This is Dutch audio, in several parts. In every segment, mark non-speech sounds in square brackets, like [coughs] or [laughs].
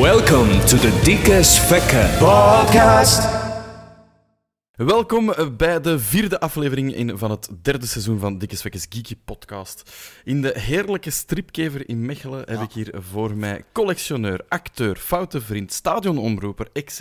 Welcome to the Dikke Svekke Podcast. Welkom bij de vierde aflevering in, van het derde seizoen van Dikke Svekkes Geeky Podcast. In de heerlijke stripkever in Mechelen heb ik hier voor mij collectioneur, acteur, foute vriend, stadionomroeper, etc.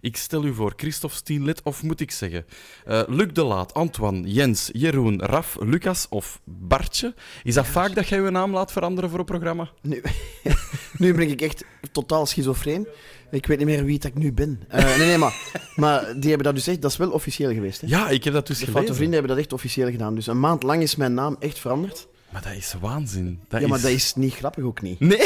Ik stel u voor Christophe Stienlet, of moet ik zeggen, eh, Luc de Laat, Antoine, Jens, Jeroen, Raf, Lucas of Bartje. Is dat dus- vaak dat jij je naam laat veranderen voor een programma? Nu, [laughs] nu ben ik echt totaal schizofreen. Ik weet niet meer wie dat ik nu ben. Eh, nee, nee, maar, maar die hebben dat dus echt... Dat is wel officieel geweest, hè? Ja, ik heb dat dus De foute gelezen. vrienden hebben dat echt officieel gedaan. Dus een maand lang is mijn naam echt veranderd. Maar dat is waanzin. Dat ja, maar dat is niet grappig ook niet. Nee!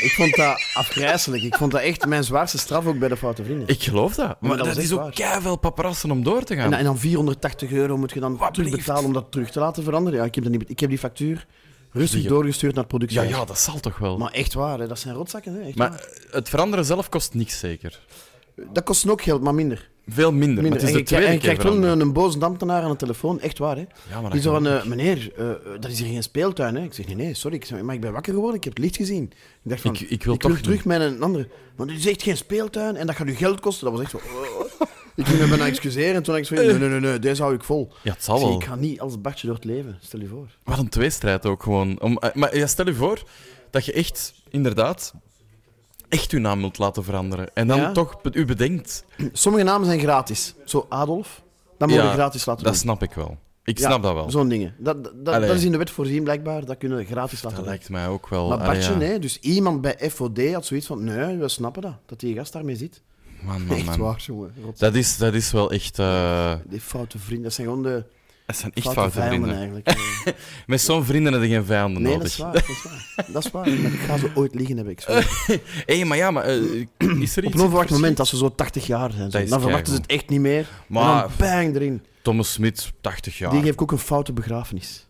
Ik vond dat afgrijzelijk. Ik vond dat echt mijn zwaarste straf ook bij de foute vrienden. Ik geloof dat. Maar, dat dat, was echt is ook waar. keiveel paparazzen om door te gaan. En, en dan 480 euro moet je dan Wat terugbetalen om dat terug te laten veranderen. Ja, ik heb, dat niet, ik heb die factuur rustig Vliegen. doorgestuurd naar het productie. ja, ja, dat zal toch wel. Maar, Maar echt waar, hè, dat zijn rotzakken. Hè? Echt waar. eh, het veranderen zelf kost niks zeker. Dat kost ook geld, maar minder. Veel minder. Minder. Maar En het je, is de krijgt- en tweede je keer krijgt wel veranderen. een, een boze ambtenaar aan de telefoon, echt waar. Hè? Ja, maar Die zo dat van, kan eh, meneer, eh, eh, dat is hier geen speeltuin. Hè? Ik zeg, nee, nee, sorry, ik, zeg, maar ik ben wakker geworden, ik heb het licht gezien. Ik dacht van, Ik- ik wil toch terug niet. met een andere. Want dit is echt geen speeltuin en dat gaat u geld kosten. Dat was echt zo... oh, oh. ik ging me bijna excuseren en toen dacht ik zo, nee, nee, nee, nee, deze hou ik vol. Ja, het zal Ik zeg, wel. ik ga niet als Bartje door het leven, stel je voor. Wat een tweestrijd ook gewoon. Om, eh, maar ja, stel je voor dat je echt, inderdaad, echt je naam wilt laten veranderen. En dan Ja. toch be- u bedenkt. Sommige namen zijn gratis. Zo Adolf, dat mogen Ja, we gratis laten Dat doen. snap ik wel. Ik snap dat wel. Zo'n dingen. Dat, dat, dat, Allee. dat is in de wet voorzien blijkbaar, dat kunnen we gratis laten Dat doen. lijkt mij ook wel. Maar Allee, Bartje, Oh, ah, ja. nee. Dus iemand bij FOD had zoiets van: nee, we snappen dat. Dat die gast daarmee zit. Man, man, Echt man. waar, jongen. Rot. Dat is, dat is wel echt... eh, Die foute vrienden, dat zijn gewoon de dat zijn echt foute, foute vijanden vrienden. [laughs] eigenlijk. Eh, Met zo'n vrienden heb je geen vijanden nee, dat nodig. is waar. Dat is waar. [laughs] Dat is waar. Maar ik ga ze ooit liggen hebben. Ik zweer. Hé, maar ja, maar eh, is er Op iets... een onverwacht moment, als ze zo 80 jaar zijn, zo, Dat is dan verwachten ze keigoed. het echt niet meer. Maar- Maar dan bang erin. Thomas Smit, 80 jaar. Die geeft ook een foute begrafenis.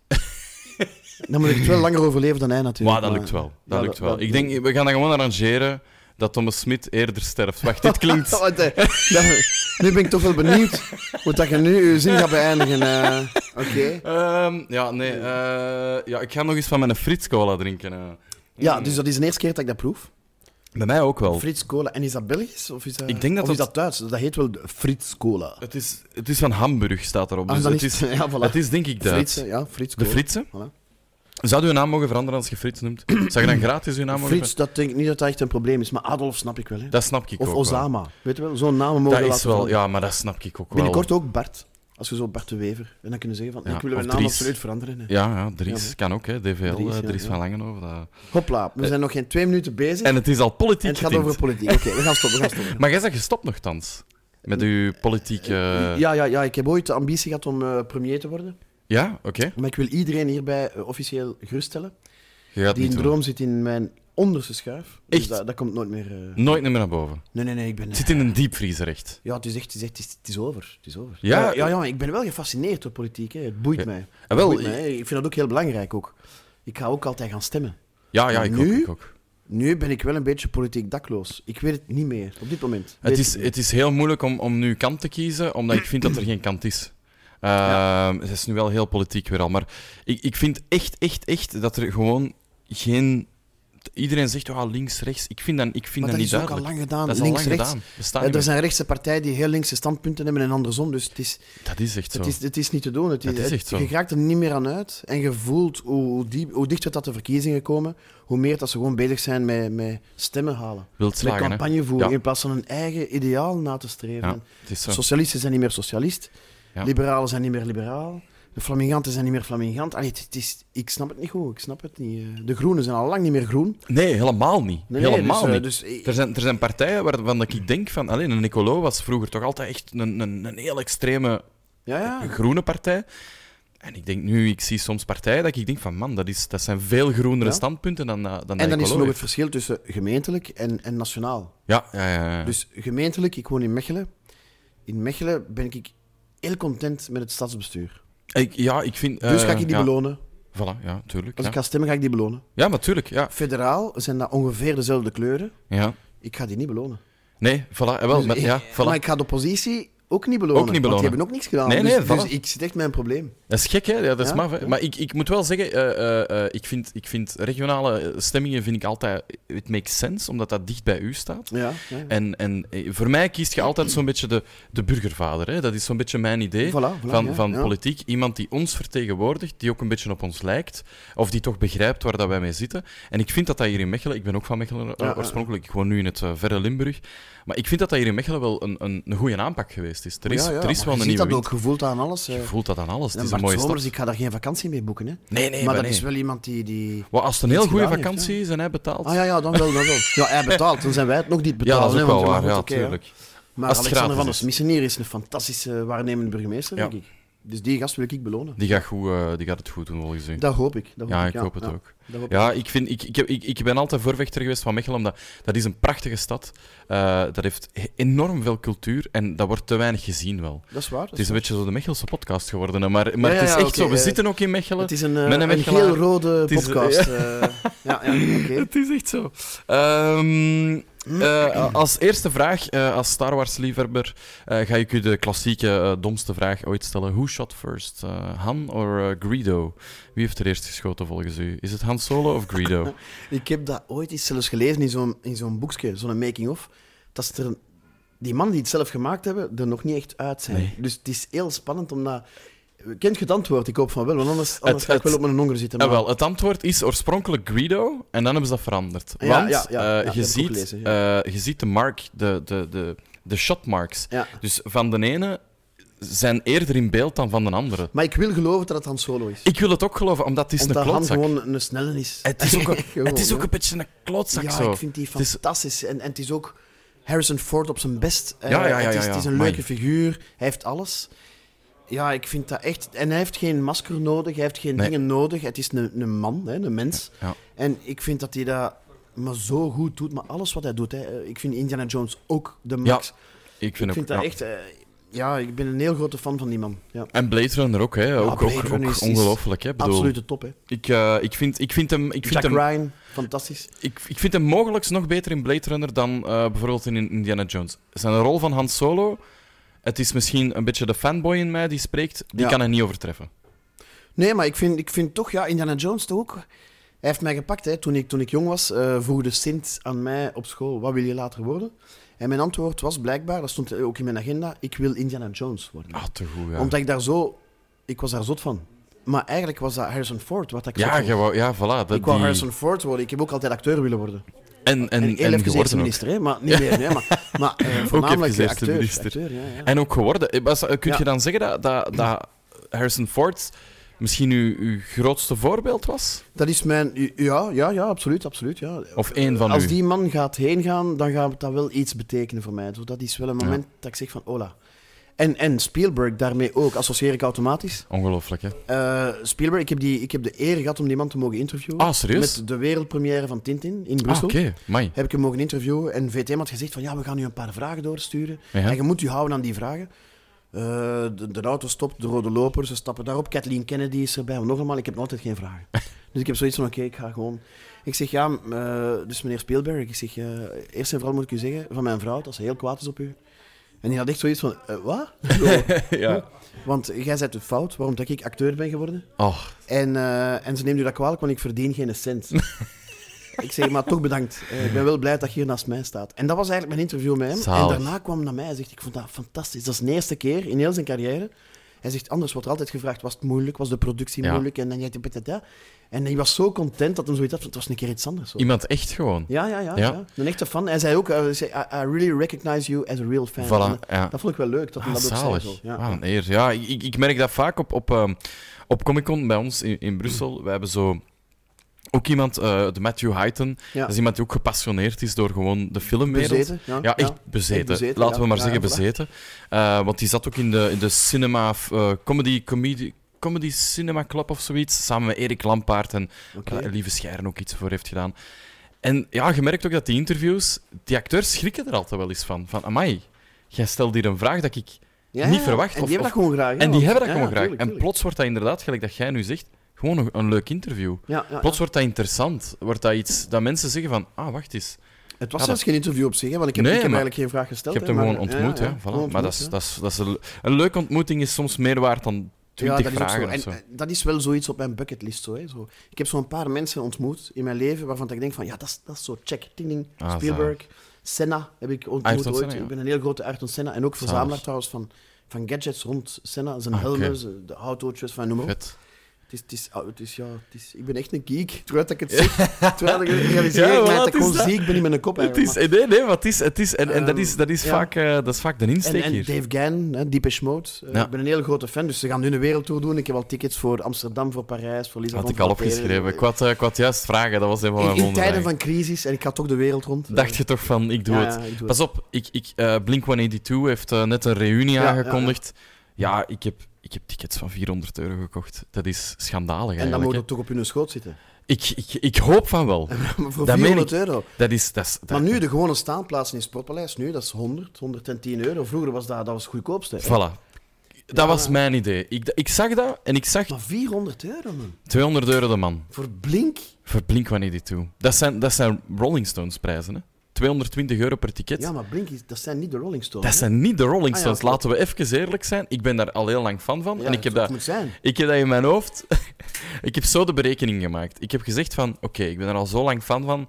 [laughs] dan moet ik het wel langer overleven dan hij natuurlijk. Maar dat lukt wel. Dat Ja, lukt dat- wel. dat- Ik denk, we gaan dat gewoon arrangeren dat Thomas Smit eerder sterft. Wacht, [laughs] dit klinkt... Oh, want, eh, dat- nu ben ik toch wel benieuwd hoe dat je nu je zin gaat beëindigen. eh. Oké. Ehm, ja, nee. eh, ja, ik ga nog eens van mijn Frits Cola drinken. eh. Ja, dus dat is de eerste keer dat ik dat proef. Bij mij ook wel. Frits Cola. En is dat Belgisch? Of is dat, Oh. Ik denk dat of is dat- dat Duits? Dat heet wel de Frits Cola. Het is, het is van Hamburg, staat erop. Ah, Dus dan het, is, is het- [laughs] ja, voilà. het is denk ik Duits. Frits, eh, ja, Frits De Cola. Fritsen. Voilà. Zou je naam mogen veranderen als je Frits noemt? Zou je dan gratis je naam mogen Frits, dat denk ik niet dat dat echt een probleem is. Maar Adolf snap ik wel. Hè. veranderen? Dat snap ik of ook wel. Osama. Weet je wel, zo'n namen Dat mogen we is laten wel... veranderen. Ja, maar dat snap ik ook wel. Binnenkort ook Bart. Als je zo Bart de Wever. En dan kunnen ze zeggen van, Ja, ik wil of mijn naam Dries. absoluut veranderen. hè. Ja, ja, Dries Ja. kan ook, hè. DVL, Dries, Dries, ja, eh, Dries ja. van Langenhoven. dat- Hopla, we zijn nog geen twee minuten bezig. En, En het is al politiek het gaat getint. over politiek. Oké, we gaan stoppen, we gaan [laughs] stoppen. Maar jij zegt gestopt nogthans. Met uw politieke... Ja, Ja, ja, ja, ik heb ooit de ambitie gehad om eh, premier te worden. oké. Maar ik wil iedereen hierbij eh, officieel geruststellen. Je gaat Die niet doen. droom zit in mijn onderste schuif. Dus Echt? dat, dat komt nooit meer. eh, Nooit meer naar boven. Nee, nee, nee, ik ben. eh, Het zit in een diepvriezer, echt. Ja, het is echt, het is, echt, het is, het is over. Het is over. Eh, Ja? ja, ja, maar ik ben wel gefascineerd door politiek. Hè. Het boeit Ja. mij. Ah, wel, Het boeit mij, hè. Ik vind dat ook heel belangrijk. Ook. Ik ga ook altijd gaan stemmen. Ja, ja, ik Nu? ook. Ik ook. Nu ben ik wel een beetje politiek dakloos. Ik weet het niet meer op dit moment. Het, Weet is, ik niet. het is heel moeilijk om, om nu kant te kiezen, omdat ik vind dat er geen kant is. Ehm, Het is nu wel heel politiek weer al. Maar ik, ik vind echt, echt, echt dat er gewoon geen... Iedereen zegt, oh, links, rechts. Ik vind dat, ik vind Maar dat dat niet is ook al duidelijk. lang gedaan. dat is links, al lang rechts. gedaan. Bestaan Eh, niet er zijn rechtse partijen die heel linkse standpunten hebben en andersom. Dus het is, meer. Dat is echt zo. het is, het is niet te doen. Het is, Het is echt zo. het- Je raakt er niet meer aan uit. En je voelt hoe, hoe, diep, hoe dichter dat de verkiezingen komen, hoe meer dat ze gewoon bezig zijn met, met stemmen halen. Wilt Met slagen, hè? campagnevoering Ja. in plaats van een eigen ideaal na te streven. Ja, het is zo. Socialisten zijn niet meer socialist. Ja. Liberalen zijn niet meer liberaal. De flaminganten zijn niet meer flamingant. Allee, het, het is, ik snap het niet goed. Ik snap het niet. eh. De groenen zijn al lang niet meer groen. Nee, helemaal niet. Nee, nee, helemaal dus, eh, niet. dus ik- er, zijn, er zijn partijen waarvan dat ik denk van... Alleen een Nicolo was vroeger toch altijd echt een, een, een heel extreme Ja, ja. groene partij. En ik denk nu, ik zie soms partijen dat ik denk van... Man, dat, is, dat zijn veel groenere Ja. standpunten dan, dat- dan dat En dan is er Nicolo nog het heeft. verschil tussen gemeentelijk en, en nationaal. Ja, ja, ja. ja. Dus gemeentelijk, ik woon in Mechelen. In Mechelen ben ik heel content met het stadsbestuur. ik, ja, ik vind... Dus eh, ga ik die ja. belonen. Voilà, ja, tuurlijk. Als Ja, ik ga stemmen, ga ik die belonen. ja maar tuurlijk, ja. Federaal zijn dat ongeveer dezelfde kleuren. ja. Ik ga die niet belonen. Nee, voilà, eh, wel, Dus maar, ik- ja, Maar voilà. ik ga de oppositie ook niet belonen. Ook niet Want die belonen. hebben ook niks gedaan. Nee, nee, dus, dus voilà. ik zit echt met een probleem. Dat is gek, hè? Ja, dat is Ja, maf. hè. ja. Maar ik, ik moet wel zeggen, eh, eh, eh, ik, vind, ik vind regionale eh, stemmingen vind ik altijd... It makes sense, omdat dat dicht bij u staat. Ja, ja. En, en eh, voor mij kiest je altijd zo'n beetje de, de burgervader. Hè? Dat is zo'n beetje mijn idee Voilà, voilà, van, ja, van ja. politiek. Iemand die ons vertegenwoordigt, die ook een beetje op ons lijkt. Of die toch begrijpt waar dat wij mee zitten. En ik vind dat dat hier in Mechelen... Ik ben ook van Mechelen eh, Ja, ja, ja. oorspronkelijk. Ik woon nu in het eh, verre Limburg. Maar ik vind dat dat hier in Mechelen wel een, een, een goede aanpak geweest is. Er is, Ja, ja, er is maar wel een je ziet nieuwe dat wind. ook gevoeld aan alles. hè. Je voelt dat aan alles. Het is En een Bart mooie stad. Somers, ik ga daar geen vakantie mee boeken. Hè. Nee, nee, maar maar dat nee. is wel iemand die... die... Wel, als het een heel iets goede gedaan heeft, vakantie is en hij betaalt. Ah ja, ja, dan wel, dan wel. Ja, hij betaalt, dan zijn wij het nog niet betaald. Ja, dat is hè, ook wel want- maar waar. goed, Ja, oké, hè. tuurlijk. Maar Als het Alexander van der gratis is. Smissenier is een fantastische waarnemende burgemeester, Ja. denk ik. Dus die gast wil ik belonen. Die gaat, goed, eh, die gaat het goed doen, volgens u. Dat hoop ik. Dat hoop Ja, ik, ik hoop het ja. ook. Dat hoop ik. Ja, ik, vind, ik, ik, heb- ik, ik ben altijd voorvechter geweest van Mechelen, omdat dat is een prachtige stad. Eh dat heeft he- enorm veel cultuur en dat wordt te weinig gezien wel. Dat is waar. dat Het is waar. een beetje zo de Mechelse podcast geworden, hè, maar, maar Ja, ja, het is ja, echt oké, zo. We eh, zitten ook in Mechelen. Het is een, eh, Met een een mechelaar. geel-rode Het is- [laughs] podcast. eh. ja, ja, oké. Hm. Het is echt zo. Ehm, eh, als eerste vraag, eh, als Star Wars-liefhebber, eh, ga ik u de klassieke eh, domste vraag ooit stellen. Who shot first? Eh, Han of Greedo? Wie heeft er eerst geschoten volgens u? Is het Han Solo of Greedo? Ik heb dat ooit eens zelfs gelezen in zo'n, in zo'n boekje, zo'n making-of. Dat ze er, die mannen die het zelf gemaakt hebben, er nog niet echt uit zijn. Nee. Dus het is heel spannend om dat... Kent je het antwoord? Ik hoop van wel, want anders, anders ga ik het- wel op mijn honger zitten. Eh, maar- wel, het antwoord is oorspronkelijk Greedo, en dan hebben ze dat veranderd. Ja, Want ja, ja, eh, ja, dat heb je, ik ook ziet, gelezen, eh, je ziet de mark, de, de, de, de shotmarks. Ja. Dus van de ene zijn eerder in beeld dan van de andere. Maar ik wil geloven dat het Han Solo is. Ik wil het ook geloven, omdat het is Omdat een Han klootzak. gewoon een snelle is. Het [laughs] is ook, een- Gewoon, het is ook hè. een beetje een klootzak Ja, zo. ik vind die Het is- fantastisch. En, en het is ook Harrison Ford op zijn best. Eh, Ja, ja, ja, het, is, ja, ja. het is een Amai. leuke figuur. Hij heeft alles. Ja, ik vind dat echt... En hij heeft geen masker nodig, hij heeft geen Nee. dingen nodig. Het is een, een man, hè, een mens. Ja, ja. En ik vind dat hij dat maar zo goed doet. Maar alles wat hij doet... Hè, eh, ik vind Indiana Jones ook de max. ik vind, ik vind ook, ja. dat echt... eh, ja, ik ben een heel grote fan van die man. Ja. En Blade Runner ook, hè? Ook, Blade ook, Runner ook is- is ongelooflijk, hè? Ik bedoel, Absolute top, hè. Ik, eh, ik, vind, ik vind hem, ik vind Jack hem, Ryan, fantastisch. ik, ik vind hem mogelijk nog beter in Blade Runner dan eh, bijvoorbeeld in Indiana Jones. Zijn rol van Han Solo, het is misschien een beetje de fanboy in mij die spreekt, die Ja. kan hij niet overtreffen. Nee, maar ik vind, ik vind toch, ja, Indiana Jones toch ook. Hij heeft mij gepakt hè, toen, ik, toen ik jong was. eh vroeg de Sint aan mij op school: wat wil je later worden? En mijn antwoord was blijkbaar, dat stond ook in mijn agenda: ik wil Indiana Jones worden. Ah, te goed, ja. Omdat ik daar zo, ik was daar zot van. Maar eigenlijk was dat Harrison Ford wat ik zot Ja, vond. je wou- ja, voilà. Dat, Ik wou die- Harrison Ford worden. Ik heb ook altijd acteur willen worden. En, en, en, En, heel even eerste geworden ook. minister, hè, maar niet meer. Nee, [laughs] maar maar eh, even voornamelijk eerste acteur. minister. acteur, ja, ja. En ook geworden. Eh, Bas, eh, Kun Ja. je dan zeggen dat, dat, dat Harrison Ford misschien uw, uw grootste voorbeeld was? Dat is mijn... Ja, ja, ja, absoluut, absoluut. Ja. Of één van Als u? die man gaat heen gaan, dan gaat dat wel iets betekenen voor mij. Dus dat is wel een moment dat ik zeg van, hola. En, en Spielberg daarmee ook, associeer ik automatisch. Ongelooflijk, hè? Eh, Spielberg, ik heb, die, ik heb de eer gehad om die man te mogen interviewen. Ah, serieus? Met de wereldpremière van Tintin in Ah, Brussel. oké. Mai. Heb ik hem mogen interviewen en VTM had gezegd van, ja, we gaan nu een paar vragen doorsturen. Ja. En je moet je houden aan die vragen. Eh, de, de auto stopt, de rode loper, ze stappen daarop. Kathleen Kennedy is erbij. Maar nogmaals, ik heb nog altijd geen vragen. Dus ik heb zoiets van, oké, ik ga gewoon... Ik zeg, ja, m- eh, dus meneer Spielberg, ik zeg, eh, eerst en vooral moet ik u zeggen van mijn vrouw dat ze heel kwaad is op u. En die had echt zoiets van, eh, wat? [laughs] ja. Want jij bent de fout, waarom dat ik acteur ben geworden. Oh, En, eh, en ze neemt u dat kwalijk, want ik verdien geen cent. ik zeg, maar toch bedankt. Eh, ik ben wel blij dat je hier naast mij staat. En dat was eigenlijk mijn interview met hem. Zalig. En daarna kwam hij naar mij en zegt, ik vond dat fantastisch. Dat is de eerste keer in heel zijn carrière. Hij zegt, anders wordt er altijd gevraagd, was het moeilijk? Was de productie Ja. moeilijk? En, dan, jij- ja. en hij was zo content dat hij zoiets had van, het was een keer iets anders. hoor. iemand echt gewoon. Ja, ja, ja, Ja. ja. Een echte fan. Hij zei ook, eh, hij zei, I, I really recognize you as a real fan. En Voilà, dat- ja. Dat vond ik wel leuk, dat hij Ah, dat ook zei. zalig. zo. Ja. Wauw, een eer. Ja, ik, ik merk dat vaak op, op, ehm, op Comic-Con bij ons in, in Brussel. We hebben zo... Ook iemand, eh, de Matthew Hyten, Ja. dat is iemand die ook gepassioneerd is door gewoon de filmwereld. Bezeten, ja. Ja, echt Ja. bezeten. Echt bezeten, Laten we ja. maar Ja, zeggen ja, voilà. bezeten. Eh, want die zat ook in de, in de cinema, f- eh, comedy, comedy, comedy Cinema Club of zoiets. Samen met Erik Lampaard en Oké. eh, Lieve Schijren ook iets voor heeft gedaan. En ja, je merkt ook dat die interviews, die acteurs schrikken er altijd wel eens van. Van, amai, jij stelt hier een vraag dat ik... Ja, niet ja. verwacht, En of- die hebben of- dat gewoon graag. en hè, die want- hebben dat ja, gewoon ja, graag. tuurlijk, En tuurlijk. plots wordt dat inderdaad, gelijk dat jij nu zegt, gewoon een, een leuk interview. Ja, ja, ja. Plots wordt dat interessant. Wordt dat iets dat mensen zeggen van, ah, wacht eens. Het was Ja, zelfs geen interview op zich, hè, want ik heb, Nee, ik heb maar- eigenlijk geen vraag gesteld. Je hebt hè, hem gewoon maar- ja, ontmoet, ja, hè. ja, Voilà. gewoon maar dat is, dat, ontmoet, is, dat is een, een leuke ontmoeting is soms meer waard dan ja. twintig Ja, dat is ook vragen. zo. En, of zo. eh, dat is wel zoiets op mijn bucketlist. Zo, hè, zo. Ik heb zo'n paar mensen ontmoet in mijn leven waarvan ik denk van, ja, dat is, dat is zo check. Ding, ding. Ah, Spielberg, Senna heb ik ontmoet Ayrton ooit. Senna, ja. Ik ben een heel grote Ayrton Senna en ook Zalig. verzamelaar trouwens van, van gadgets rond Senna. Zijn Ah, oké. helmen, zijn- de autootjes, van noem maar op. Vet. Het is, het is, oh, het is, ja, het is, ik ben echt een geek, terwijl dat ik het zeg. Terwijl ik het realiseer, [laughs] Ja, ik maar mij dat wat is ik gewoon dat? ziek ben in mijn kop Het eigenlijk. is, eh, nee, nee, wat is, het is, en, en dat Ehm, is, dat is, ja. vaak, eh, dat is vaak de En, insteek en hier. Dave Gann, hè, Deepish Mode. Eh, Ja. Ik ben een hele grote fan, dus ze gaan nu een wereldtour doen. Ik heb al tickets voor Amsterdam, voor Parijs, voor Lissabon. had ik voor al Athene. opgeschreven. Ik had, eh, ik had juist vragen, dat was helemaal In, mijn in tijden wonderdag. van crisis, en ik ga toch de wereld rond. Dacht je toch van, ik doe Ja, het. ja, ik doe Pas op, ik, ik, eh, Blink-182 heeft eh, net een reunie Ja, ja, ja. aangekondigd. Ja, ik, heb, ik heb tickets van 400 euro gekocht. Dat is schandalig En dan eigenlijk. moet hè. het toch op hun schoot zitten. [laughs] Ik, ik, ik hoop van wel. Maar voor Dat meen 400 ik. euro. Dat is... Dat is dat- Maar nu, de gewone staanplaatsen in het Sportpaleis, nu, dat is 100, 110 euro. Vroeger was dat, dat was het goedkoopste. hè. Voilà. Dat was mijn idee. Ik, ik zag dat en ik zag Maar 400 euro, man. 200 euro de man. Voor Blink? Voor Blink-182. Dat zijn, dat zijn Rolling Stones prijzen, hè. 220 euro per ticket. Ja, maar Blink, is, dat zijn niet de Rolling Stones. Dat hè? zijn niet de Rolling Ah, ja, Stones. oké. Laten we even eerlijk zijn. Ik ben daar al heel lang fan van. Ja, en ik heb zo dat... moet zijn. Ik heb dat in mijn hoofd. [laughs] ik heb zo de berekening gemaakt. Ik heb gezegd van, oké, ik ben er al zo lang fan van.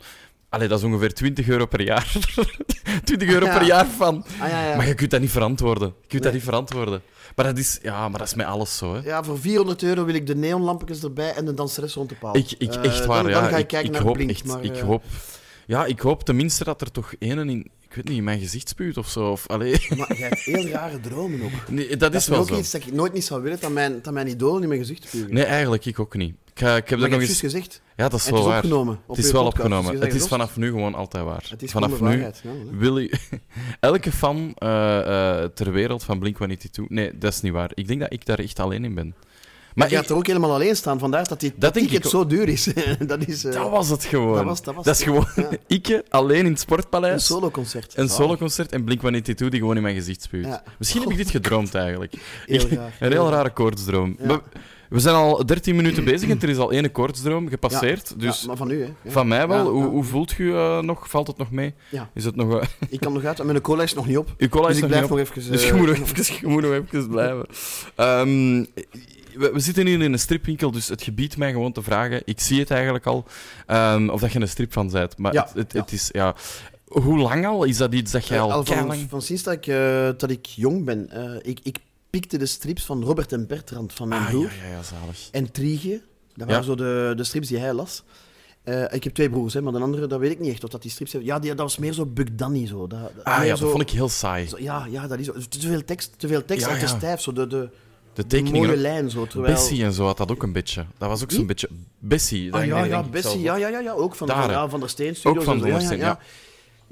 Allee, dat is ongeveer 20 euro per jaar. [laughs] 20 euro Ja. per jaar van. Ah, ja, ja. Maar je kunt dat niet verantwoorden. Je kunt dat Nee. niet verantwoorden. Maar dat is, ja, maar dat is met alles zo, hè. Ja, voor 400 euro wil ik de neonlampjes erbij en de danseres rond de paal. Ik, ik, Eh, echt waar, dan, ja. Dan ga ik ik, kijken ik naar hoop Blink. echt, maar, ik eh, hoop... Ja, ik hoop tenminste dat er toch ene in... Ik weet niet, in mijn gezicht spuwt of zo. Of, allee, [laughs] Maar jij hebt heel rare dromen ook. nee, [laughs] dat, Dat is is wel ook zo. iets dat ik nooit niet zou willen, dat mijn, dat mijn idool in mijn gezicht spugen. Nee, eigenlijk ik ook niet. Ik, ga- ik heb dat maar ik nog heb eens... juist gezegd. Ja, dat is Het wel is waar. opgenomen. op Het is uw wel podcast, opgenomen. dus je het is zegt, vanaf nu gewoon altijd waar. Het is vanaf gewoon de nu waarheid, ja, voilà. wil je [laughs] elke fan eh, eh, ter wereld van Blink-182... Nee, dat is niet waar. Ik denk dat ik daar echt alleen in ben. Maar Maar je ik- gaat er ook helemaal alleen staan, vandaar dat die denk ik ticket ook. zo duur is. [laughs] dat is eh, dat was het gewoon. dat was- dat was is het, gewoon [laughs] ja. ikke alleen in het een Sportpaleis. soloconcert. Een soloconcert en Blink-182 die gewoon in mijn gezicht spuwt. Ja. Misschien heb ik dit gedroomd eigenlijk. [laughs] Oh, Heel [laughs] Ik- raar. Een heel rare koortsdroom. Ja. We, we zijn al 13 minuten bezig en er is al één koortsdroom gepasseerd. Ja, dus ja, maar van u, hè. Ja. van mij wel. Ja, hoe, ja. hoe voelt u eh, nog? Valt het nog mee? Ja. Is het nog... eh, Ik kan nog uit, mijn cola is nog niet op. Uw cola Dus is ik nog blijf niet op. nog even... Dus eh, je moet nog even, je moet nog even blijven. Ehm, we, we zitten hier in een stripwinkel, dus het gebiedt mij gewoon te vragen. Ik zie het eigenlijk al, ehm, of dat je een strip van bent. Maar Ja, het, het, ja. het is, ja... Hoe lang al? Is dat iets dat jij Eh, al, al van, keilang- van sinds dat ik, eh, dat ik jong ben, eh, ik, ik pikte de strips van Robert en Bertrand van mijn Ah, broer. ja, ja, ja, zalig. En Trige, dat waren Ja. zo de, de strips die hij las. Eh, ik heb twee broers, hè, maar de andere, dat weet ik niet echt of dat die strips hebben. Ja, die, dat was meer zo Buck Danny. Zo. Dat, dat- Ah meer ja, zo- dat vond ik heel saai. zo- ja, ja, dat is zo. Te veel tekst, te veel tekst Ja, en te ja. stijf. Zo de, de, De de mooie tekeningen... lijn. Zo, terwijl... Bessie en zo had dat ook een beetje. Dat was ook zo'n Wie? beetje... Bessie. dat Hm? Ah, ja, denk ik ja, zelf Bessie, ook. ja, ja, ja, ja, ook van, Daar, van, hè. ja, van der Steen Studios. Ook van en zo, Van der Steen,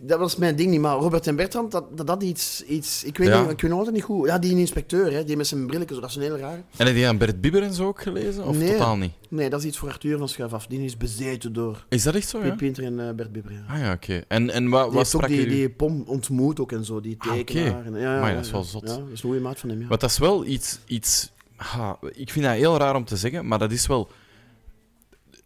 Dat was mijn ding niet, maar Robert en Bertrand, dat dat, dat iets, iets... Ik weet Ja. niet, ik weet nog altijd niet goed. Ja, die inspecteur, hè, die met zijn brilletjes, zo, dat is een hele rare. En heb je aan Bert Bieber en zo ook gelezen? Of Nee. totaal niet? Nee, dat is iets voor Arthur van Schuif af. Die is bezeten door Is dat echt zo, Piet Oh, ja? Pinter en eh, Bert Bibber. ja. Ah ja, oké. En, en wa- wat, Die heeft ook sprak die, u- die pom ontmoet ook en zo, die Ah, oké. tekenaar. en- ja, ja, Amai, ja, dat is ja. wel zot. Ja, dat is een goede maat van hem, ja. Want dat is wel iets. iets ha, ik vind dat heel raar om te zeggen, maar dat is wel.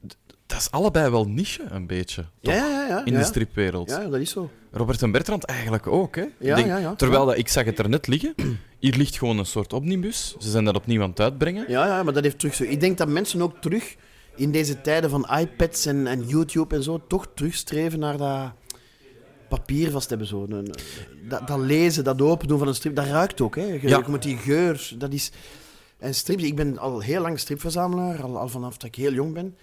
d- Dat is allebei wel niche, een beetje. ja, toch? ja, ja, ja, In de ja. stripwereld. Ja, dat is zo. Robert en Bertrand eigenlijk ook. Hè? Ik Ja, ja, ja. Terwijl dat, ik zag het er net liggen. Hier ligt gewoon een soort omnibus. Ze zijn dat opnieuw aan het uitbrengen. Ja, ja, maar dat heeft terug zo. Ik denk dat mensen ook terug in deze tijden van iPads en, en YouTube en zo toch terugstreven naar dat papier vast hebben. Zo. Een- Dat, dat lezen, dat open doen van een strip, dat ruikt ook. Hè. Je, Ja. je moet die geur, dat is. En strips, ik ben al heel lang stripverzamelaar, al, al vanaf dat ik heel jong ben.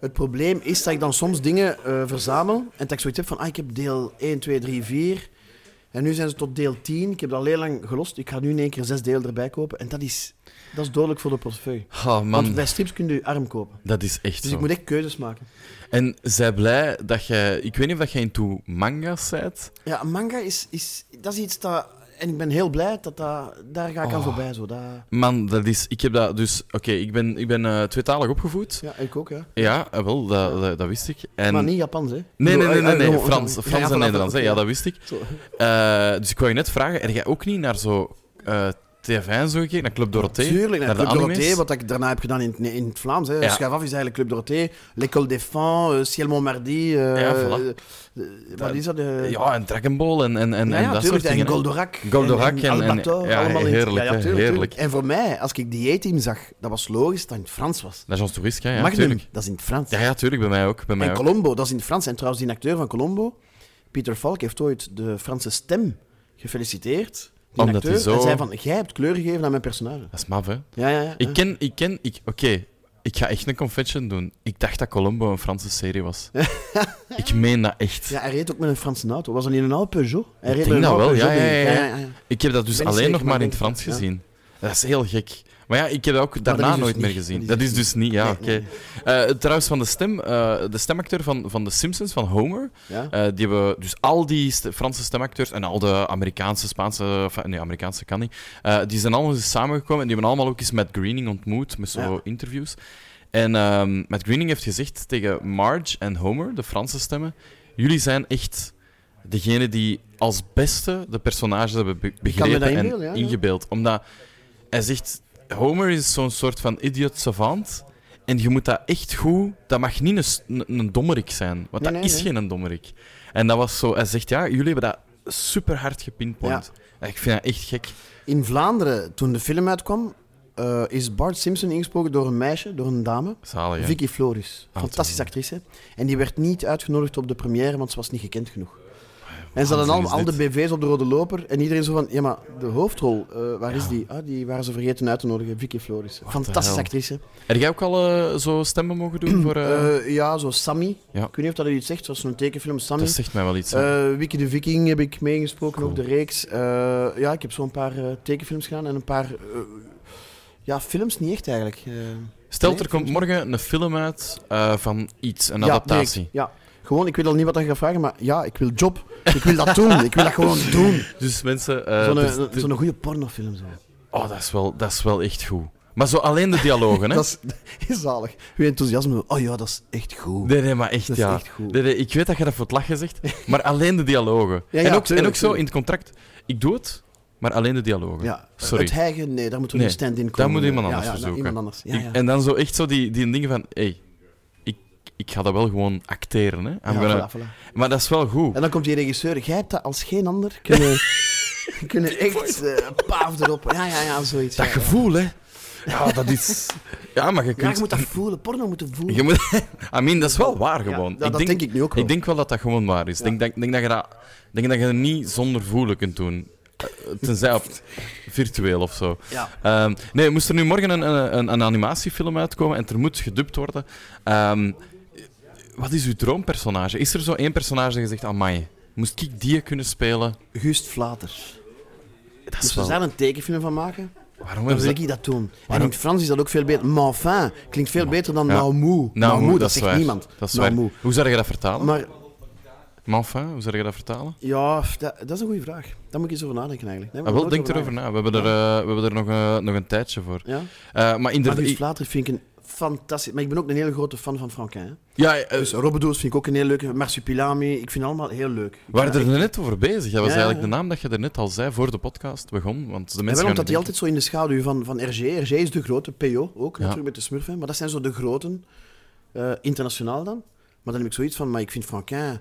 Het probleem is dat ik dan soms dingen eh, verzamel en dat ik zoiets heb van, ah, ik heb deel 1, 2, 3, 4. En nu zijn ze tot deel 10. Ik heb dat al heel lang gelost. Ik ga nu in één keer zes delen erbij kopen. En dat is, dat is dodelijk voor de portefeuille. Ah, Want man, bij strips kun je je arm kopen. dat is echt Dus zo. ik moet echt keuzes maken. En zij blij dat jij. Ik weet niet of dat jij into manga's zijt. Ja, manga is, is, dat is iets dat... En ik ben heel blij dat, dat daar ga ik aan Oh. voorbij. Zo. Dat, Man, dat is. Ik heb dat dus. Oké, ik ben, ik ben eh, tweetalig opgevoed. ja, ik ook, ja. Ja, eh, wel, dat, dat, dat wist ik. En... maar niet Japans, hè. Nee, nee, nee, nee, nee, Ah, ah, Frans, ah, Frans en voilà, Nederlands. hè. oké, Ja, dat wist ik. Zo. Eh, dus ik wou je net vragen, er jij ook niet naar zo eh, TV zo gekeken, naar Club Dorothée. Tuurlijk, naar de Club Dorothée, animes. wat ik daarna heb gedaan in, het- in het Vlaams. Hè. Dus Ja. Schuif af is eigenlijk Club Dorothée, L'École des Fans, eh, Ciel Montmardi. eh, Ja, voilà. eh, wat is dat? eh, Ja, en Dragon Ball en, en, en, ja, en ja, dat soort tuurlijk, en dingen. hè. Goldorak. Goldorak en, en- en- Albator, ja, allemaal in- heerlijk, hè, tuurlijk, heerlijk. tuurlijk. En voor mij, als ik die A-team zag, dat was logisch dat het in het Frans was. L'Agence Touriste, ja, ja, Magnum, tuurlijk. dat is in het Frans. Ja, ja, tuurlijk, bij mij ook. Bij mij en ook. Colombo, dat is in het Frans. En trouwens, die acteur van Colombo, Pieter Falk, heeft ooit de Franse stem gefeliciteerd. Die Omdat acteur. hij zo- En zei van, jij hebt kleur gegeven aan mijn personage. Dat is maf, hè. Ja, ja, ja. Ik ken, ik ken, ik, oké, ik ga echt een confession doen. Ik dacht dat Colombo een Franse serie [laughs] was. ik meen dat echt. Ja, hij reed ook met een Franse auto. Was dat niet een oude Peugeot? Hij reed denk met een dat oude wel, ja, Peugeot, ja, denk ik. ja, Ik heb dat dus ben niet alleen zeker, nog maar maar in ik het denk- Frans ja. gezien. Dat is heel gek. Maar ja, ik heb dat ook dat daarna is dus nooit meer niet. gezien. Dat Dat is is dus niet, ja, Nee, oké. nee, Eh, trouwens, van de stem, eh, de stemacteur van, van The Simpsons, van Homer, Ja. eh, die hebben dus al die st- Franse stemacteurs en al de Amerikaanse, Spaanse, enfin, nee, Amerikaanse kan niet, eh, die zijn allemaal eens samengekomen en die hebben allemaal ook eens Matt Greening ontmoet met zo Ja. interviews. En ehm Matt Greening heeft gezegd tegen Marge en Homer, de Franse stemmen, jullie zijn echt degene die als beste de personages hebben be- kan me dat begrepen en inbeelden, ja, ja. ingebeeld. Omdat hij zegt, Homer is zo'n soort van idiot savant. En je moet dat echt goed... Dat mag niet een, s- een, een dommerik zijn. Want dat Nee, nee, is nee. geen een dommerik. En dat was zo... Hij zegt, ja, jullie hebben dat super hard gepinpoint. Ik vind dat echt gek. In Vlaanderen, toen de film uitkwam, eh, is Bart Simpson ingesproken door een meisje, door een dame. Zalig, hè? Vicky Floris. Ah, Fantastische toch. actrice. En die werd niet uitgenodigd op de première, want ze was niet gekend genoeg. En ze hadden waanzin al, Ah, is al de dit. BV's op de Rode Loper. En iedereen zo van, ja maar, de hoofdrol, eh, waar is die? Ah, die waren ze vergeten uit te nodigen. Vicky Floris. Fantastische hell. actrice. Heb jij ook al eh, zo stemmen mogen doen voor... eh, Eh, ja, zo Sammy. Ja. Ik weet niet of dat u iets zegt. Dat was zo'n tekenfilm, Sammy. dat zegt mij wel iets. hè. Eh Wiki de Viking heb ik meegesproken, ook de reeks. Eh, ja, ik heb zo'n paar eh, tekenfilms gedaan en een paar... eh, ja, films niet echt eigenlijk. Eh, Stel, nee, er komt morgen een film uit eh, van iets, een ja, adaptatie. nee, ik- ja, gewoon, ik weet al niet wat je gaat vragen, maar ja, ik wil job. Ik wil dat doen. Ik wil dat gewoon [laughs] doen. Dus mensen... eh, Zo'n dus- een- dus- zo'n goede pornofilm zo. Oh, dat is, wel, dat is wel echt goed. Maar zo alleen de dialogen, hè? Dat is, [laughs] dat is zalig. Uw enthousiasme. Oh ja, dat is echt goed. Nee, nee, maar echt, Dat is ja. echt goed. Nee, nee, ik weet dat je dat voor het lachen zegt, maar alleen de dialogen. Ja, en, ja, ook, en tuurlijk, ook zo tuurlijk. in het contract. Ik doe het, maar alleen de dialogen. Ja, Sorry. Het hijgen, nee, daar moeten we Nee, een stand-in komen. daar moet iemand Ja, anders ja, verzoeken. Iemand anders. Ja, Ik- ja. en dan zo echt zo die, die dingen van... Hé, ik, ik ga dat wel gewoon acteren, hè. I'm Ja, gonna- voilà, voilà. Maar dat is wel goed. En dan komt die regisseur. Jij hebt dat als geen ander kunnen, [laughs] [laughs] kunnen echt eh paaf erop. Ja, ja, ja, zoiets. Dat ja. gevoel, [laughs] hè. Ja, dat is... Ja, maar je Ja, je kunt... moet dat voelen. Porno moeten voelen. je moet... [laughs] I mean, dat is wel waar Ja, gewoon. dat- dat denk ik nu ook wel. Ik denk wel dat dat gewoon waar is. Ik denk, denk, denk dat je dat, denk dat je dat niet zonder voelen kunt doen. Eh, Tenzij [laughs] op virtueel of zo. Ja. Ehm, nee, moest er nu morgen een, een, een- een animatiefilm uitkomen en er moet gedubt worden. Ehm, wat is uw droompersonage? Is er zo één personage dat je zegt, amai, moest ik die kunnen spelen? Gust Vlater. Dat Dus we daar een tekenfilm van maken. Waarom Dan hebben wil ze... ik dat doen. En in Waarom? het Frans is dat ook veel beter. Manfin klinkt veel beter dan Ja. Naumou. Nou, Naumou, dat is zegt waar. niemand. Dat is Nou, waar. moe. Hoe zou je dat vertalen? Maar Manfin, hoe zou je dat vertalen? ja, dat, dat is een goede vraag. Daar moet ik eens over nadenken eigenlijk. Ah, Nee, maar wel, nooit denk erover na. We hebben er, eh, we hebben er nog, eh, nog een tijdje voor. Ja? Eh, maar Maar inderdaad... Gust ik- Vlater vind ik een fantastisch... Maar ik ben ook een hele grote fan van Franquin. hè. Ja, eh, Dus Robbedoos vind ik ook een heel leuke. Marsupilami, ik vind allemaal heel leuk. we waren er net over bezig. Dat was Ja, eigenlijk ja. de naam dat je er net al zei voor de podcast begon. Want de mensen En wel omdat gaan hij nu altijd zo in de schaduw van, van RG. RG is de grote, PO ook, Ja. natuurlijk met de Smurfen. Maar dat zijn zo de groten, eh, internationaal dan. Maar dan heb ik zoiets van, maar ik vind Franquin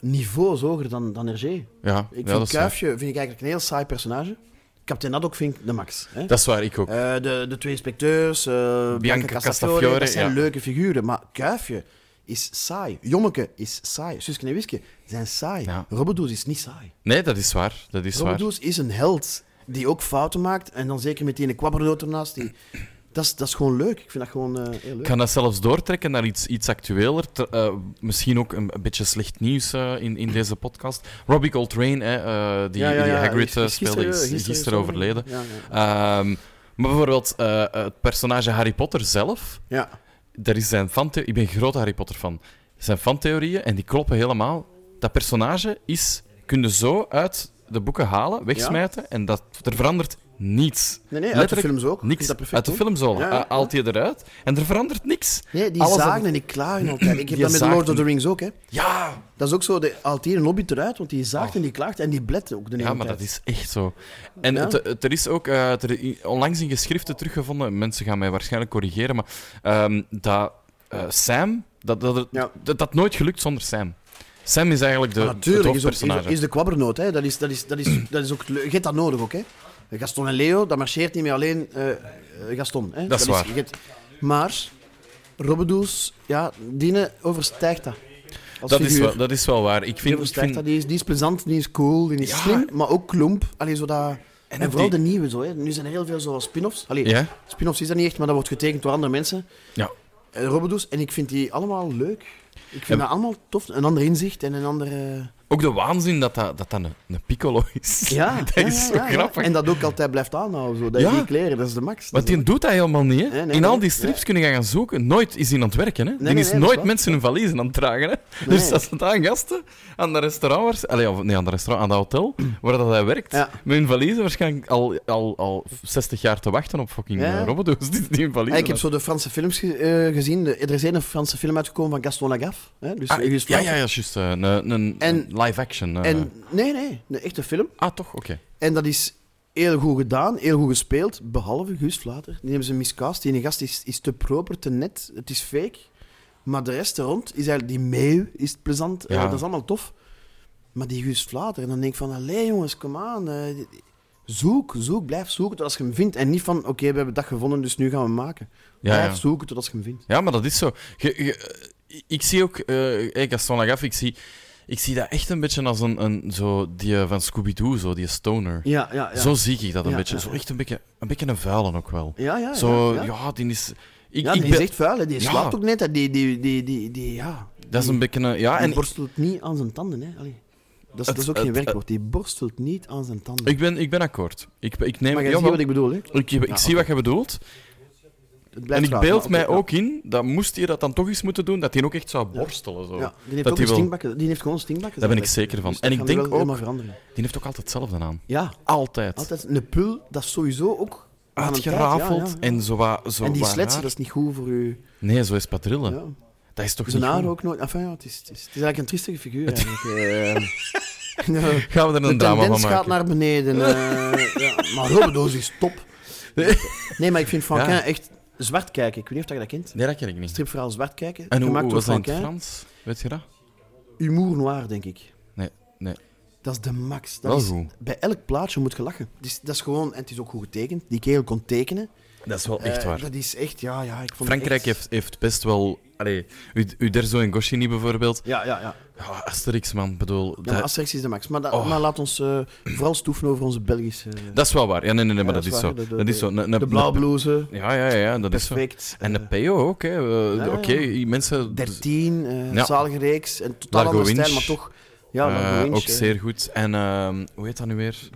niveaus hoger dan, dan RG. Ik denken- Ja, ja, vind dat is waar. Kuifje vind ik eigenlijk een heel saai personage. Kapitein Haddock vind ik de max. Hè? Dat is waar, ik ook. Eh, de, de twee inspecteurs, eh, Bianca, Castafiore, Castafiore, dat zijn ja. leuke figuren. Maar Kuifje is saai. Jommeke is saai. Suske en Wiske zijn saai. Ja. Robbedoes is niet saai. Nee, dat is waar. Dat is waar. Robbedoes is een held die ook fouten maakt. En dan zeker met die ene kwabberdood ernaast. Die... Dat, is, dat is gewoon leuk. Ik vind dat gewoon eh, heel Ik leuk. ga dat zelfs doortrekken naar iets, iets actueler. Ter- eh, misschien ook een, een beetje slecht nieuws eh, in, in deze podcast. Robbie Coltrane, hè, eh, die, Ja, ja, die ja, Hagrid is- eh, is speelde, is gisteren, overleden. Ja, ja. Ehm, maar bijvoorbeeld eh, het personage Harry Potter zelf. Ja. Er is zijn fanthe- ik ben een grote Harry Potter fan. Er zijn fantheorieën en die kloppen helemaal. Dat personage is, kun je zo uit de boeken halen, wegsmijten en dat, er verandert niets. Nee, nee, uit de Letterlijk films ook. Ik Niks. vind dat perfect Uit de doen. films al. Ja, ja, Eh, haalt hij eruit en er verandert niks. Nee, die Alles dat- zagen en die klagen altijd. Ik heb Die dat met zagen- Lord of the Rings ook, hè. Ja! Dat is ook zo, de, haalt hier een lobby eruit, want die zaagt en die klaagt en die blet ook de hele Oh. Ja, maar tijd. dat is echt zo. En Ja. het, het- er is ook eh, er i- onlangs in geschriften teruggevonden, mensen gaan mij waarschijnlijk corrigeren, maar ehm, dat eh, Sam, dat dat, er- Ja. dat dat nooit gelukt zonder Sam. Sam is eigenlijk de, Maar het natuurlijk is, ook- is, hoofdpersonage. Hmm. is de kwabbernoot, hè. Dat is, dat is, dat is, dat is ook... le- Je hebt dat nodig ook, hè. Gaston en Leo, dat marcheert niet meer alleen eh, eh, Gaston, hè. Dat is waar. je hebt- maar Robbedoes, ja, Dine overstijgt dat. Als dat, is figuur. wel, dat is wel waar. Ik Die vind, ik overstijgt vind dat. Die is, die is plezant, die is cool, die is Ja. slim, maar ook klomp. Allee, zo dat... En, ook vooral die- de nieuwe zo, hè. Nu zijn er heel veel zo spin-offs. Allee, Ja? spin-offs is dat niet echt, maar dat wordt getekend door andere mensen. Ja. Eh, Robbedoes. En ik vind die allemaal leuk. Ik vind En- dat allemaal tof. Een ander inzicht en een andere... ook de waanzin dat dat, dat, dat een, een piccolo is. Ja, [laughs] dat ja, is ja, zo ja, ja. grappig. En dat ook altijd blijft aanhouden. Zo. Dat Ja. je die kleren, dat is de max. Want Dat is die doet dat helemaal niet. Hè? Nee, nee, in al nee. die strips kunnen gaan zoeken. Nooit is hij aan het werken. Hè? die nee, is nee, dat is nooit waar. mensen hun valiezen aan het dragen. Hè? Nee. Dus dat staat aan gasten aan de restaurant, waars- Allee, of, nee, aan, de restaurant, aan dat hotel waar dat hij werkt. Ja. Met hun valiezen waarschijnlijk al, al, al 60 jaar te wachten op fucking Ja. eh, robotdoos. Die, die hun de- valiezen Ja, Ah, ik heb zo de Franse films ge- eh, gezien. De, er is een Franse film uitgekomen van Gaston Lagaffe. Hè? Dus Ah, Auguste ja, ja, Vlaemt. ja, juist. eh, een- een En- een live action. eh. En, nee, nee, een echte film. ah, toch? Oké. En dat is heel goed gedaan, heel goed gespeeld, behalve Guus Vlater. Die hebben ze miscast. Die gast is, is te proper, te net, het is fake. Maar de rest er rond is eigenlijk die meeuw, is het plezant, Ja. eh, dat is allemaal tof. Maar die Guus Vlater, en dan denk ik van, allee jongens, kom aan. eh, zoek, zoek, blijf zoeken tot als je hem vindt. En niet van, oké, we hebben dat gevonden, dus nu gaan we hem maken. Ja, blijf ja. zoeken tot als je hem vindt. Ja, maar dat is zo. Je- je- eh, ik zie ook, eh eh, Gaston Lagaffe, ik zie, ik zie dat echt een beetje als een, een zo, die eh, van Scooby-Doo, zo, die stoner. Ja, ja, ja. Zo zie ik dat een Ja, beetje. ja, Zo echt een beetje een, beetje een vuilen ook wel. ja, ja, zo, ja, ja, ja. die is... Ik, Ja, ik die ben- is echt vuil, hè. die Ja. slaapt ook net. hè. Die, die, die, die, die, ja. Dat is een beetje een... Ja, Hij Ah, en borstelt niet aan zijn tanden, hè? Allee. Dat, Het- is, dat is ook het- geen werkwoord. Die borstelt niet aan zijn tanden. ik ben, ik ben akkoord. Ik, ik neem... maar jij jawel, ziet wat ik Ah, bedoel, hè? ik, ik Ja, zie wat je bedoelt. Het blijft En ik raar, beeld maar mij oké, ja. ook in, dat moest hij dat dan toch eens moeten doen, dat hij ook echt zou borstelen. Zo. Ja, die heeft dat ook die een wil- stinkbakken. Die heeft gewoon stinkbakken. Daar ben ik zelf, hè. zeker van. Dus En ik dat gaan die denk wel ook- helemaal veranderen. Die heeft ook altijd hetzelfde aan. Ja, Altijd. altijd een pul, dat is sowieso ook aan een tijd, ja, Uitgerafeld ja, ja. en zo wat... Zo En die wat sletsen, haar. dat is niet goed voor u. Nee, zo is Padrille. Ja. Dat is toch Zijn niet haar goed? ook nooit. Enfin, ja, het, is, het, is, het is eigenlijk een triestige figuur. Eigenlijk. eh. [laughs] Ja. Gaan we er een drama De van tendens maken? gaat naar beneden. [laughs] eh, ja. Maar Robodoos is top. Nee, maar ik vind Franquin Ja. echt zwart kijken. Ik weet niet of je dat kent. Nee, dat ken ik niet. Strip vooral zwart kijken. En hoe, gemaakt hoe door was dat in het Franquin. Frans? Weet je dat? Humour noir, denk ik. Nee, nee. Dat is de max. Dat Wel is, goed. Bij elk plaatje moet je lachen. Het is, dat is gewoon, en het is ook goed getekend. Die kerel kon tekenen. Dat is wel echt Eh, waar. dat is echt, ja, ja. Ik vond Frankrijk het echt- heeft, heeft best wel. Allee, U- Uderzo en Goscinny bijvoorbeeld. Ja, ja, ja. ja Ja, Asterix, man, bedoel. maar dat, Asterix is de max. Maar, dat, Oh. maar laat ons eh, vooral stoeven over onze Belgische... dat is wel waar. Ja, nee, nee, nee maar Ja, dat, is waar. zo. De- de- dat is zo. Ne- ne- De blauwblouse. ne- Ja, ja, ja, dat is zo. Perfect. En eh, de PO ook, hè? Eh, ja, Oké, ja. mensen. 13, eh Ja. zalige reeks. En totaal Largo andere stijl, Winch. maar toch. Ja, eh, Largo Winch, ook eh. zeer goed. En ehm, hoe heet dat nu weer?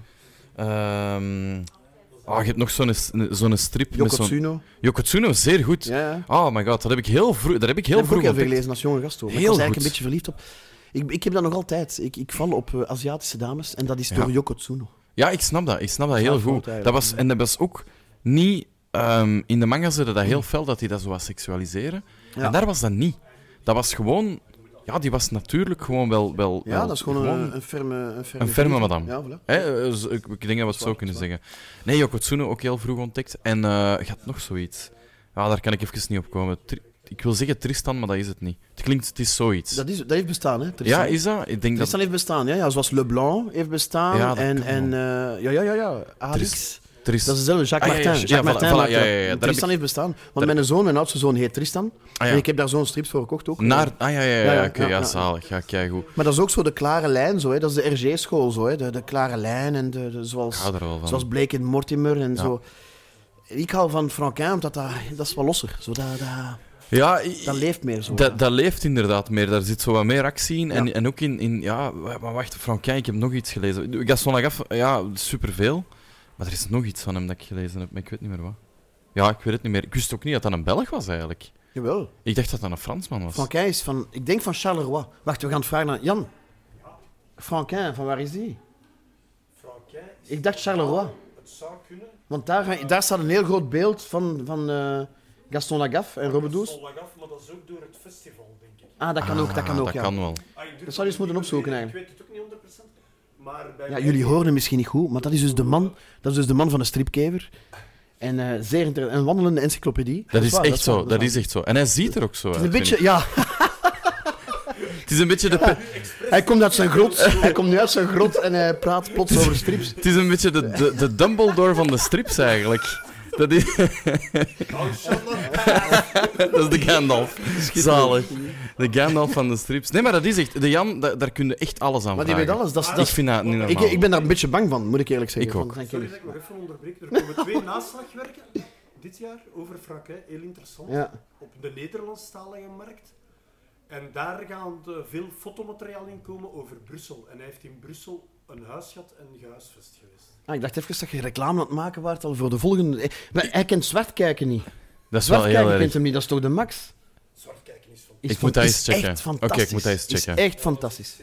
Ehm, ah, je hebt nog zo'n zo'n strip. met zo'n- Yokotsuno. Yokotsuno, zeer goed. Ja, ja. Oh my god, dat heb ik heel vroeg. Dat heb ik heel dat heb ik vroeg ook heel veel ontdekt. gelezen als jonge gast. Hoor. Maar Heel ik was goed. eigenlijk een beetje verliefd op... Ik, ik heb dat nog altijd. Ik, ik val op eh, Aziatische dames en dat is Ja. door Yoko Tsuno. Ja, ik snap dat. Ik snap dat Ja, heel dat goed. klopt Dat eigenlijk, was, en dat was ook niet... ehm, in de manga zeiden dat heel fel, dat die dat zo wat seksualiseren. Mm. Ja. En daar was dat niet. Dat was gewoon... Ja, die was natuurlijk gewoon wel... wel Ja, wel dat is gewoon, een, een ferme... Een ferme, een ferme vriend. madame. Ja, voilà. Hè, eh, z- ik, ik denk dat we het zo kunnen zeggen. Nee, Yokotsuno ook heel vroeg ontdekt. En eh, je had nog zoiets. Ja, daar kan ik even niet op komen. Tri- ik wil zeggen Tristan, maar dat is het niet. Het klinkt... Het is zoiets. Dat, is, dat heeft bestaan, hè? Tristan. ja, is dat? Ik denk Tristan dat... heeft bestaan, ja, ja. Zoals Leblanc heeft bestaan. Ja, dat en, kan en eh, ja, ja, ja, ja. Alex. Tris- Tris- Dat is dezelfde, Jacques Ah, ja, ja, Martin. ja, voilà, Jacques Martin voilà, maakt ja, dat. ja, ja, daar heb Tristan ik- heeft bestaan. daar Want mijn zoon, mijn oudste zoon, heet Tristan. Ah, ja. En ik heb daar zo'n strips voor gekocht ook. Naar... Ah, ja, ja, ja. Ja, ja, oké, ja, ja, ja. zalig. Ja, keigoed. Maar dat is ook zo de klare lijn, zo, hè. dat is de RG-school, zo, hè. De, de klare lijn en de, de- Ik zoals, hou er wel van. zoals Blake en Mortimer en zo. Ik hou van Franquin, omdat dat, dat is wat losser. Zo, dat, dat, Ja, dat leeft meer zo. dat, dat leeft inderdaad meer. Daar zit zo wat meer actie in. En, Ja. en ook in, in... Ja, wa- maar wacht, Frankrijk, ik heb nog iets gelezen. Gaston Lagaffe, ja, superveel. Maar er is nog iets van hem dat ik gelezen heb, maar ik weet niet meer wat. Ja, ik weet het niet meer. Ik wist ook niet dat dat een Belg was, eigenlijk. Jawel. Ik dacht dat dat een Fransman was. Franquin is van, ik denk van Charleroi. Wacht, we gaan het vragen aan Jan. Franquin, van waar is die? Ik dacht Charleroi. Het zou kunnen. Want daar, ga- daar staat een heel groot beeld van, van eh, Gaston Lagaffe en Robert Does. Vol af, maar dat is ook door het festival, denk ik. Ah, dat kan ook, dat kan ook, dat ja. kan wel. Ah, ik durf Dat zou je eens het moeten niet te opzoeken, zeggen, Ik weet het ook niet 100%. Maar bij Ja, jullie horen hem misschien niet goed, maar dat is dus de man, dat is dus de man van de stripkever. En eh, zeer inter- een wandelende encyclopedie. Dat is waar, echt waar, zo, dat waar. is echt zo. En hij ziet er ook zo Het uit. is een vind beetje, ja, ik. Het is een beetje de, pe- hij komt uit zijn grot. Hij komt nu uit zijn grot en hij praat [laughs] plots over strips. het is een beetje de, de, de Dumbledore van de strips, eigenlijk. Dat is, [laughs] dat is de Gandalf. Zalig. De Gandalf van de strips. Nee, maar dat is echt... De Jan, da- daar kun je echt alles aan Maar die weet vragen. alles. Dat is, dat Ik is- vind dat niet ik, normaal. ik ben daar een beetje bang van, moet ik eerlijk zeggen. Ik ook. van zijn Sorry kennis. dat ik nog even onderbreek. Er komen twee naslagwerken dit jaar over Frankrijk. Heel interessant. Ja. Op de Nederlandstalige markt. En daar gaan eh, veel fotomateriaal in komen over Brussel. En hij heeft in Brussel een huis gehad en gehuisvest geweest. Ah, ik dacht even dat je reclame aan het maken waart al voor de volgende. Eh, Maar hij kent zwart kijken niet. Dat is wel Zwart heel kijken kent erg. hem niet, dat is toch de max? Zwart kijken is van... Is Ik fan- moet dat is eens checken. echt Oké, ik fantastisch. moet dat eens checken. Is echt fantastisch.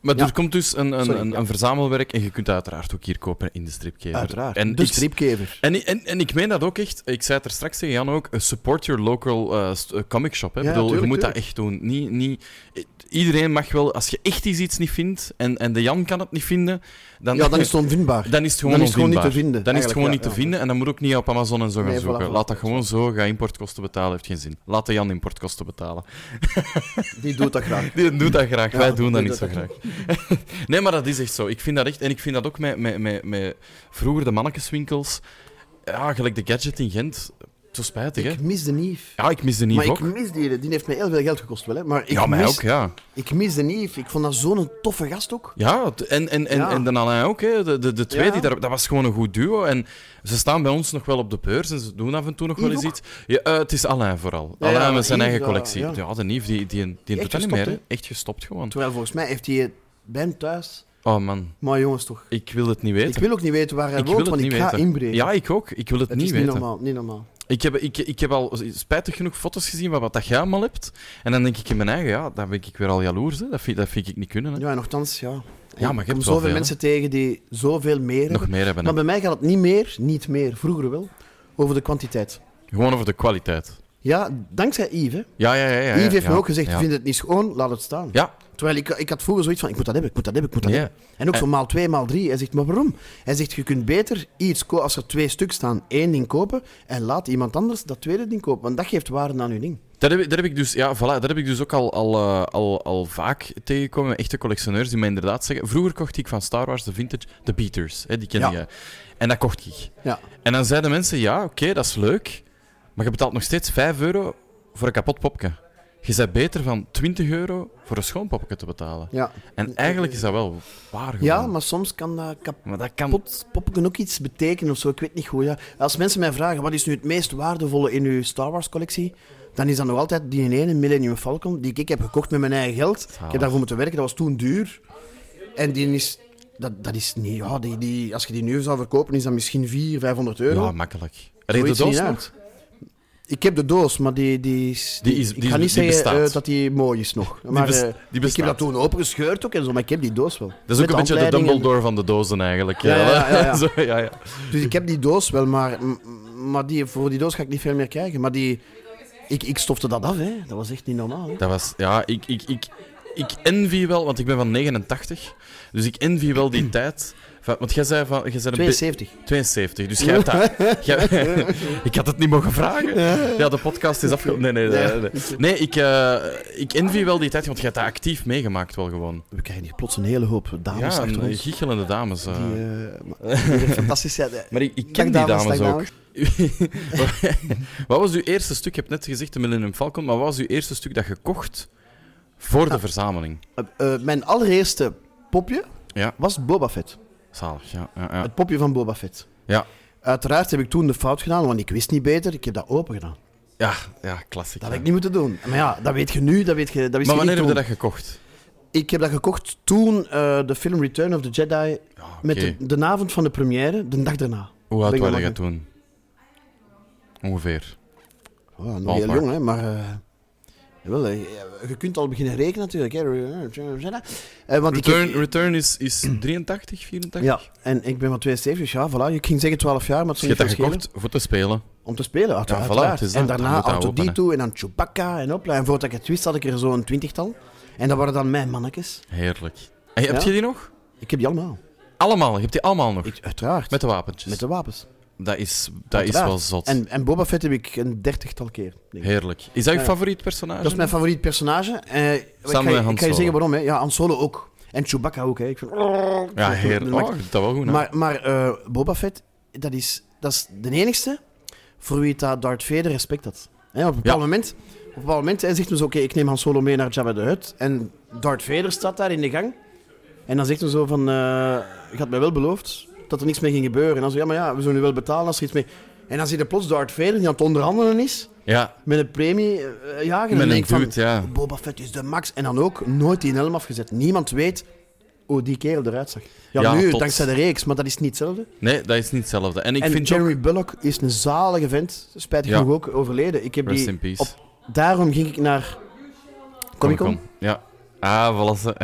Maar Ja. er komt dus een, een, Sorry, een, ja. een verzamelwerk en je kunt dat uiteraard ook hier kopen in de stripkever. Uiteraard. Dus En de ik- stripkever. En, en, en ik meen dat ook echt. Ik zei het er straks tegen Jan ook. eh, Support your local eh, st- eh, comic shop. Hè. Ik Ja, bedoel, je tuurlijk, moet dat echt doen. Niet, niet, i- iedereen mag wel, als je echt eens iets niet vindt en, en de Jan kan het niet vinden, dan, [laughs] Ja, dan is het onvindbaar. dan is het gewoon dan is het gewoon niet onvindbaar. te vinden, Dan is het eigenlijk, gewoon ja, niet te ja. vinden en dan moet ook niet op Amazon en zo gaan Nee, voilà, zoeken. voilà. Laat dat gewoon zo. Ga importkosten betalen, heeft geen zin. Laat de Jan importkosten betalen. Die doet dat [laughs] graag. Die doet dat graag. Ja, Wij doen dat die niet zo doet graag. [laughs] nee, maar dat is echt zo. Ik vind dat echt. En ik vind dat ook met, met, met, met vroeger de mannetjeswinkels. Ja, gelijk de gadget in Gent. Zo spijtig, hè? Ik mis de nief. Ja, ik mis de Nief maar ook. ik mis die. Die heeft mij heel veel geld gekost wel, hè. Maar ik Ja, mij mis, ook, ja. Ik mis de nief. Ik vond dat zo'n toffe gast ook. Ja, t- en, en, en, Ja. en dan Alain ook, hè. De, de, de twee, Ja. die daar, dat was gewoon een goed duo. En ze staan bij ons nog wel op de beurs en ze doen af en toe nog wel Yves eens iets. Ja, eh, het is Alain vooral. Ja, ja, Alain met maar zijn Yves, eigen ja, collectie. Ja, ja. de Nief, die, die, die doet Echt dat niet meer, gestopt, hè. Echt gestopt gewoon. Terwijl volgens mij heeft hij het bij hem thuis. Oh man, Maar jongens toch. ik wil het niet weten. Ik wil ook niet weten waar hij Ik wil woont, het want ik niet ga weten. inbreken. Ja, ik ook. Ik wil het, het niet is weten. niet normaal. Niet normaal. Ik heb, ik, ik heb al spijtig genoeg foto's gezien van wat dat jij allemaal hebt. En dan denk ik in mijn eigen, ja, dan ben ik weer al jaloers. Hè. Dat, vind, dat vind ik niet kunnen. Hè. Ja, en nogthans, ja. Ja, maar je hebt ik kom wel zoveel veel, mensen tegen die zoveel meer hebben. Nog meer hebben. hè. Maar bij mij gaat het niet meer, niet meer, vroeger wel, over de kwantiteit. Gewoon over de kwaliteit. Ja, dankzij Yves. hè. Ja, ja, ja. ja, ja Yves heeft ja. me ook gezegd, Ja. vind het niet schoon, laat het staan. Ja. Terwijl ik, ik had vroeger zoiets van, ik moet dat hebben, ik moet dat hebben, ik moet dat Ja. hebben. En ook zo maal twee, maal drie. Hij zegt, maar waarom? Hij zegt, je kunt beter iets kopen, als er twee stuk staan, één ding kopen en laat iemand anders dat tweede ding kopen. Want dat geeft waarde aan je ding. Dat heb, ik- dat heb ik dus, ja, voilà, dat heb ik dus ook al, al, eh, al, al vaak tegengekomen. Echte collectioneurs die mij inderdaad zeggen. Vroeger kocht ik van Star Wars de vintage, de Beaters. Hè, die ken Ja. jij. En dat kocht ik. Ja. En dan zeiden mensen, ja, oké, dat is leuk, maar je betaalt nog steeds 5 euro voor een kapot popje. Je bent beter van 20 euro voor een schoon popje te betalen. Ja. En eigenlijk is dat wel waar gewoon. ja, maar soms kan dat kapot Maar dat kan... pot, poppen ook iets betekenen of zo. Ik weet niet goed. Ja. Als mensen mij vragen wat is nu het meest waardevolle in uw Star Wars collectie, dan is dat nog altijd die ene Millennium Falcon die ik heb gekocht met mijn eigen geld. Ik heb daarvoor moeten werken. Dat was toen duur. En die is dat, dat is niet. Ja, die, die, als je die nu zou verkopen, is dat misschien 400, 500 euro. Ja, makkelijk. Reed de Zoiets doos niet nog? ik heb de doos, maar die, die is. Die is- die ik ga is- niet die zeggen bestaat. eh, dat die mooi is nog. Maar bes- eh, die ik heb bestaat. dat toen opengescheurd ook en zo, maar ik heb die doos wel. Dat is Met ook een beetje de handleiding en- Dumbledore van de dozen eigenlijk. Ja, ja, ja, [laughs] ja. Zo, ja, ja. Dus ik heb die doos wel, maar, m- maar die, voor die doos ga ik niet veel meer krijgen. Maar die, ik, ik stofte dat af, hè. dat was echt niet normaal. Hè. Dat was... Ja, ik, ik, ik, ik envy wel, want ik ben van 89, dus ik envy wel die tijd... van- want jij zei van... Jij zei een be- 72. 72, dus jij hebt [laughs] dat. jij- ik had het niet mogen vragen. Ja, de podcast is afgelopen. Nee, nee, nee. Nee, Nee, ik, eh ik envy wel die tijd, want jij hebt dat actief meegemaakt wel gewoon. We krijgen hier plots een hele hoop dames Ja, en, achter eh, ons. giechelende dames. eh. [laughs] Die, eh, maar- die echt fantastisch zijn. Maar ik, ik Dag ken die dames, dag ook. [laughs] wat was uw eerste stuk? Je hebt net gezegd de Millennium Falcon, maar wat was uw eerste stuk dat je kocht voor de verzameling? Eh, eh, mijn allereerste popje Ja. was Boba Fett. Zalig, ja. ja, ja. Het popje van Boba Fett. Ja, Uiteraard heb ik toen de fout gedaan, want ik wist niet beter. Ik heb dat open gedaan. ja, ja klassiek. Dat ja. had ik niet moeten doen. Maar ja, dat weet je nu, dat weet je, dat wist Maar je wanneer niet heb je toen. dat gekocht? Ik heb dat gekocht toen eh, de film Return of the Jedi Ja, oké. Met de, de avond van de première, de dag daarna. Hoe oud Ben ik was al je toen? Ongeveer. Oh, nog heel Ballpark. Ah, jong, hè, maar... eh, Jawel, eh, je kunt al beginnen rekenen natuurlijk. Hè. Eh, want ik heb- Return, return is, is [clears throat] 83, 84? ja, en ik ben van 72, dus ja, voilà. Ik ging zeggen 12 jaar, maar het Dus je is hebt niet dat verschil. gekocht voor te spelen. Om te spelen, uit- Ja, voilà, uiteraard. het is dat. en Dan daarna moet dat Auto openen. Dito en dan Chewbacca en opla. En voordat ik het wist, had ik er zo'n twintigtal. En dat waren dan mijn mannetjes. Heerlijk. En heb Ja. je die nog? Ik heb die allemaal. Allemaal, je hebt die allemaal nog. Ik, uiteraard. Met de wapentjes. Met de wapens. Dat is, dat is Uiteraard. wel zot. En, en Boba Fett heb ik een dertigtal keer. denk ik. Heerlijk. Is dat je Ja. favoriet personage? Dat is mijn favoriet personage. Eh, ik ga met je- Han ik ga je Solo. zeggen waarom. Hè. Ja, Han Solo ook. En Chewbacca ook. Hè. Ik vind... Ja, heerlijk. Oh, je doet dat wel goed. hè. Maar, maar eh, Boba Fett, dat is, dat is de enigste voor wie dat Darth Vader respect had. Hè, op een bepaald Ja. moment, op een bepaald moment hij zegt dus, oké, ik neem Han Solo mee naar Jabba de Hutt. En Darth Vader staat daar in de gang. En dan zegt hij zo van, eh je had mij wel beloofd dat er niks mee ging gebeuren. En dan zo, ja, maar ja, we zullen u wel betalen als er iets mee... En dan zie je plots Darth Vader die aan het onderhandelen is, Ja, met een premie eh, jagen. En met dan een denk ik van, dude, ja. Boba Fett is de max. En dan ook nooit die helm afgezet. Niemand weet hoe die kerel eruit zag. Ja, Ja, nu, tot- dankzij de reeks, maar dat is niet hetzelfde. Nee, dat is niet hetzelfde. En ik en vind ook... Jeremy Bullock is een zalige vent. Spijtig Ja. genoeg ook overleden. Ik heb Rest die in peace. op- Daarom ging ik naar Comic-Con. Comic-Con. Ja. Ah, voilà. ze-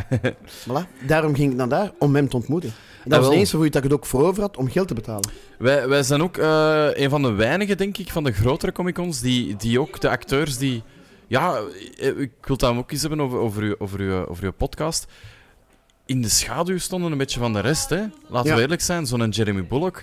Voilà. Daarom ging ik naar daar om hem te ontmoeten. En Ah, dat was wel. de enige voor wie dat ik het ook voor over had om geld te betalen. Wij, wij zijn ook eh, een van de weinigen, denk ik, van de grotere Comic-Cons die, die ook de acteurs die... Ja, eh, ik wil het dan ook eens hebben over, over, uw, over, uw, over uw podcast. In de schaduw stonden een beetje van de rest, hè. Laten we Ja. eerlijk zijn, zo'n Jeremy Bullock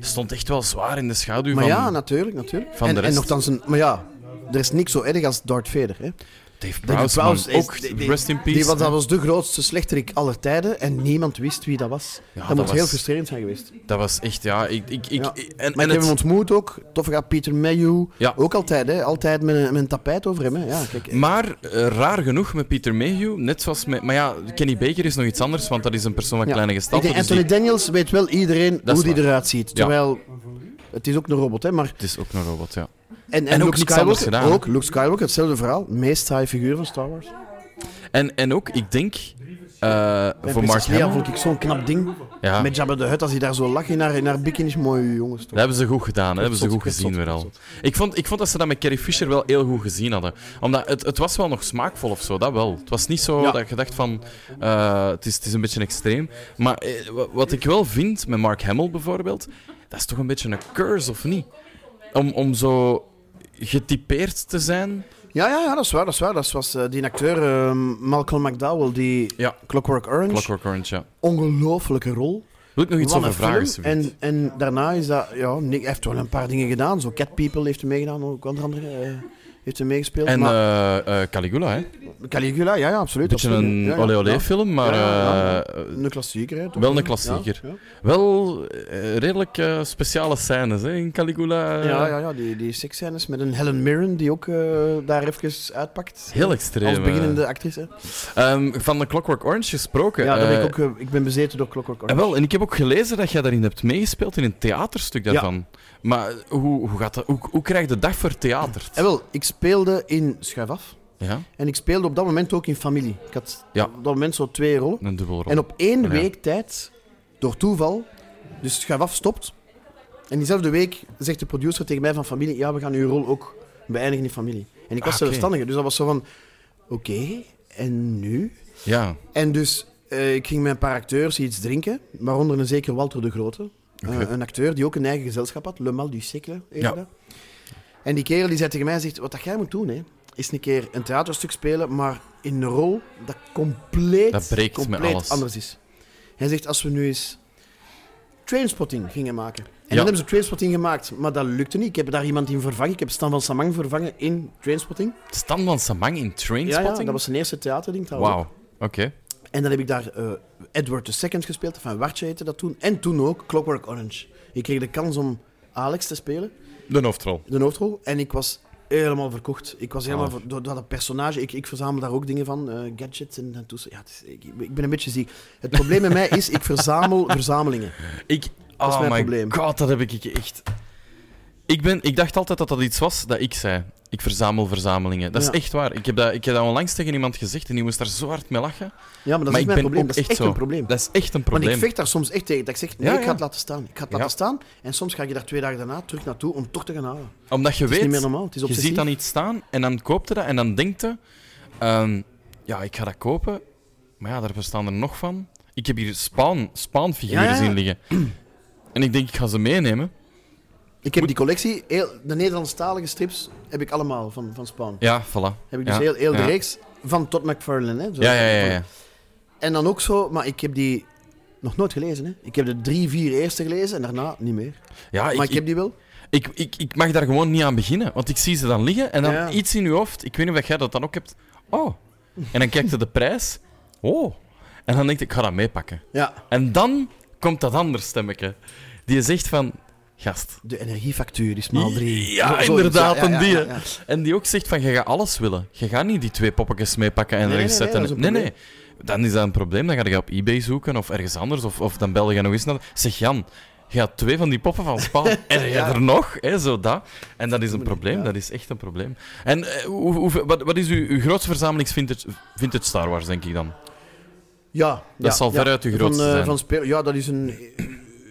stond echt wel zwaar in de schaduw Maar van ja, nou, natuurlijk, natuurlijk. van en, de rest. en nochtans een, maar ja, er is niks zo erg als Darth Vader. Hè. Dave Prowse, David man. Prowse is- ook die- die- rest in peace. Die, was- dat was de grootste slechterik aller tijden en niemand wist wie dat was. dat, dat moet was- heel frustrerend zijn geweest. Dat was echt, ja... Ik, ik, ik, Ja. En, Maar en ik heb het- hem ontmoet ook. Toffe gaat Peter Mayhew. Ja. Ook altijd, hè. Altijd met een, met een tapijt over hem, hè. Ja, kijk. Maar eh, raar genoeg met Peter Mayhew, net zoals met... Maar ja, Kenny Baker is nog iets anders, want dat is een persoon van Ja. kleine Ik gestalte. denk, dus Anthony die- Daniels weet wel iedereen Dat is hoe die waar. eruit ziet. Terwijl... Het is ook een robot, hè. Maar, Het is ook een robot, ja. en, en, En ook Luke niks Skywalker. anders gedaan, hè. ook Luke Skywalker, hetzelfde verhaal. Meest saaie figuur van Star Wars. En, en ook, ik denk, eh, En voor Mark Princess Leia Hamill... vond ik zo'n knap ding. Ja, Met Jabba de Hutt, als hij daar zo lag in haar, in haar bikinis. Mooi, jongens. dat Toch? hebben ze goed gedaan, dat hebben ze Zot, goed zot, gezien zot, weer al. zot. Ik vond, ik vond dat ze dat met Carrie Fisher wel heel goed gezien hadden. Omdat het, het was wel nog smaakvol of zo, dat wel. Het was niet zo Ja. dat je dacht van, eh, het, is, het is een beetje extreem. Maar eh, wa- wat ik wel vind met Mark Hamill bijvoorbeeld, dat is toch een beetje een curse, of niet? Om, om zo getypeerd te zijn. Ja, ja, ja, dat is waar, dat is waar. Dat was eh, die acteur eh, Malcolm McDowell, die Ja. Clockwork Orange. Clockwork Orange, ja. Ongelooflijke rol. Wil ik nog iets Wat over een vragen? film. alsjeblieft? En, en daarna is dat, ja, Nick hij heeft wel een paar dingen gedaan. Zo Cat People heeft hij meegedaan, ook onder andere eh, heeft hij meegespeeld. En maar eh, eh, Caligula, hè? Een Caligula, ja, ja, absoluut. beetje absoluut. een Ja, ja, ja. olé-olé-film, maar Ja, ja, eh, Een klassieker, hè, toch? wel een klassieker. Ja, wel eh, redelijk eh, speciale scènes hè, in Caligula. ja. eh, ja, ja, ja, die, die seksscènes met een Helen Mirren die ook eh, daar even uitpakt. Heel extreem. Als eh. beginnende actrice. Ehm, van de Clockwork Orange gesproken. Ja, daar ben eh, ik, ook, eh, ik ben bezeten door Clockwork en Orange. wel, en ik heb ook gelezen dat jij daarin hebt meegespeeld in een theaterstuk daarvan. Maar hoe, hoe, gaat dat, hoe, hoe krijg je de dag vertheaterd? En wel, ik speelde in Schuif Af. Ja, En ik speelde op dat moment ook in Familie. Ik had Ja. op dat moment zo twee rollen. een dubbelrol. En op één Ja. week tijd, door toeval, dus het gaf stopt. En diezelfde week zegt de producer tegen mij van familie, ja, we gaan uw rol ook beëindigen in familie. En ik was Ah, oké. zelfstandige, dus dat was zo van, oké, en nu? Ja, En dus eh, ik ging met een paar acteurs iets drinken, waaronder een zeker Walter de Grote. eh, Oké. een acteur die ook een eigen gezelschap had, Le Mal du Siècle. heette Ja. dat. En die kerel die zei tegen mij, zegt, wat dat jij moet doen, hè, is een keer een theaterstuk spelen, maar in een rol dat compleet, Dat breekt met compleet alles. anders is. Hij zegt, als we nu eens Trainspotting gingen maken. En Ja. dan hebben ze Trainspotting gemaakt, maar dat lukte niet. Ik heb daar iemand in vervangen. Ik heb Stan van Samang vervangen in Trainspotting. Stan van Samang in Ja, Trainspotting? ja, dat was zijn eerste theaterding trouwens. Wauw, oké. En dan heb ik daar eh, Edward II gespeeld, van Wartje heette dat toen. En toen ook Clockwork Orange. Ik kreeg de kans om Alex te spelen, De hoofdrol. de hoofdrol. En ik was helemaal verkocht. Ik was helemaal Gaaf. ver- door, door dat personage. Ik, ik verzamel daar ook dingen van, eh, gadgets en, en toestanden. Ja, het is- ik, ik ben een beetje ziek. Het probleem met mij is, ik [laughs] verzamel verzamelingen. Ik, is oh mijn my probleem. god, dat heb ik echt. Ik, ben, ik dacht altijd dat dat iets was dat ik zei. Ik verzamel verzamelingen. Dat Ja. is echt waar. Ik heb dat, ik heb dat onlangs tegen iemand gezegd en die moest daar zo hard mee lachen. Ja, maar dat maar is ik mijn ben probleem. ook Dat is echt echt zo. een probleem. Dat is echt een Want probleem. ik vecht daar soms echt tegen. Dat ik zeg, nee, Ja, ik ga ja. het laten staan. Ik ga het Ja. laten staan. En soms ga je daar twee dagen daarna terug naartoe om toch te gaan houden. Omdat je Het is niet meer weet, normaal. Het is je obsessief. ziet dan iets staan en dan koopt je dat en dan denkt je... ehm, ja, ik ga dat kopen, maar ja, daar verstaan er nog van. Ik heb hier Spaan, Spaanfiguren Ja, ja. zien liggen. En ik denk, ik ga ze meenemen. Ik heb die collectie, heel, de Nederlandstalige strips, heb ik allemaal van, van Spawn. Ja, voilà. Heb ik dus Ja, heel, heel ja. de reeks eh, van Todd McFarlane. Hè, zo. Ja, ja, ja. ja. En dan ook zo, maar ik heb die nog nooit gelezen. Hè. Ik heb de drie, vier eerste gelezen en daarna niet meer. ja maar ik, heb die wel. Ah, Ik, ik, ik mag daar gewoon niet aan beginnen, want ik zie ze dan liggen en dan Ja. iets in je hoofd. Ik weet niet of jij dat dan ook hebt. Oh. En dan kijkt je de prijs. Oh. En dan denk ik, ik ga dat meepakken. Ja, En dan komt dat ander stemmetje. Die zegt van, gast. de energiefactuur is maal drie. Ja, Zo- zoiets, inderdaad, ja, ja, en die. ja, ja, ja. En die ook zegt van, je gaat alles willen. Je gaat niet die twee poppetjes meepakken en Nee, ergens nee, nee, zetten. dat is een nee, nee. Dan is dat een probleem. Dan ga je op eBay zoeken of ergens anders. Of, of dan bel je nog eens naar... Zeg, Jan, je had twee van die poppen van [laughs] Spaan. en je er nog, hè, zo dat. En dat is een probleem. Dat is echt een probleem. En eh, hoe, hoe- wat, wat is uw, uw grootste verzameling vintage, vintage Star Wars, denk ik dan? Ja, ja, zal ja. veruit de grootste van, eh, zijn. Van speel, ja, dat is een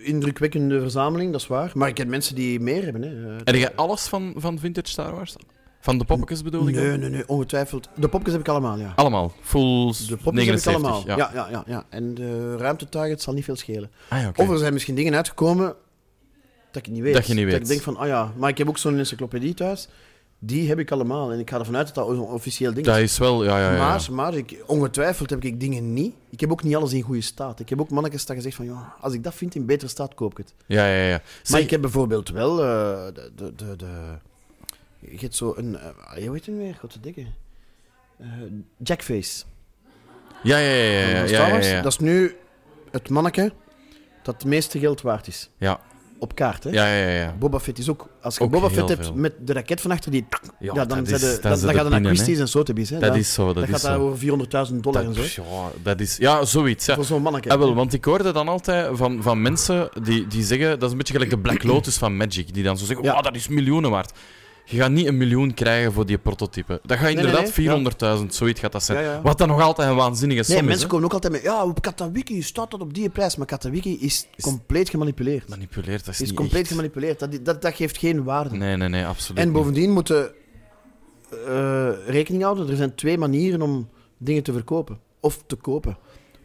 indrukwekkende verzameling, dat is waar. Maar ik ken mensen die meer hebben. Hè. En je alles van, van vintage Star Wars? Van de poppetjes bedoel ik? dan? Nee, nee, nee, ongetwijfeld. De popjes heb ik allemaal, ja. Allemaal. Full De popjes heb ik 79. allemaal. Ja. Ja. Ja, ja, ja, En de ruimtetuigen, het zal niet veel schelen. Ah, ja, oké. Of er zijn misschien dingen uitgekomen dat ik niet weet. Dat je niet weet. ik denk van, ah ja, maar ik heb ook zo'n encyclopedie thuis. Die heb ik allemaal. En ik ga ervan uit dat dat een officieel ding is. Dat is wel, ja, ja, ja. Maar, maar ik, ongetwijfeld heb ik dingen niet. Ik heb ook niet alles in goede staat. Ik heb ook mannetjes dat gezegd van, ja, als ik dat vind in betere staat, koop ik het. Ja, ja, ja. Zeg, Maar ik heb bijvoorbeeld wel eh, de, de, de, de... Je hebt zo een... eh, hoe heet het weer? God, dikke. Eh, Jackface. Ja, ja, ja, ja. Eh, ja, ja, van Star ja, Wars. ja. Dat is nu het manneke dat het meeste geld waard is. Ja. Op kaart, hè? Ja, ja, ja, ja. Boba Fett is ook... Als je Ook Boba heel Fett hebt veel. met de raket van achter die... Ja, dan, dat zijn is- de- dan zijn dan, de dan gaat het naar pinnen, hè. Christie's en Sotheby's. Hè? Dat Dan- is zo, dat dat is gaat daar zo. over 400.000 dollar en Dat, zo. ja, dat is... Ja, zoiets, ja. Voor zo'n manneke. Ah, wel, want ik hoorde dan altijd van, van mensen die, die zeggen... Dat is een beetje gelijk de Black Lotus van Magic. Die dan zo zeggen, Ja. oh, dat is miljoenen waard. Je gaat niet een miljoen krijgen voor die prototype. Dat gaat nee, inderdaad nee. 400.000, zoiets gaat dat zijn. Ja, ja. Wat dan nog altijd een waanzinnige som Nee, is, mensen hè. komen ook altijd met... Ja, op Katawiki staat dat op die prijs. Maar Katawiki is, compleet gemanipuleerd. Manipuleert, dat is, is niet compleet echt. gemanipuleerd. Dat, dat, dat geeft geen waarde. Nee, nee, nee, absoluut en niet. bovendien moeten eh, rekening houden. Er zijn twee manieren om dingen te verkopen. Of te kopen.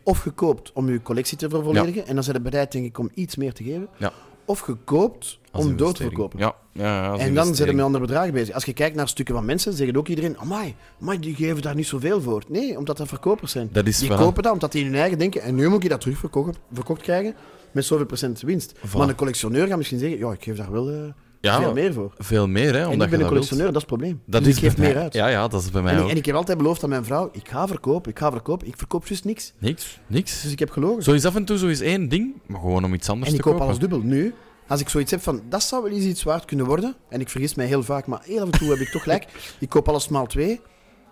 Of gekoopt om je collectie te vervolledigen. En dan zijn ze bereid, denk ik, om iets meer te geven. Ja. Of gekoopt Als om door te investering. verkopen. Ja, ja, ja als En dan zijn we investering. met andere bedragen bezig. Als je kijkt naar stukken van mensen, zegt ook iedereen: Amai, amai, die geven daar niet zoveel voor. Nee, omdat dat verkopers zijn. Dat is die waar. kopen dat omdat die in hun eigen denken. En nu moet je dat terug verkocht, verkocht krijgen met zoveel procent winst. Maar een collectioneur gaat misschien zeggen: Ja, ik geef daar wel eh, Ja, veel meer voor. Veel meer, hè, En omdat ik ben je een dat wilt. collectioneur, dat is het probleem. Dat dus is ik geef bij mij- meer uit. Ja, ja, dat is bij mij en, ik, ook. en ik heb altijd beloofd aan mijn vrouw: Ik ga verkopen, ik ga verkopen. Ik verkoop juist niks. Niks, niks. Dus ik heb gelogen. Zo is af en toe zo is één ding, maar gewoon om iets anders En ik te koop kopen. alles dubbel. Nu, als ik zoiets heb van, dat zou wel eens iets waard kunnen worden, en ik vergis mij heel vaak, maar heel af en toe heb ik toch [laughs] gelijk, ik koop alles maal twee,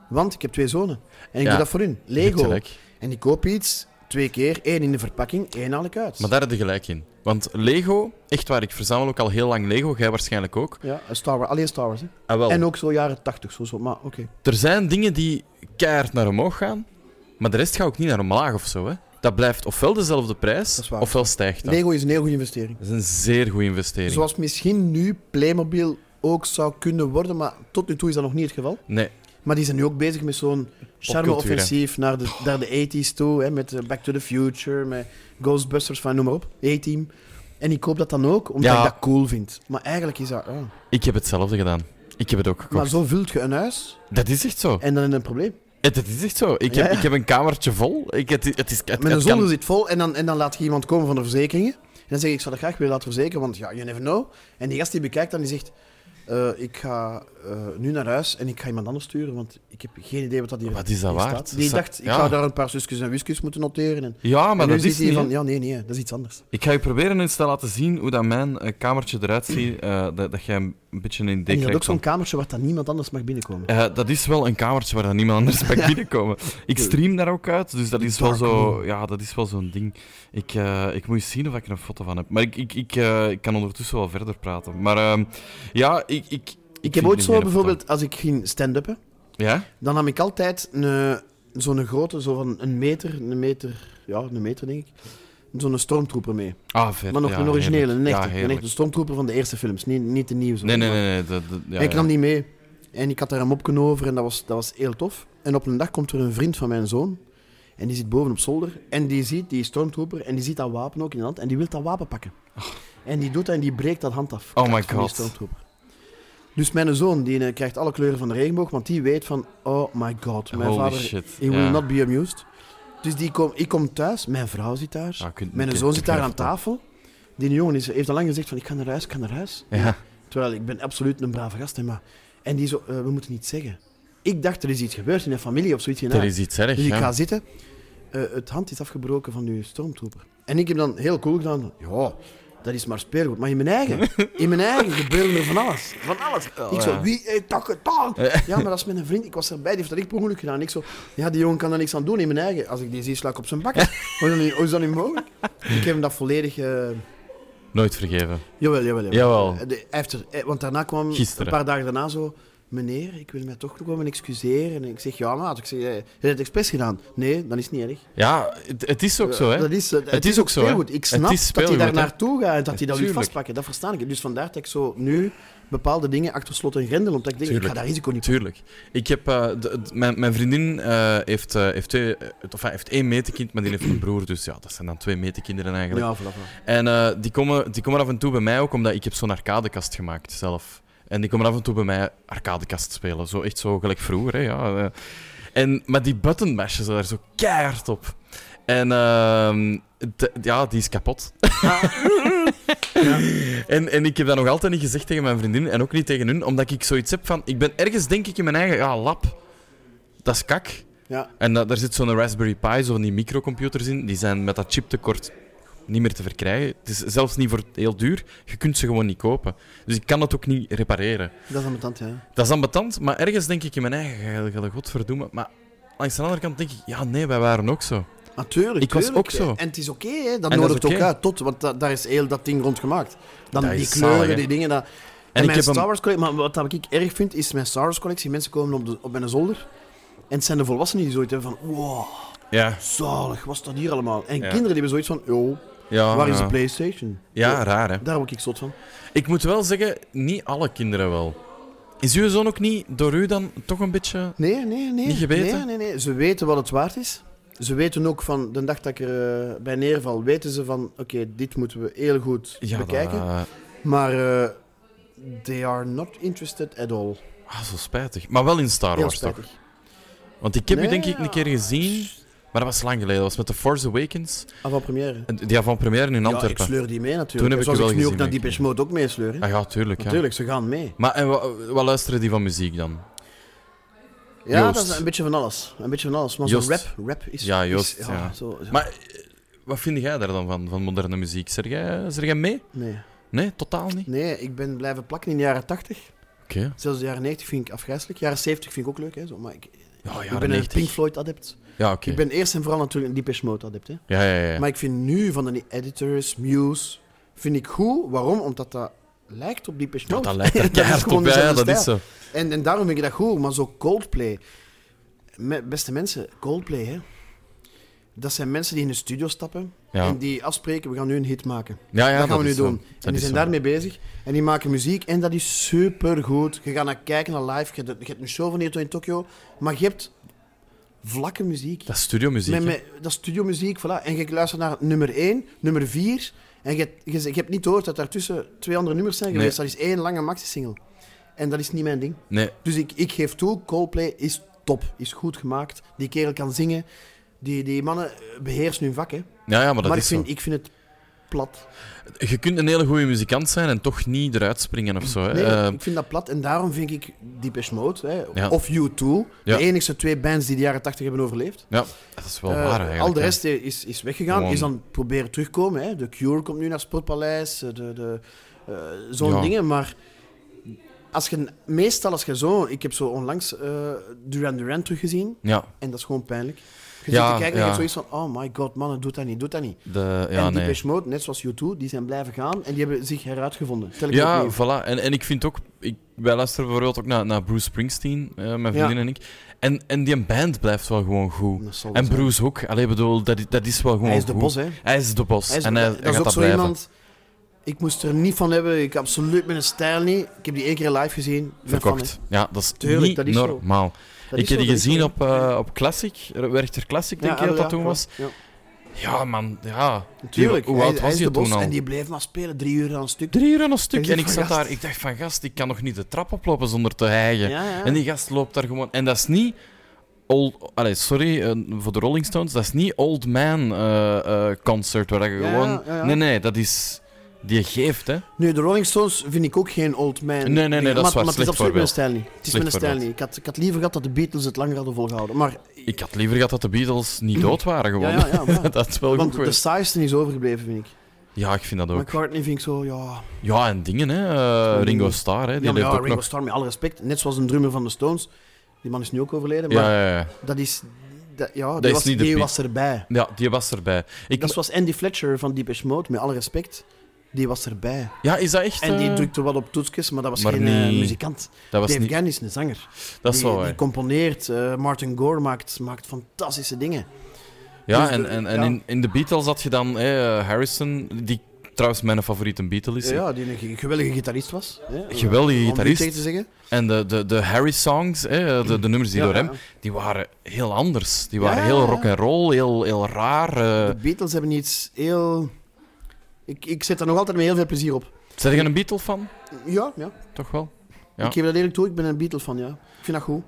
want ik heb twee zonen. En ik Ja, doe dat voor hun. Je hebt Lego. gelijk. En ik koop iets, twee keer, één in de verpakking, één haal ik uit. Maar daar heb je gelijk in. Want Lego, echt waar, ik verzamel ook al heel lang Lego, jij waarschijnlijk ook. Ja, Star Wars, alleen Star Wars. Hè. Ah, wel. En ook zo jaren tachtig, zo, zo. maar oké. Er zijn dingen die keihard naar omhoog gaan, maar de rest gaat ook niet naar omlaag of zo. Hè. Dat blijft ofwel dezelfde prijs, Dat is waar. ofwel stijgt dat. Lego is een heel goede investering. Dat is een zeer goede investering. Zoals misschien nu Playmobil ook zou kunnen worden, maar tot nu toe is dat nog niet het geval. Nee, Maar die zijn nu ook bezig met zo'n charme-offensief naar de, naar de 80s toe. Hè, met eh, Back to the Future, met Ghostbusters, van noem maar op. A-Team. En ik koop dat dan ook, omdat Ja. ik dat cool vind. Maar eigenlijk is dat... ja. ik heb hetzelfde gedaan. Ik heb het ook Maar gekocht. zo vult je een huis Dat is echt zo. en dan heb je een probleem. Het, het is echt zo. Ik Ja, heb, ja. ik heb een kamertje vol. Ik, het, het is, het, Met een het kan- zon zit vol en dan, en dan laat je iemand komen van de verzekeringen. En dan zeg ik, ik zou dat graag willen laten verzekeren, want ja, you never know. En die gast die bekijkt dan, die zegt... eh, ik ga eh, nu naar huis en ik ga iemand anders sturen, want ik heb geen idee wat dat hier, Wat is dat hier waard? staat. Die Is dat- dacht, ik ja. ga daar een paar zusjes en wiskus moeten noteren. En, Ja, maar en nu dat zit is hij niet. van, hè. ja, nee, nee, dat is iets anders. Ik ga je proberen eens te laten zien hoe dat mijn eh, kamertje eruit ziet. eh, dat, dat jij een beetje een idee en je had krijgt. ook zo'n van- kamertje waar dan niemand anders mag binnenkomen. Eh, dat is wel een kamertje waar dan niemand anders [laughs] mag binnenkomen. Ik stream daar ook uit, dus dat is wel, zo, ja, dat is wel zo'n ding. Ik, eh, ik moet eens zien of ik er een foto van heb. Maar ik, ik, ik, eh, ik kan ondertussen wel verder praten. Maar ehm, ja, ik, ik, Ik vind heb ooit nu zo geen bijvoorbeeld, als ik ging stand-uppen, Ja? dan nam ik altijd een- zo'n grote, zo van een meter, een meter, ja, een meter denk ik, zo'n stormtrooper mee. Ah, vet. Maar nog ja, een originele, een heerlijk. echte. Ja, een heerlijk. echte stormtrooper van de eerste films, niet, niet de nieuwe. zo. Nee, nee, nee. nee dat, dat- ja, En ik ja. nam die mee. En ik had daar een mopken over en dat was, dat was heel tof. En op een dag komt er een vriend van mijn zoon. En die zit boven op zolder. En die ziet die stormtrooper. En die ziet dat wapen ook in de hand. En die wil dat wapen pakken. En die doet dat en die breekt dat hand af. Oh my Van die God. stormtrooper. Dus mijn zoon die, eh, krijgt alle kleuren van de regenboog. Want die weet van: oh my god, mijn Holy vader. shit. He ja. will not be amused. Dus die kom, ik kom thuis. Mijn vrouw zit daar. Ja, ik kunt- mijn ik- zoon ik zit daar begrijp aan het wel. tafel. Die jongen is, heeft al lang gezegd: van, ik ga naar huis, ik ga naar huis. Ja. Terwijl ik ben absoluut een brave gast, hè, maar... En die zo, eh, we moeten niet zeggen. Ik dacht, er is iets gebeurd in de familie of zoiets. in Dat haar. is iets erg, dus ik ja. ga zitten. Eh, het hand is afgebroken van uw stormtrooper. En ik heb dan heel cool gedaan. Ja, dat is maar speelgoed. Maar in mijn [laughs] eigen, in mijn eigen gebeurde er van alles. Van alles. ik zo, Oh, ja. wie heeft dat gedaan? Ja, maar dat is mijn vriend. Ik was erbij, die heeft dat echt per ongeluk gedaan. Ik zo, ja, die jongen kan daar niks aan doen in mijn eigen. Als ik die zie, sla ik op [laughs] zijn bak. Hoe is dat niet- hoe is dat niet mogelijk? Ik heb hem dat volledig... eh, Nooit vergeven. Jawel, jawel. jawel. Jawel. Eh, de- hij heeft er- eh, want daarna kwam, Gisteren. een paar dagen daarna zo... Meneer, ik wil mij toch komen excuseren. En ik zeg, ja maat. Ik zeg, eh, heb je het expres gedaan? Nee, dan is het niet erg. Ja, het, het is ook zo, hè. Dat is, eh, Het is ook zo, hè. speelgoed. Ik Het snap is dat hij speelgoed, daar hè. naartoe gaat en dat hij dat wil Tuurlijk. vastpakken. Dat verstaan ik. Dus vandaar dat ik zo nu bepaalde dingen achter slot en grendel... Omdat ik denk, Tuurlijk. ik ga daar risico niet Tuurlijk. Ik heb, eh, de- de- mijn, mijn vriendin eh, heeft, eh, heeft, twee, eh, of, enfin, heeft één metekind, maar die heeft een broer. Dus ja, dat zijn dan twee metekinderen eigenlijk. Ja, voilà, voilà. En eh, die, komen, die komen af en toe bij mij ook, omdat ik heb zo'n arcadekast gemaakt zelf. En die komen af en toe bij mij arcadekast spelen. Zo, echt zo gelijk vroeger, hè, ja. eh. En, maar die buttonbashen zijn daar zo keihard op. En ehm, de- ja, die is kapot. [laughs] en, en ik heb dat nog altijd niet gezegd tegen mijn vriendin en ook niet tegen hun, omdat ik zoiets heb van... Ik ben ergens, denk ik, in mijn eigen ja, lab. Dat is kak. Ja. En da- daar zit zo'n Raspberry Pi, zo van die microcomputers in. Die zijn met dat chiptekort niet meer te verkrijgen. Het is zelfs niet voor heel duur. Je kunt ze gewoon niet kopen. Dus ik kan het ook niet repareren. Dat is aan mijn tante, ja. Dat is ambetant, maar ergens denk ik in mijn eigen geil, godverdomme. Maar langs de andere kant denk ik, ja nee, wij waren ook zo. Natuurlijk, Ik was tuurlijk. ook zo. En het is oké, hè. dat dat is nodigt ook oké. uit tot, want da- daar is heel dat ding rond gemaakt. Dan Dat die is zalig, kleuren, hè. die dingen. Dat... En, ik mijn heb hem- Star Wars collectie, maar wat dat ik erg vind, is mijn Star Wars collectie. Mensen komen op, de, op mijn zolder en het zijn de volwassenen die zoiets hebben van, wow, Ja, zalig, wat is dat hier allemaal? En Ja. Ah, kinderen die hebben zoiets van, yo, ja waar is de ja. Playstation? Ja, raar hè. Daar word ik zot van. Ik moet wel zeggen, niet alle kinderen wel. Is uw zoon ook niet door u dan toch een beetje... Nee, nee, nee. Niet gebeten? Nee, nee, nee. Ze weten wat het waard is. Ze weten ook van de dag dat ik er eh, bij neerval, weten ze van, oké, dit moeten we heel goed dat, bekijken. eh, Maar eh, they are not interested at all. ah, zo spijtig. Maar wel in Star Heel Wars toch? spijtig. Want ik heb u Nee, denk ik een keer gezien, maar dat was lang geleden. Dat was met The Force Awakens, Avant-première. en die avant-première in Ja, ik Antwerpen. sleur die mee natuurlijk. Toen heb ik Zoals u wel ik nu ook gezien, naar denk ik. Deepesh Mode ook meesleur. hè. ah, ja, tuurlijk. Ja. Natuurlijk, ze gaan mee. Maar en wa- wat luisteren die van muziek dan? Ja, Joost. dat is een beetje van alles. Een beetje van alles. Maar zo'n Joost. rap, rap is... Ja, is- Joost, ja. Zo, ja. Maar eh, wat vind jij daar dan van, van moderne muziek? Zeg jij, zeg jij mee? Nee. Nee, totaal niet. nee, ik ben blijven plakken in de jaren 80. Oké. Zelfs de jaren 90 vind ik afgrijselijk. jaren 70 vind ik ook leuk. Hè, zo. Maar ik, Ja, ik jaren ben een 90. Pink Floyd adept. Ja, oké. Ik ben eerst en vooral natuurlijk een Deepesh Mode adept. Hè. Ja, ja, ja. Maar ik vind nu van de editors, Muse, vind ik goed. Waarom? Omdat dat lijkt op Deepesh Ja, Mode. [laughs] dat lijkt er Dat is keihard gewoon op. Ja, ja, dezelfde dat is stijl. zo. En, en daarom vind ik dat goed, maar zo Coldplay. Me- beste mensen, Coldplay, hè. Dat zijn mensen die in de studio stappen Ja. en die afspreken, we gaan nu een hit maken. Ja, ja, dat gaan we nu is zo. doen. Dat En die is zijn zo. daarmee bezig en die maken muziek en dat is supergoed. Je gaat naar kijken, naar live, je, hebt- je hebt een show van hier tot in Tokio, maar je hebt vlakke muziek. Dat is studiomuziek. Met, hè. met, dat is studiomuziek, voilà. En je luistert naar nummer 1, nummer 4. En je, je, je hebt niet gehoord dat daartussen twee andere nummers zijn Nee. geweest. Dat is één lange maxi-single. En dat is niet mijn ding. Nee, Dus ik, ik geef toe, Coldplay is top. Is goed gemaakt. Die kerel kan zingen. Die, die mannen eh, beheersen hun vak, hè. ja, ja, maar Oh, dat maar ik is vind, zo. ik vind het plat. Je kunt een hele goede muzikant zijn en toch niet eruit springen of zo. Hè. Nee, Eh, ik vind dat plat. En daarom vind ik Deepesh Mode hè, Ja. of U2 Ja. de enigste twee bands die de jaren 80 hebben overleefd. ja, dat is wel Eh, waar eigenlijk. al de hè. rest eh, is, is weggegaan, Gewoon- is dan proberen terugkomen. Hè. De Cure komt nu naar Sportpaleis, eh, de, de, eh, zo'n Ja. dingen. Maar Als je, meestal als je zo... Ik heb zo onlangs eh Duran Duran teruggezien. Ja, En dat is gewoon pijnlijk. Je Ja, zit te kijken en je ja. hebt zoiets van... Oh my god, mannen, doe dat niet, doe dat niet. de, ja en die nee. Mode, net zoals U2, die zijn blijven gaan. En die hebben zich heruitgevonden. Telkens Ja, opnieuw. voilà. En, en ik vind ook... Ik, wij luisteren bijvoorbeeld ook naar, naar Bruce Springsteen, eh, mijn vriendin Ja. en ik. En, en die band blijft wel gewoon goed. Dat zal wel En zijn. Bruce ook. Allee, bedoel, dat, i- dat is wel gewoon Hij is de goed. bos, hè. Hij is de bos. Hij is, en hij, dat hij is gaat ook dat zo blijven. iemand... Ik moest er niet van hebben. Ik absoluut mijn stijl niet. Ik heb die één keer live gezien. Ik ben fan, Verkocht. Ja, dat is Tuurlijk, niet dat is zo. normaal. hè. Dat ik is heb zo, die dat is gezien zo. op, eh, op Classic, Werchter Classic, denk ik ja, dat dat ja, toen ja, was. ja. Ja, man, ja. Tuurlijk. Hoe oud hij, was hij is je de toen bos al? En die bleef maar spelen. Drie uur aan een stuk. Drie uur en een stuk. Ik dacht En ik van, zat daar, gast. ik dacht van, gast, ik kan nog niet de trap oplopen zonder te hijgen. Ja, ja. En die gast loopt daar gewoon... En dat is niet... Old, allee, sorry eh, voor de Rolling Stones, dat is niet Old Man eh, eh, Concert, waar je Ja, gewoon... ja, ja. Nee, nee, dat is... Die geeft, hè. Nu, de Rolling Stones vind ik ook geen old man. nee, nee, Maar- dat is waar. Maar, het Slecht is absoluut mijn voorbeeld. stijl niet. Het is Slecht mijn stijl voorbeeld. niet. Ik had, ik had liever gehad dat de Beatles het langer hadden volgehouden. Maar, Ik had liever gehad dat de Beatles niet dood waren, ja, gewoon. ja, ja. [laughs] maar- dat is wel goed want dus- de geweest. saaiste is overgebleven, vind ik. Ja, ik vind dat ook. McCartney vind ik zo, ja... Ja, en dingen, hè. eh, Ringo Starr, hè. Die ja, maar leeft ja, ook Ringo nog. Starr, met alle respect. Net zoals een drummer van de Stones. Die man is nu ook overleden, maar Ja, ja, ja. dat is... Dat, ja, is die, was, niet de die Beat- was erbij. Ja, die was erbij. Ik, Dat was Andy Fletcher van Deepish Mode, met alle respect. Die was erbij. Ja, is dat echt... En die eh, drukte wat op toetsjes, maar dat was maar geen eh, niet- muzikant. Dat was Dave niet... Gann is een zanger. Dat is die, wel die waar. componeert, eh, Martin Gore maakt, maakt fantastische dingen. Ja, dus en, de- en, en ja. In, in de Beatles had je dan hè, eh, Harrison, die trouwens mijn favoriete Beatle is. hè. Ja, die een ge- geweldige gitarist was. hè. Geweldige Om die gitarist. tegen te zeggen. En de, de, de Harry-songs, hè, de, de nummers die Mm. Ja, door hem, ja. die waren heel anders. Die waren Ja, ja, heel ja. rock and roll, heel, heel raar. eh. De Beatles hebben iets heel... Ik, ik zet daar nog altijd met heel veel plezier op. Zijn je een Beatle fan? Ja, ja. Toch wel? Ja. Ik geef dat eerlijk toe, ik ben een Beatle van, ja. Ik vind dat goed.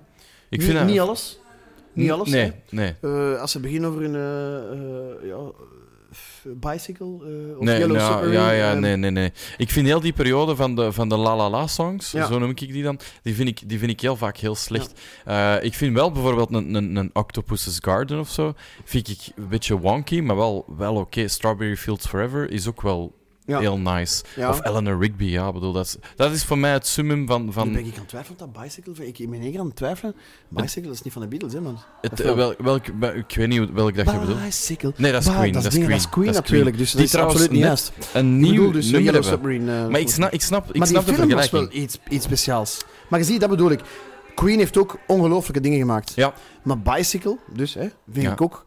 Ik niet, dat- niet alles. Niet alles. Nee, hè. nee. Eh, als ze beginnen over een eh, eh, ja, eh, bicycle eh, of Nee, Yellow ja, Submarine. ja, ja, eh, nee, nee, nee. Ik vind heel die periode van de, van de La La La songs, Ja. zo noem ik die dan, die vind ik, die vind ik heel vaak heel slecht. Eh, ik vind wel bijvoorbeeld een, een, een Octopus's Garden of zo, vind ik een beetje wonky, maar wel, wel oké. Strawberry Fields Forever is ook wel Ja. heel nice. Ja. Of Eleanor Rigby, ja, bedoel, dat is, dat is voor mij het summum van... Nu van ben ik aan het twijfelen dat bicycle... Ik ben één aan het twijfelen. Bicycle is niet van de Beatles, hè, man. het, of wel? eh, welk, welk, wel- ik weet niet hoe- welk dat je bedoelt. Bicycle. Nee, dat is Bah, Queen. Dat is, dingen, dat is Queen natuurlijk, dus Die dat is trouwens absoluut niet net juist. Een Ik nieuw bedoel dus de nummer Yellow hebben. Submarine. eh, Maar ik snap, ik snap, ik maar die snap de film was vergelijking. wel iets, iets speciaals. Maar je ziet, dat bedoel ik. Queen heeft ook ongelooflijke dingen gemaakt. Ja, Maar Bicycle, dus, hè, vind Ja. ik ook...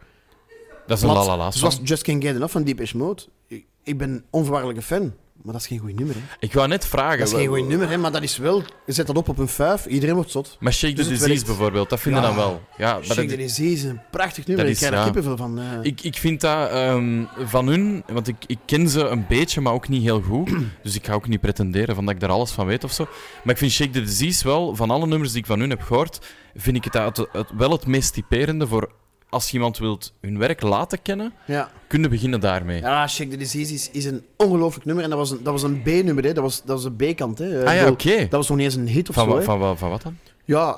dat is een La plat. La La song. Zoals Just Can't Get Enough van Deep Mode. Ik, ik ben onvoorwaardelijke fan. Maar dat is geen goed nummer, hè. Ik wou net vragen. Dat is wel- geen goed nummer, hè, maar dat is wel... Je zet dat op op een vijf, iedereen wordt zot. Maar Shake the Dus het Disease werkt. bijvoorbeeld, dat vinden Ja. dan wel. Ja, maar Shake dat- the Disease is een prachtig nummer. Dat ik is- krijg er ja. kippenvel van. eh. ik, ik vind dat ehm, van hun, want ik, ik ken ze een beetje, maar ook niet heel goed. [clears throat] Dus ik ga ook niet pretenderen van dat ik daar alles van weet of zo. Maar ik vind Shake the Disease wel, van alle nummers die ik van hun heb gehoord, vind ik het, uit- het- wel het meest typerende voor als je iemand wilt hun werk laten kennen, ja. kunnen beginnen daarmee. ja, Shake the Disease is, is een ongelooflijk nummer. En dat was een, dat was een B-nummer, hè. Dat was, dat was de B-kant, hè. Ik ah ja, bedoel, oké. Eh, Dat was nog niet eens een hit of Van, zo, wa- hè. van, wa- van wat dan? Ja,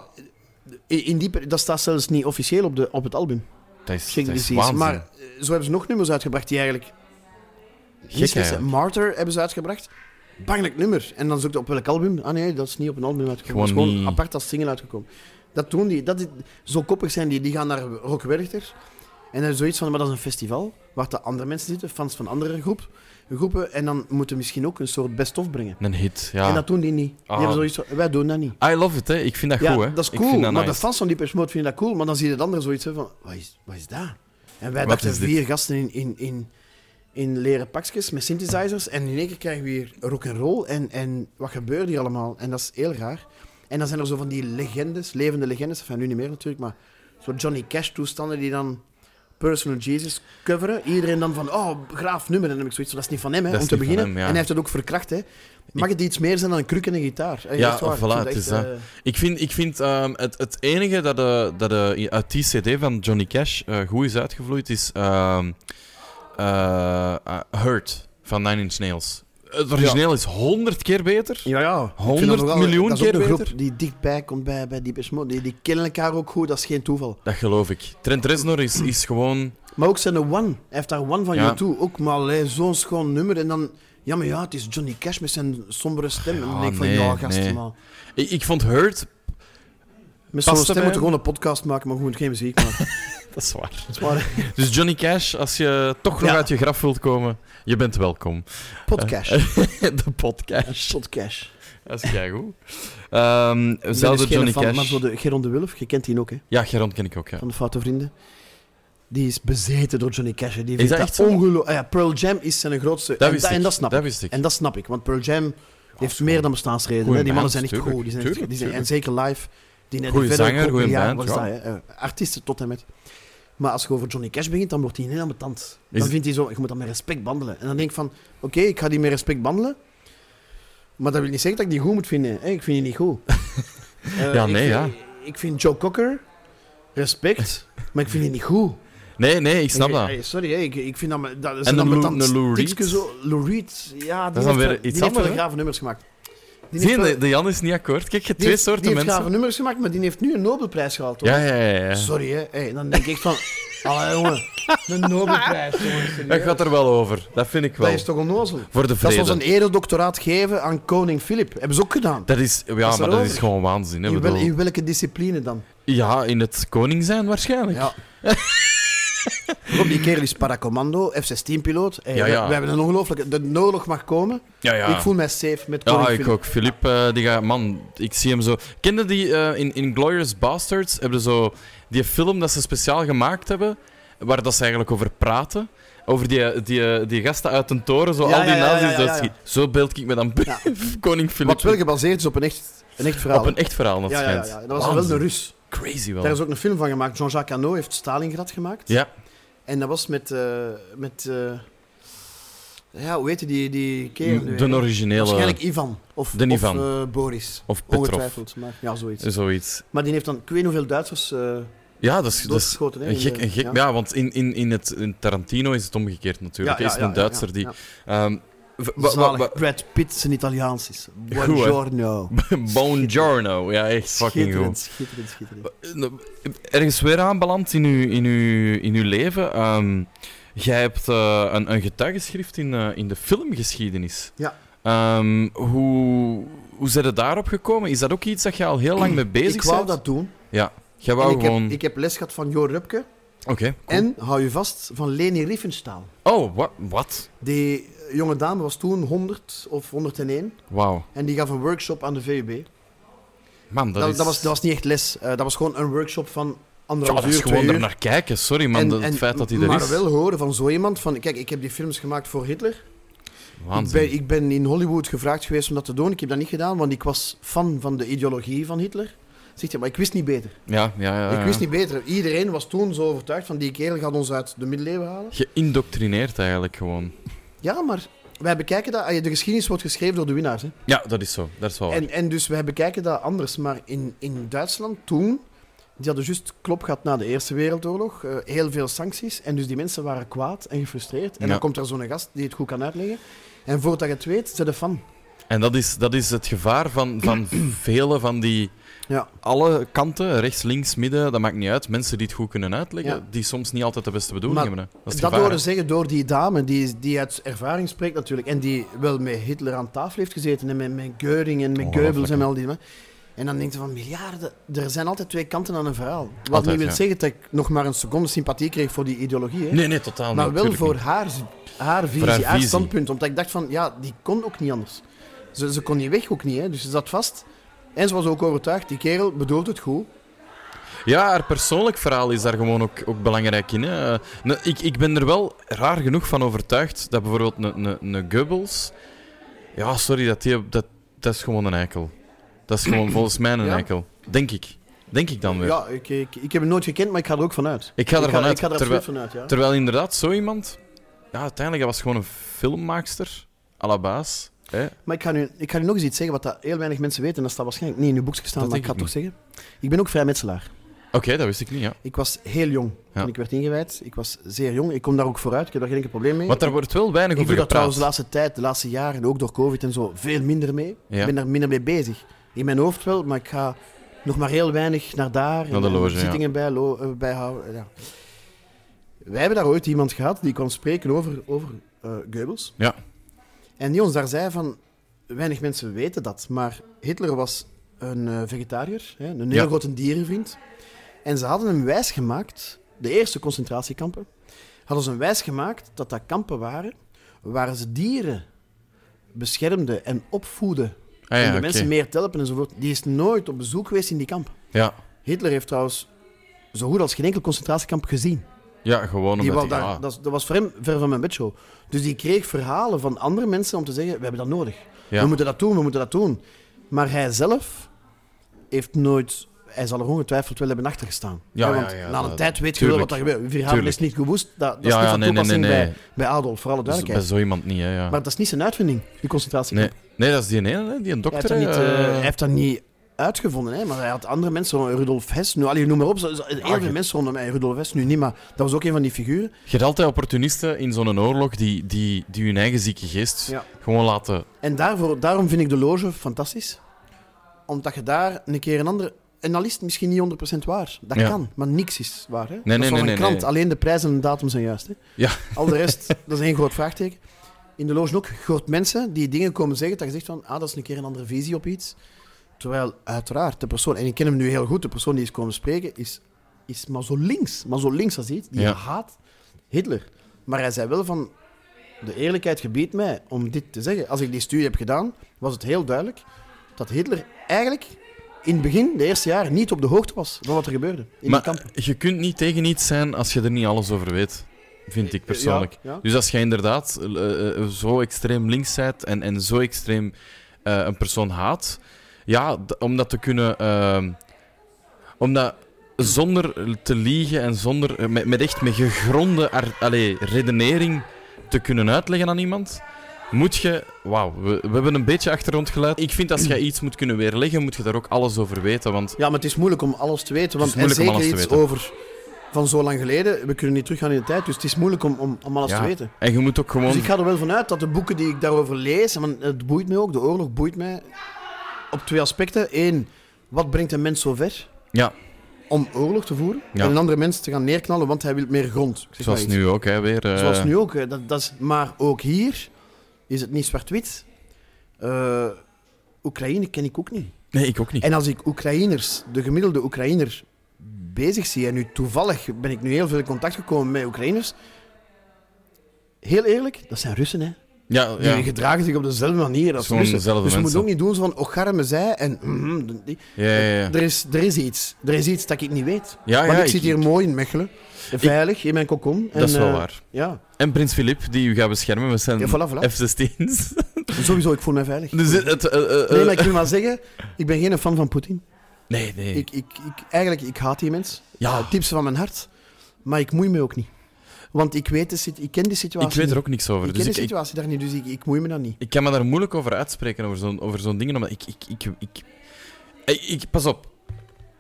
in in die, per- dat staat zelfs niet officieel op, de, op het album. Dat is, Shake dat is Disease. waanzin. Maar eh, zo hebben ze nog nummers uitgebracht die eigenlijk... niet slecht zijn. eigenlijk. Martyr hebben ze uitgebracht. Bangelijk nummer. En dan zoek je op welk album. Ah nee, dat is niet op een album uitgekomen. Gewoon dat is gewoon niet. apart als single uitgekomen. Dat doen die. Dat is- zo koppig zijn die. Die gaan naar Rock Werchter. En dan is zoiets van, maar dat is een festival waar de andere mensen zitten, fans van andere groep, groepen. En dan moeten misschien ook een soort best-of brengen. Een hit, ja. En dat doen die niet. Die Ah. hebben zoiets van, wij doen dat niet. I love it, hè. Ik vind dat Ja, goed, hè. dat is Ik cool. vind maar de nice. fans van die Mode vinden dat cool. Maar dan zie je het andere zoiets hè, van, wat is, wat is dat? En wij Wat dachten is dit? vier gasten in, in, in, in leren pakjes met synthesizers. En in één keer krijgen we hier rock and roll. En, en wat gebeurt hier allemaal? En dat is heel raar. En dan zijn er zo van die legendes, levende legendes. Van nu niet meer natuurlijk, maar soort Johnny Cash toestanden die dan Personal Jesus coveren. Iedereen dan van, oh, graaf nummer. En dan heb ik zoiets van, dat is niet van hem, hè, Dat om is te niet van beginnen. hem, ja. En hij heeft het ook verkracht, hè. Mag het iets meer zijn dan een kruk en een gitaar? Eh, Ja, echt waar. Ik voilà, vind dat het echt, is dat. eh, Ik vind, ik vind ehm, het, het enige dat, eh dat eh, uit die CD van Johnny Cash eh, goed is uitgevloeid is ehm, eh, eh, Hurt van Nine Inch Nails. Het origineel is honderd keer beter. Ja, ja. 100 miljoen dat is ook keer een groep beter. die dichtbij komt bij, bij Deep Mode. Die, die kennen elkaar ook goed, dat is geen toeval. Dat geloof ik. Trent Reznor is, is gewoon. Maar ook zijn de One. Hij heeft daar One van Ja. U2. Ook maar allee, zo'n schoon nummer. En dan Ja, maar ja, het is Johnny Cash met zijn sombere stem. en dan Ja, denk ik van, nee, ja, gast, nee. maar... Ik, ik vond Hurt... Met Past zo'n stem erbij? moet je gewoon een podcast maken, maar gewoon geen muziek maken. Dat is waar. Dat is [laughs] waar. Dus Johnny Cash, als je toch nog Ja. uit je graf wilt komen, je bent [laughs] welkom. Podcast. de podcast. [laughs] Podcast. Dat is keigoed. Ehm Ik ben zelfde dus geen Johnny fan, Cash... Maar zo de Geron de Wulf, je kent die ook, hè, Ja, Geron ken ik ook, ja. van de Foute Vrienden. Die is bezeten door Johnny Cash. hè. Die Is vindt dat dat, echt zo? ongeloo- Ah ja, Pearl Jam is zijn grootste. Dat en, wist dat, ik. en dat snap Dat ik. wist ik. En dat snap ik, want Pearl Jam heeft gewoon- meer dan bestaansreden. goeie hè. Die mannen band, zijn echt tuurlijk, goed. Die zijn, tuurlijk, die zijn, en tuurlijk. zeker live. Die zijn Goeie verder zanger, ook goeie ja, band, wat is dat, hè. Eh, artiesten tot en met. Maar als je over Johnny Cash begint, dan wordt hij heel ambetant. Dan Is- vindt hij zo, je moet dat met respect behandelen. En dan denk ik van, oké, ik ga die met respect behandelen. Maar dat wil niet zeggen dat ik die goed moet vinden. hè. Ik vind die niet [laughs] goed. Eh, Ja, ik nee, vind- ja. Ik vind Joe Cocker, respect, maar ik vind die niet goed. Nee, nee, ik snap Ik- dat. eh, Sorry, hè, ik, ik vind dat... me- dat is En een een Lou- ambetant een Lou Reed? stikske Zo, Lou Reed, ja, die dan heeft weer wel- iets die heeft anders, wel hè? grave nummers gemaakt. Zie Die heeft je, wel- de, de Jan is niet akkoord. Kijk, je hebt die twee heeft- soorten Die heeft mensen. gave nummers gemaakt, maar die heeft nu een Nobelprijs gehaald. hoor. Ja, ja, ja. ja. Sorry, hè. Hey, dan denk ik [laughs] van... Allee, jongen. Een Nobelprijs, jongen. Dat serieus. gaat er wel over. Dat vind ik wel. Dat is e- toch onnozel? Voor de Dat ze ons vrede. een eredoctoraat geven aan koning Filip. Hebben ze ook gedaan. Dat is, ja, is maar dat erover. is gewoon waanzin. Hè? in, wel- bedoel. in welke discipline dan? Ja, in het koning zijn waarschijnlijk. [laughs] Ja. Rob, die kerel is paracommando, F-16-piloot. Ja, ja. We hebben een ongelooflijke... De oorlog mag komen. ja. ja. Ik voel mij safe met Ja, koning ik Filip. ook. Filip, eh, die gaat... Man, ik zie hem zo... Kende die eh, in, in Glorious Bastards? Hebben ze zo... Die film dat ze speciaal gemaakt hebben, waar dat ze eigenlijk over praten. Over die, die, die gasten uit een toren, zo Ja, al die ja, ja, nazis. ja, ja, dat ja. schiet. Zo beeld ik me dan Ja. [laughs] koning Filip. Wat wel gebaseerd is op een echt, een echt verhaal. Op een echt verhaal, dat ja, ja, ja, schijnt. ja. Dat was wel Waanzin. een Rus. Crazy wel. Daar is ook een film van gemaakt. Jean-Jacques Hano heeft Stalingrad gemaakt. Ja. En dat was met... eh, met eh, ja, hoe heette die, die kerel nu, Mm, De hè? originele... eh, Waarschijnlijk Ivan. Of, De of, Ivan. eh, Boris. Of Petrov. Dus- Ongetwijfeld. Maar, ja, zoiets. Zoiets. Maar die heeft dan... Ik weet niet hoeveel Duitsers... eh Ja, dat is, dat is doodgeschoten. hè, Dus een in gek, de- een gek. Ja, want in, in, in, het, in Tarantino is het omgekeerd natuurlijk. Ja, is ja, het een ja, Duitser ja, die... ja. ehm, v- wa- wa- Zalig. wa- Brad Pitt zijn Italiaans is. hè? Buongiorno. [laughs] Buongiorno. Ja, echt fucking Schitterend, goed. schitterend, schitterend. Ergens weer aanbeland in uw, in uw, in uw leven. ehm, jij hebt eh, een, een getuigenschrift in, eh, in de filmgeschiedenis. Ja. Ehm, hoe, hoe zijn je daarop gekomen? Is dat ook iets dat je al heel lang mee bezig Ik wou bent? dat doen. Jij En wou ik, gewoon... heb, ik heb les gehad van Jo Rupke. Oké, cool. En, hou je vast, van Leni Riefenstahl. Oh, wa- wat? Die eh, jonge dame was toen 100 of 101. Wauw. En die gaf een workshop aan de VUB. Dat, Man, dat, dat, is... was, dat was niet echt les. eh, dat was gewoon een workshop van Ja, anderhalf dat is uur, twee gewoon uur. er naar kijken. Sorry, man. En- dat- het en- feit dat hij er maar is. wel horen van zo iemand van... Kijk, ik heb die films gemaakt voor Hitler. Ik Waanzin. ben, ik ben in Hollywood gevraagd geweest om dat te doen. Ik heb dat niet gedaan, want ik was fan van de ideologie van Hitler. Zegt hij, maar ik wist niet beter. Ja, ja, Ah, ja. ik ja. wist niet beter. Iedereen was toen zo overtuigd van die kerel gaat ons uit de middeleeuwen halen. Geïndoctrineerd eigenlijk gewoon. Ja, maar wij bekijken dat... De geschiedenis wordt geschreven door de winnaars, hè. Ja, dat is zo. Dat is wel waar. En, en dus wij bekijken dat anders. Maar in, in Duitsland toen, die hadden juist klop gehad na de Eerste Wereldoorlog, eh, heel veel sancties. En dus die mensen waren kwaad en gefrustreerd. En Ja. dan komt er zo'n gast die het goed kan uitleggen. En voordat je het weet, zijn de fan. En dat is, dat is het gevaar van, [clears throat] van vele van die... Ja. Alle kanten, rechts, links, midden, dat maakt niet uit. Mensen die het goed kunnen uitleggen, Ja. die soms niet altijd de beste bedoeling Maar hebben. hè. Dat is Dat, het gevaar. horen zeggen door die dame, die, die uit ervaring spreekt natuurlijk. En die wel met Hitler aan tafel heeft gezeten. En met, met Geuring en met Ongelooflijk, Goebbels en hè. al die. man. En dan denkt je van miljarden. Er zijn altijd twee kanten aan een verhaal. Wat Altijd, niet wil ja. zeggen dat ik nog maar een seconde sympathie kreeg voor die ideologie. Hè. Nee, nee, totaal Maar niet. wel tuurlijk voor niet. haar, haar visie, haar haar, visie. standpunt. Omdat ik dacht van, ja, die kon ook niet anders. Ze, ze kon niet weg ook niet, hè. dus ze zat vast. En ze was ook overtuigd, die kerel bedoelt het goed. Ja, haar persoonlijk verhaal is daar gewoon ook, ook belangrijk in. Hè. Eh, nou, ik, ik ben er wel raar genoeg van overtuigd dat bijvoorbeeld een- een een Goebbels... Ja, sorry, dat, die, dat, dat is gewoon een eikel. Dat is [clears throat] gewoon volgens mij een Ja. eikel. Denk ik. Denk ik dan weer. Ja, ik, ik, ik heb hem nooit gekend, maar ik ga er ook vanuit. Ik ga er vanuit, Ik ga er terwijl- absoluut vanuit, ja. Terwijl inderdaad zo iemand... Ja, uiteindelijk, dat was gewoon een filmmaakster. à la baas. Hè? Maar ik ga, nu, ik ga nu nog eens iets zeggen wat dat heel weinig mensen weten. En dat staat waarschijnlijk niet in uw boekje staan, Dat maar ik ga denk het toch ik zeggen. Ik ben ook vrijmetselaar. Oké, dat wist ik niet, ja. Ik was heel jong Ja. toen ik werd ingewijd. Ik was zeer jong. Ik kom daar ook vooruit. Ik heb daar geen enkel probleem mee. Want daar wordt wel weinig Ik over doe dat gepraat. trouwens de laatste tijd, de laatste jaren, en ook door COVID en zo, veel minder mee. Ja. Ik ben daar minder mee bezig. In mijn hoofd wel, maar ik ga nog maar heel weinig naar daar. en- Naar de en loge, ja. Zittingen bij, lo- eh, bijhouden. Ja. Wij hebben daar ooit iemand gehad die kon spreken over, over eh, Goebbels. Ja. En die ons daar zei van, weinig mensen weten dat, maar Hitler was een eh, vegetariër, hè, een heel Ja. grote dierenvriend. En ze hadden hem wijsgemaakt, de eerste concentratiekampen, hadden ze hem wijsgemaakt dat dat kampen waren waar ze dieren beschermden en opvoeden. Ah, ja, en de oké. mensen meer te helpen enzovoort. Die is nooit op bezoek geweest in die kampen. Ja. Hitler heeft trouwens zo goed als geen enkel concentratiekamp gezien. ja, gewoon Die omdat wou die- daar, ah, dat, is- dat was voor hem ver van mijn bedshow. Dus die kreeg verhalen van andere mensen om te zeggen: We hebben dat nodig. ja. We moeten dat doen, we moeten dat doen. Maar hij zelf heeft nooit. Hij zal er ongetwijfeld wel hebben achtergestaan. Ja, Hè, ja, want ja, na een dat- tijd weet je wel tuurlijk. wat er gebeurt. Verhalen is Tuurlijk. niet gewoest. Dat, dat is Ja, niet ja, van nee, nee, toepassing nee, nee. Bij, bij Adolf, voor alle Dat is dus bij duidelijkheid. zo iemand niet, hè. Ja. Maar dat is niet zijn uitvinding, die nee. concentratiekamp. nee, dat is die ene, hè, die een hij, heeft dokter. dat niet, hè, eh, eh, hij heeft dat niet uitgevonden, hè, maar hij had andere mensen, zoals Rudolf Hess, nu, allee, noem maar op, zo- zo- heel Ah, veel je- mensen rondom mij, Rudolf Hess nu niet, maar dat was ook een van die figuren. Je hebt altijd opportunisten in zo'n oorlog die, die, die hun eigen zieke geest Ja. gewoon laten... En daarvoor, daarom vind ik de loge fantastisch. Omdat je daar een keer een ander... En al is het misschien niet 100% waar. Dat Ja. kan, maar niks is waar. Hè? nee, dat is zoals nee, een nee, krant. nee. Alleen de prijzen en de datum zijn juist. Hè? Ja. Al de [laughs] rest, dat is één groot vraagteken. In de loge ook groot mensen die dingen komen zeggen dat je zegt van, ah, dat is een keer een andere visie op iets. Terwijl, uiteraard, de persoon, en ik ken hem nu heel goed, de persoon die is komen spreken, is, is maar zo links. Maar zo links als iets. Die Ja. haat Hitler. Maar hij zei wel van, de eerlijkheid gebiedt mij om dit te zeggen. Als ik die studie heb gedaan, was het heel duidelijk dat Hitler eigenlijk in het begin, de eerste jaren, niet op de hoogte was van wat er gebeurde in maar die kampen. je kunt niet tegen iets zijn als je er niet alles over weet, vind ik persoonlijk. Ja, ja. Dus als je inderdaad eh, eh, zo extreem links bent en, en zo extreem eh, een persoon haat, ja, d- om dat te kunnen... ehm, om dat zonder te liegen en zonder, eh, met, met echt met gegronde ar- allee, redenering te kunnen uitleggen aan iemand, moet je... Wauw, we, we hebben een beetje achtergrondgeluid. Ik vind als je iets moet kunnen weerleggen, moet je daar ook alles over weten, want... Ja, maar het is moeilijk om alles te weten. Want Het is moeilijk en om zeker alles te iets weten. over van zo lang geleden. We kunnen niet teruggaan in de tijd, dus het is moeilijk om, om, om alles ja, te weten. En je moet ook gewoon... Dus ik ga er wel vanuit dat de boeken die ik daarover lees, want het boeit mij ook, de oorlog boeit mij op twee aspecten. Eén, wat brengt een mens zo ver Ja, Dus om oorlog te voeren Ja. en een andere mens te gaan neerknallen, want hij wil meer grond. Ik zeg zoals maar iets. nu ook, hè, weer. eh, Zoals nu ook. hè. Dat, dat is, maar ook hier is het niet zwart-wit. Eh, Oekraïne ken ik ook niet. Nee, ik ook niet. En als ik Oekraïners, de gemiddelde Oekraïner, bezig zie, en nu toevallig ben ik nu heel veel in contact gekomen met Oekraïners, heel eerlijk, dat zijn Russen, hè. Ja, Die ja. gedragen zich op dezelfde manier als Gewoon Russen. Dus dezelfde we moeten mensen. ook niet doen zo van, och, garme zij, en... mhm, de- die. Ja, ja, ja. Er, is, er is iets. Er is iets dat ik niet weet. Ja, Want Ah, ja, ik, zit hier mooi in Mechelen, veilig, in mijn kokon. Dat is en, wel eh, waar. Ja. En Prins Filip, die u gaat beschermen met zijn Ja, voilà, voilà. [laughs] F-16's. Sowieso, ik voel mij veilig. [laughs] Dus het... het, eh, eh, eh, Nee, maar ik wil maar zeggen, ik ben geen fan van Poetin. nee, nee. Ik, ik, ik, eigenlijk, ik haat die mens. Ja. Het diepste van mijn hart. Maar ik moei me ook niet. Want ik, weet de, sit- ik ken die situatie Ik weet er niet. ook niks over. Ik dus ken ik, de ik, situatie daar niet, dus ik, ik moei me dan niet. ik kan me daar moeilijk over uitspreken, over zo'n, over zo'n dingen. Omdat ik, ik, ik, ik, ik, ik- Pas op.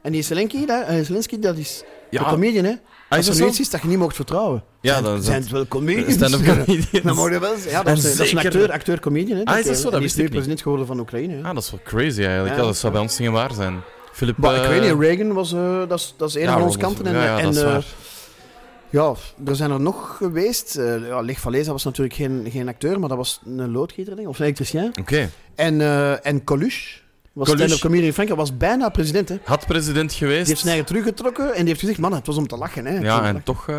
En die Zelensky, daar, eh, Zelensky dat is Ja, een comedian, hè. ah, Als is er dat zoiets zo? is dat je niet mocht vertrouwen. Ja, zijn, dat is zijn dat. het wel comedians. [laughs] Stand-up Dat comedians. mag je wel zeggen. Ja, dat, is, En dat is een zeker- acteur, acteur, comedian. Hè, Ah, is dat zo? Dat eh, die wist nu ik niet. president geworden van Oekraïne. Hè. Ah, dat is wel crazy eigenlijk. Ja, Ja, dat zou bij ons niet waar zijn. Filip... maar ik eh, weet niet, Reagan was, eh, dat, is, dat is een ja, van onze Ronald- kanten. En, ja, ja, en, dat is eh, waar. Ja, er zijn er nog geweest. Eh ja, Leg Valesa was natuurlijk geen, geen acteur, maar dat was een loodgieter, denk ik, of een elektricien. Oké. En, eh, en Coluche, was Coluche. stand-up comedian in Frankrijk, was bijna president. Hè. Die Had president geweest... heeft zijn eigen teruggetrokken en die heeft gezegd, man, het was om te lachen. Hè. Het was om Ja, te en lachen." toch. eh,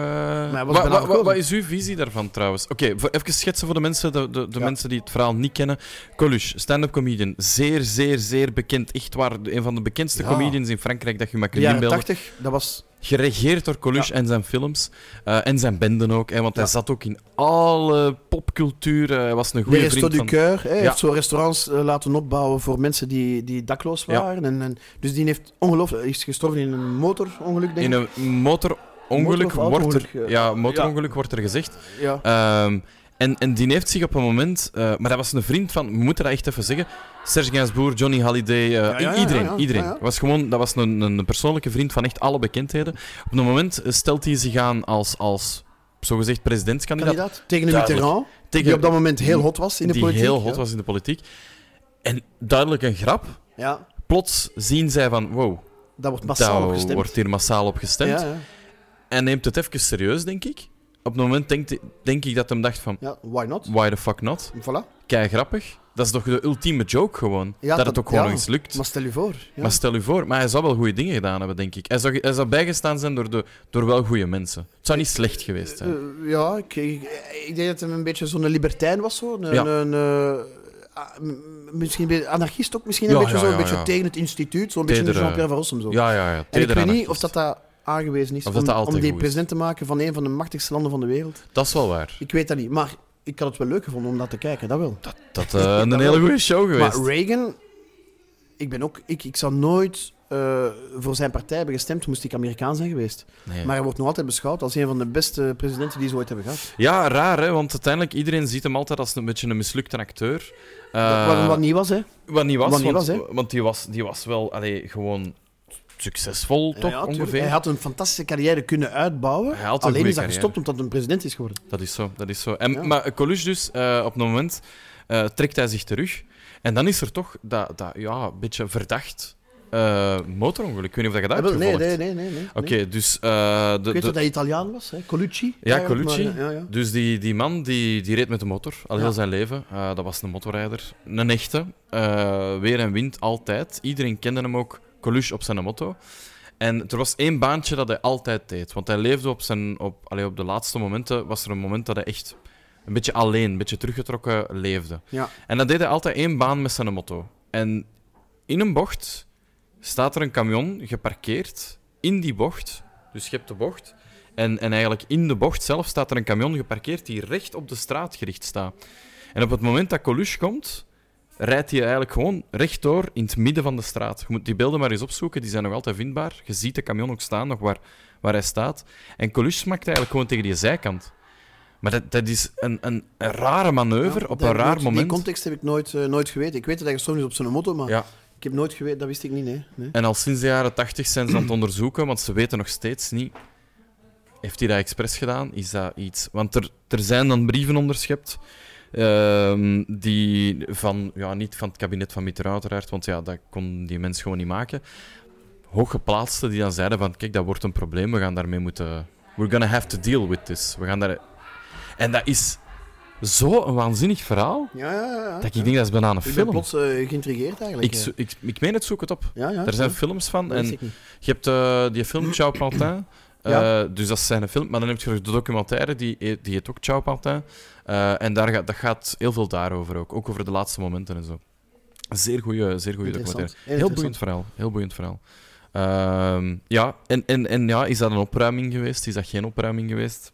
hij was wa- wa- bijna wa- verkozen. wat is uw visie daarvan trouwens? Oké, voor- even schetsen voor de mensen, de, de, de Ja. mensen die het verhaal niet kennen. Coluche, stand-up comedian. Zeer, zeer, zeer bekend. Echt waar. Een van de bekendste Ja. comedians in Frankrijk dat je maar De kunt jaren inbeelden. tachtig, dat was... Geregeerd door Coluche en zijn films. eh, en zijn benden ook. Hè, want hij Ja. zat ook in alle popcultuur. eh, Hij was een De goede Resto vriend du van... Coeur, hè, Hij Ja. heeft zo restaurants eh, laten opbouwen voor mensen die, die dakloos Ja. waren. En, en, dus die heeft ongelooflijk, is gestorven in een motorongeluk, denk In ik. een motorongeluk Motor- of wordt er... auto-ongeluk, ja. Ja, motorongeluk wordt er gezegd. Ja. Ehm, en, en die heeft zich op een moment, eh, maar dat was een vriend van, we moeten dat echt even zeggen, Serge Gainsbourg, Johnny Halliday, eh, ja, ja, iedereen. ja, ja. iedereen. Ja, ja. Was gewoon, dat was een, een persoonlijke vriend van echt alle bekendheden. Op een moment eh, stelt hij zich aan als, als zogezegd presidentskandidaat. Kandidaat tegen de Duidelijk. Mitterrand, die Tegen- op dat moment heel hot was in de die politiek. heel hot ja. was in de politiek. En duidelijk een grap. Ja, Plots zien zij van, wow, dat wordt massaal daar gestemd. wordt hier massaal op gestemd. Ja, ja. En neemt het even serieus, denk ik. op het moment denk, denk ik dat hem dacht van... Ja, why not? Why the fuck not? Voilà. Kei grappig. Dat is toch de ultieme joke gewoon. Ja, dat, dat- het ook gewoon ja. nog eens lukt. Maar stel je voor. Ja. Maar stel u voor, maar hij zou wel goede dingen gedaan hebben, denk ik. Hij zou, hij zou bijgestaan zijn door, de, door wel goede mensen. Het zou niet slecht geweest zijn. Eh, ja, ik, ik, ik denk dat hij een beetje zo'n libertijn was. Zo. Een, Ja. een, eh, ah, m- misschien een beetje anarchist ook, misschien een Ja, beetje, ja, zo, een ja, beetje ja. tegen het instituut. Zo'n beetje een Tedere- Jean-Pierre Van Rossum. Zo. Ja, ja, ja. eh, en ik Teder weet niet anarchist. of dat, dat aangewezen is Of om, dat dat om altijd die goed is. president te maken van een van de machtigste landen van de wereld. Dat is wel waar. Ik weet dat niet, maar ik had het wel leuk gevonden om dat te kijken, dat wel. Dat eh, een hele goede show geweest. Maar Reagan, ik, ben ook, ik, ik zou nooit eh, voor zijn partij hebben gestemd, moest ik Amerikaan zijn geweest. Nee. Maar hij wordt nog altijd beschouwd als een van de beste presidenten die ze ooit hebben gehad. Ja, raar, hè? Want uiteindelijk, iedereen ziet hem altijd als een beetje een mislukte acteur. Eh, wat, wat niet was, hè? wat niet was, wat niet want, was, want die, was, die was wel allee, gewoon succesvol, toch? Ja, ja, tuurlijk. ongeveer. Hij had een fantastische carrière kunnen uitbouwen. Hij had een goede alleen is hij carrière. gestopt omdat hij een president is geworden. Dat is zo, dat is zo. En, Ja. Maar eh, Coluche dus, eh, op het moment eh, trekt hij zich terug. En dan is er toch dat, dat ja, beetje verdacht eh, motorongeluk. Ik weet niet of dat je dat Ah, hebt wel, nee, gevolgd. nee, nee, nee, nee. Oké, nee. dus, eh, de, Ik weet de- dat hij Italiaan was, hè? Colucci. Ja, eigenlijk, Colucci. maar, eh, ja, ja. dus die, die man die, die reed met de motor al heel Ja. zijn leven. Eh, dat was een motorrijder, een echte. Eh, weer en wind, altijd. Iedereen kende hem ook, Coluche, op zijn motto. En er was één baantje dat hij altijd deed. Want hij leefde op zijn... Op, allee, op de laatste momenten was er een moment dat hij echt een beetje alleen, een beetje teruggetrokken leefde. Ja. En dat deed hij altijd één baan met zijn motto. En in een bocht staat er een camion geparkeerd in die bocht. Dus je hebt de bocht. En, en eigenlijk in de bocht zelf staat er een camion geparkeerd die recht op de straat gericht staat. En op het moment dat Coluche komt, rijdt hij eigenlijk gewoon rechtdoor in het midden van de straat. Je moet die beelden maar eens opzoeken, die zijn nog altijd vindbaar. Je ziet de camion ook staan, nog waar, waar hij staat. En Coluche smakt eigenlijk gewoon tegen die zijkant. Maar dat, dat is een, een, een rare manoeuvre Ja, op dat een heb ik raar nooit- moment. Die context heb ik nooit, eh, nooit geweten. Ik weet dat hij gestorven is op zijn motto, maar Ja. ik heb nooit geweten, dat wist ik niet, nee. nee. En al sinds de jaren 80 zijn ze aan het onderzoeken, want ze weten nog steeds niet. Heeft hij dat expres gedaan? Is dat iets? Want er, er zijn dan brieven onderschept. ehm, die van, ja, niet van het kabinet van Mitterrand, uiteraard, want ja, dat kon die mens gewoon niet maken. Hooggeplaatsten die dan zeiden: van kijk, dat wordt een probleem, we gaan daarmee moeten. We're gonna have to deal with this. We gaan daar... En dat is zo'n waanzinnig verhaal Ja, ja, ja. ja. dat ik denk dat is bijna een Ik ben film. plots eh, geïntrigeerd eigenlijk. ik, eh. zo- ik, ik meen het, zoek het op. ja, ja, Er zijn ja. films van. Dat wist En ik niet. je hebt eh, die film Ciao Pantin. eh, Ja. Dus dat is zijn film. Maar dan heb je nog de documentaire, die, heet- die heet ook Ciao Pantin. Eh, en daar gaat, dat gaat heel veel daarover ook. Ook over de laatste momenten en zo. Zeer goede zeer goeie documentaire. Interessant. Heel boeiend verhaal. Heel boeiend verhaal. Ehm, ja, en, en, en ja, is dat een opruiming geweest? Is dat geen opruiming geweest?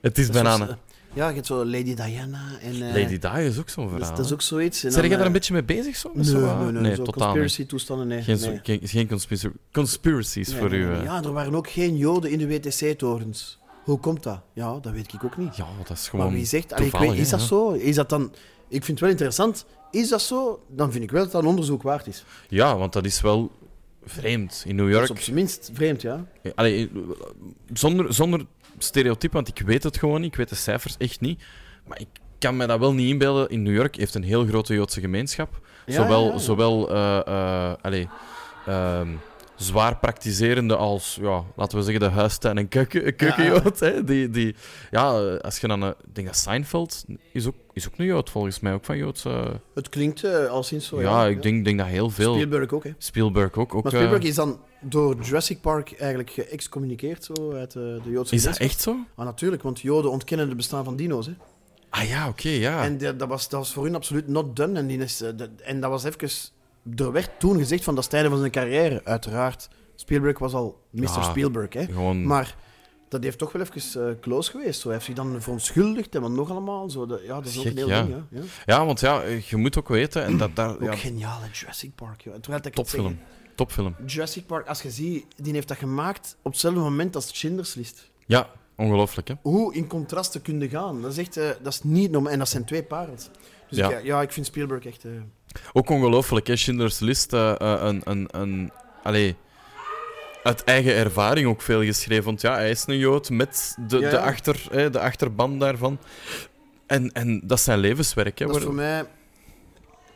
Het is Dat is bananen. zoals, eh, Ja, je hebt zo Lady Diana en... eh, dus Lady Di is ook zo'n dat is- verhaal. Dat is ook zoiets. Zijn en dan, jij daar een eh, beetje mee bezig? Zo? Met Nee, zo'n- nee, nee, zo totaal niet. conspiracy toestanden, nee. Geen, nee. geen, geen conspiracy- conspiracies Nee, voor nee, u. nee, nee. eh. Ja, er waren ook geen Joden in de WTC-torens. Hoe komt dat? Ja, dat weet ik ook niet. Ja, dat is gewoon. Maar wie zegt, allee, ik toevallig, weet, is hè, dat ja. zo? Is dat dan, ik vind het wel interessant. Is dat zo? Dan vind ik wel dat dat een onderzoek waard is. Ja, want dat is wel vreemd in New Dat York. is op zijn minst vreemd, ja. Allee, eh, zonder, zonder stereotype, want ik weet het gewoon niet. Ik weet de cijfers echt niet. Maar ik kan me dat wel niet inbeelden. In New York heeft een heel grote Joodse gemeenschap. Ja, zowel ja, ja. zowel eh, eh, allee, ehm, zwaar praktiserende als, ja, laten we zeggen, de huistuin- en keuken- keukenjood. hè, Die, die, ja, als je dan... eh, Ik denk dat Seinfeld is ook, is ook een Jood, volgens mij. Ook van Joodse... Het klinkt eh, al sinds zo. ja, ik Denk, denk dat heel veel... Spielberg ook, hè. Spielberg ook. ook Maar eh, Spielberg is dan door Jurassic Park eigenlijk geëxcommuniceerd zo, uit eh, de Joodse Is dat gemeenschap. echt zo? Ah, natuurlijk, want Joden ontkennen het bestaan van dino's, hè. Ah ja, oké, ja. En de- dat, was, dat was voor hun absoluut not done. En, die is, eh, de- en dat was even... Er werd toen gezegd van dat is het einde van zijn carrière, uiteraard. Spielberg was al Mr. Ja. Spielberg, hè. Gewoon, Maar dat heeft toch wel even eh, close geweest. Zo. Hij heeft zich dan verontschuldigd en wat nog allemaal. Zo. Dat, ja, dat is ook Gek, een heel ja. ding. Ja. Ja. Ja, want ja, eh, je moet ook weten, en dat daar... Ook Ja, geniaal, hè, Jurassic Park. Joh. Terwijl dat ik het topfilm. zeg, Topfilm. hè. Jurassic Park, als je ziet, die heeft dat gemaakt op hetzelfde moment als Schindler's List. Ja, ongelooflijk, hè? Hoe in contrasten kunnen gaan, dat is, echt, eh, dat is niet normaal. En dat zijn twee parels. Dus Ja. ja, ik, ja, ik vind Spielberg echt... eh, Ook ongelooflijk, hè? Schindler's List, eh, eh, een... een, een allee, uit eigen ervaring ook veel geschreven. Want ja, hij is een Jood met de, Ja, De, ja. achter, eh, de achterban daarvan. En, en dat is zijn levenswerk, hè? dat is waar- voor mij...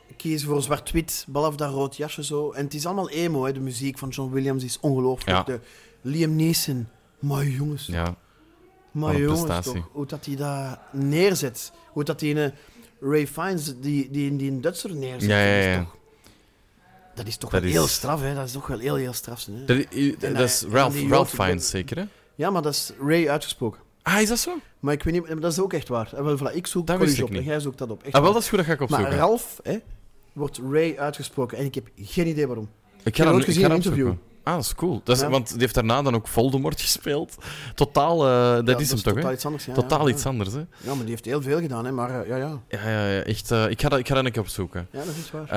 ik Kies voor zwart-wit, behalve dat rood jasje zo. En het is allemaal emo, hè. de muziek van John Williams is ongelooflijk. Ja. De Liam Neeson, maar jongens. Ja. Wat Maar een jongens, prestatie. toch, hoe dat hij dat neerzet. Hoe dat die eh, Ray Fiennes, die, die, die een Duitser neerzet. Ja, ja, ja. Dat is toch, dat is toch Dat wel is- heel straf, hè. Dat is toch wel heel, heel straf. Hè? Dat, i- En, dat is eh, en Ralph, die Ralph grote- Fiennes, zeker, hè? Ja, maar dat is Ray uitgesproken. Ah, is dat zo? Maar ik weet niet, maar dat is ook echt waar. En wel, voilà, ik zoek Dat college wist ik op en niet. jij zoekt dat op. Echt Ah, wel, waar. dat is goed, dat ga ik opzoeken. maar Ralph hè, wordt Ray uitgesproken en ik heb geen idee waarom. ik heb dat nooit nu- ik gezien dat in een interview. opzoeken. Ah, dat is cool. Dat is, Ja. Want die heeft daarna dan ook Voldemort [laughs] gespeeld. Totaal, eh, dat Ja, is hem toch, totaal hè? iets anders. Ja, Totaal ja, iets ja. anders, hè? Ja, maar die heeft heel veel gedaan, hè. Maar eh, ja, ja. Ja, ja, ja echt. eh, ik, ga dat, ik ga dat een keer opzoeken. Ja, dat is waar.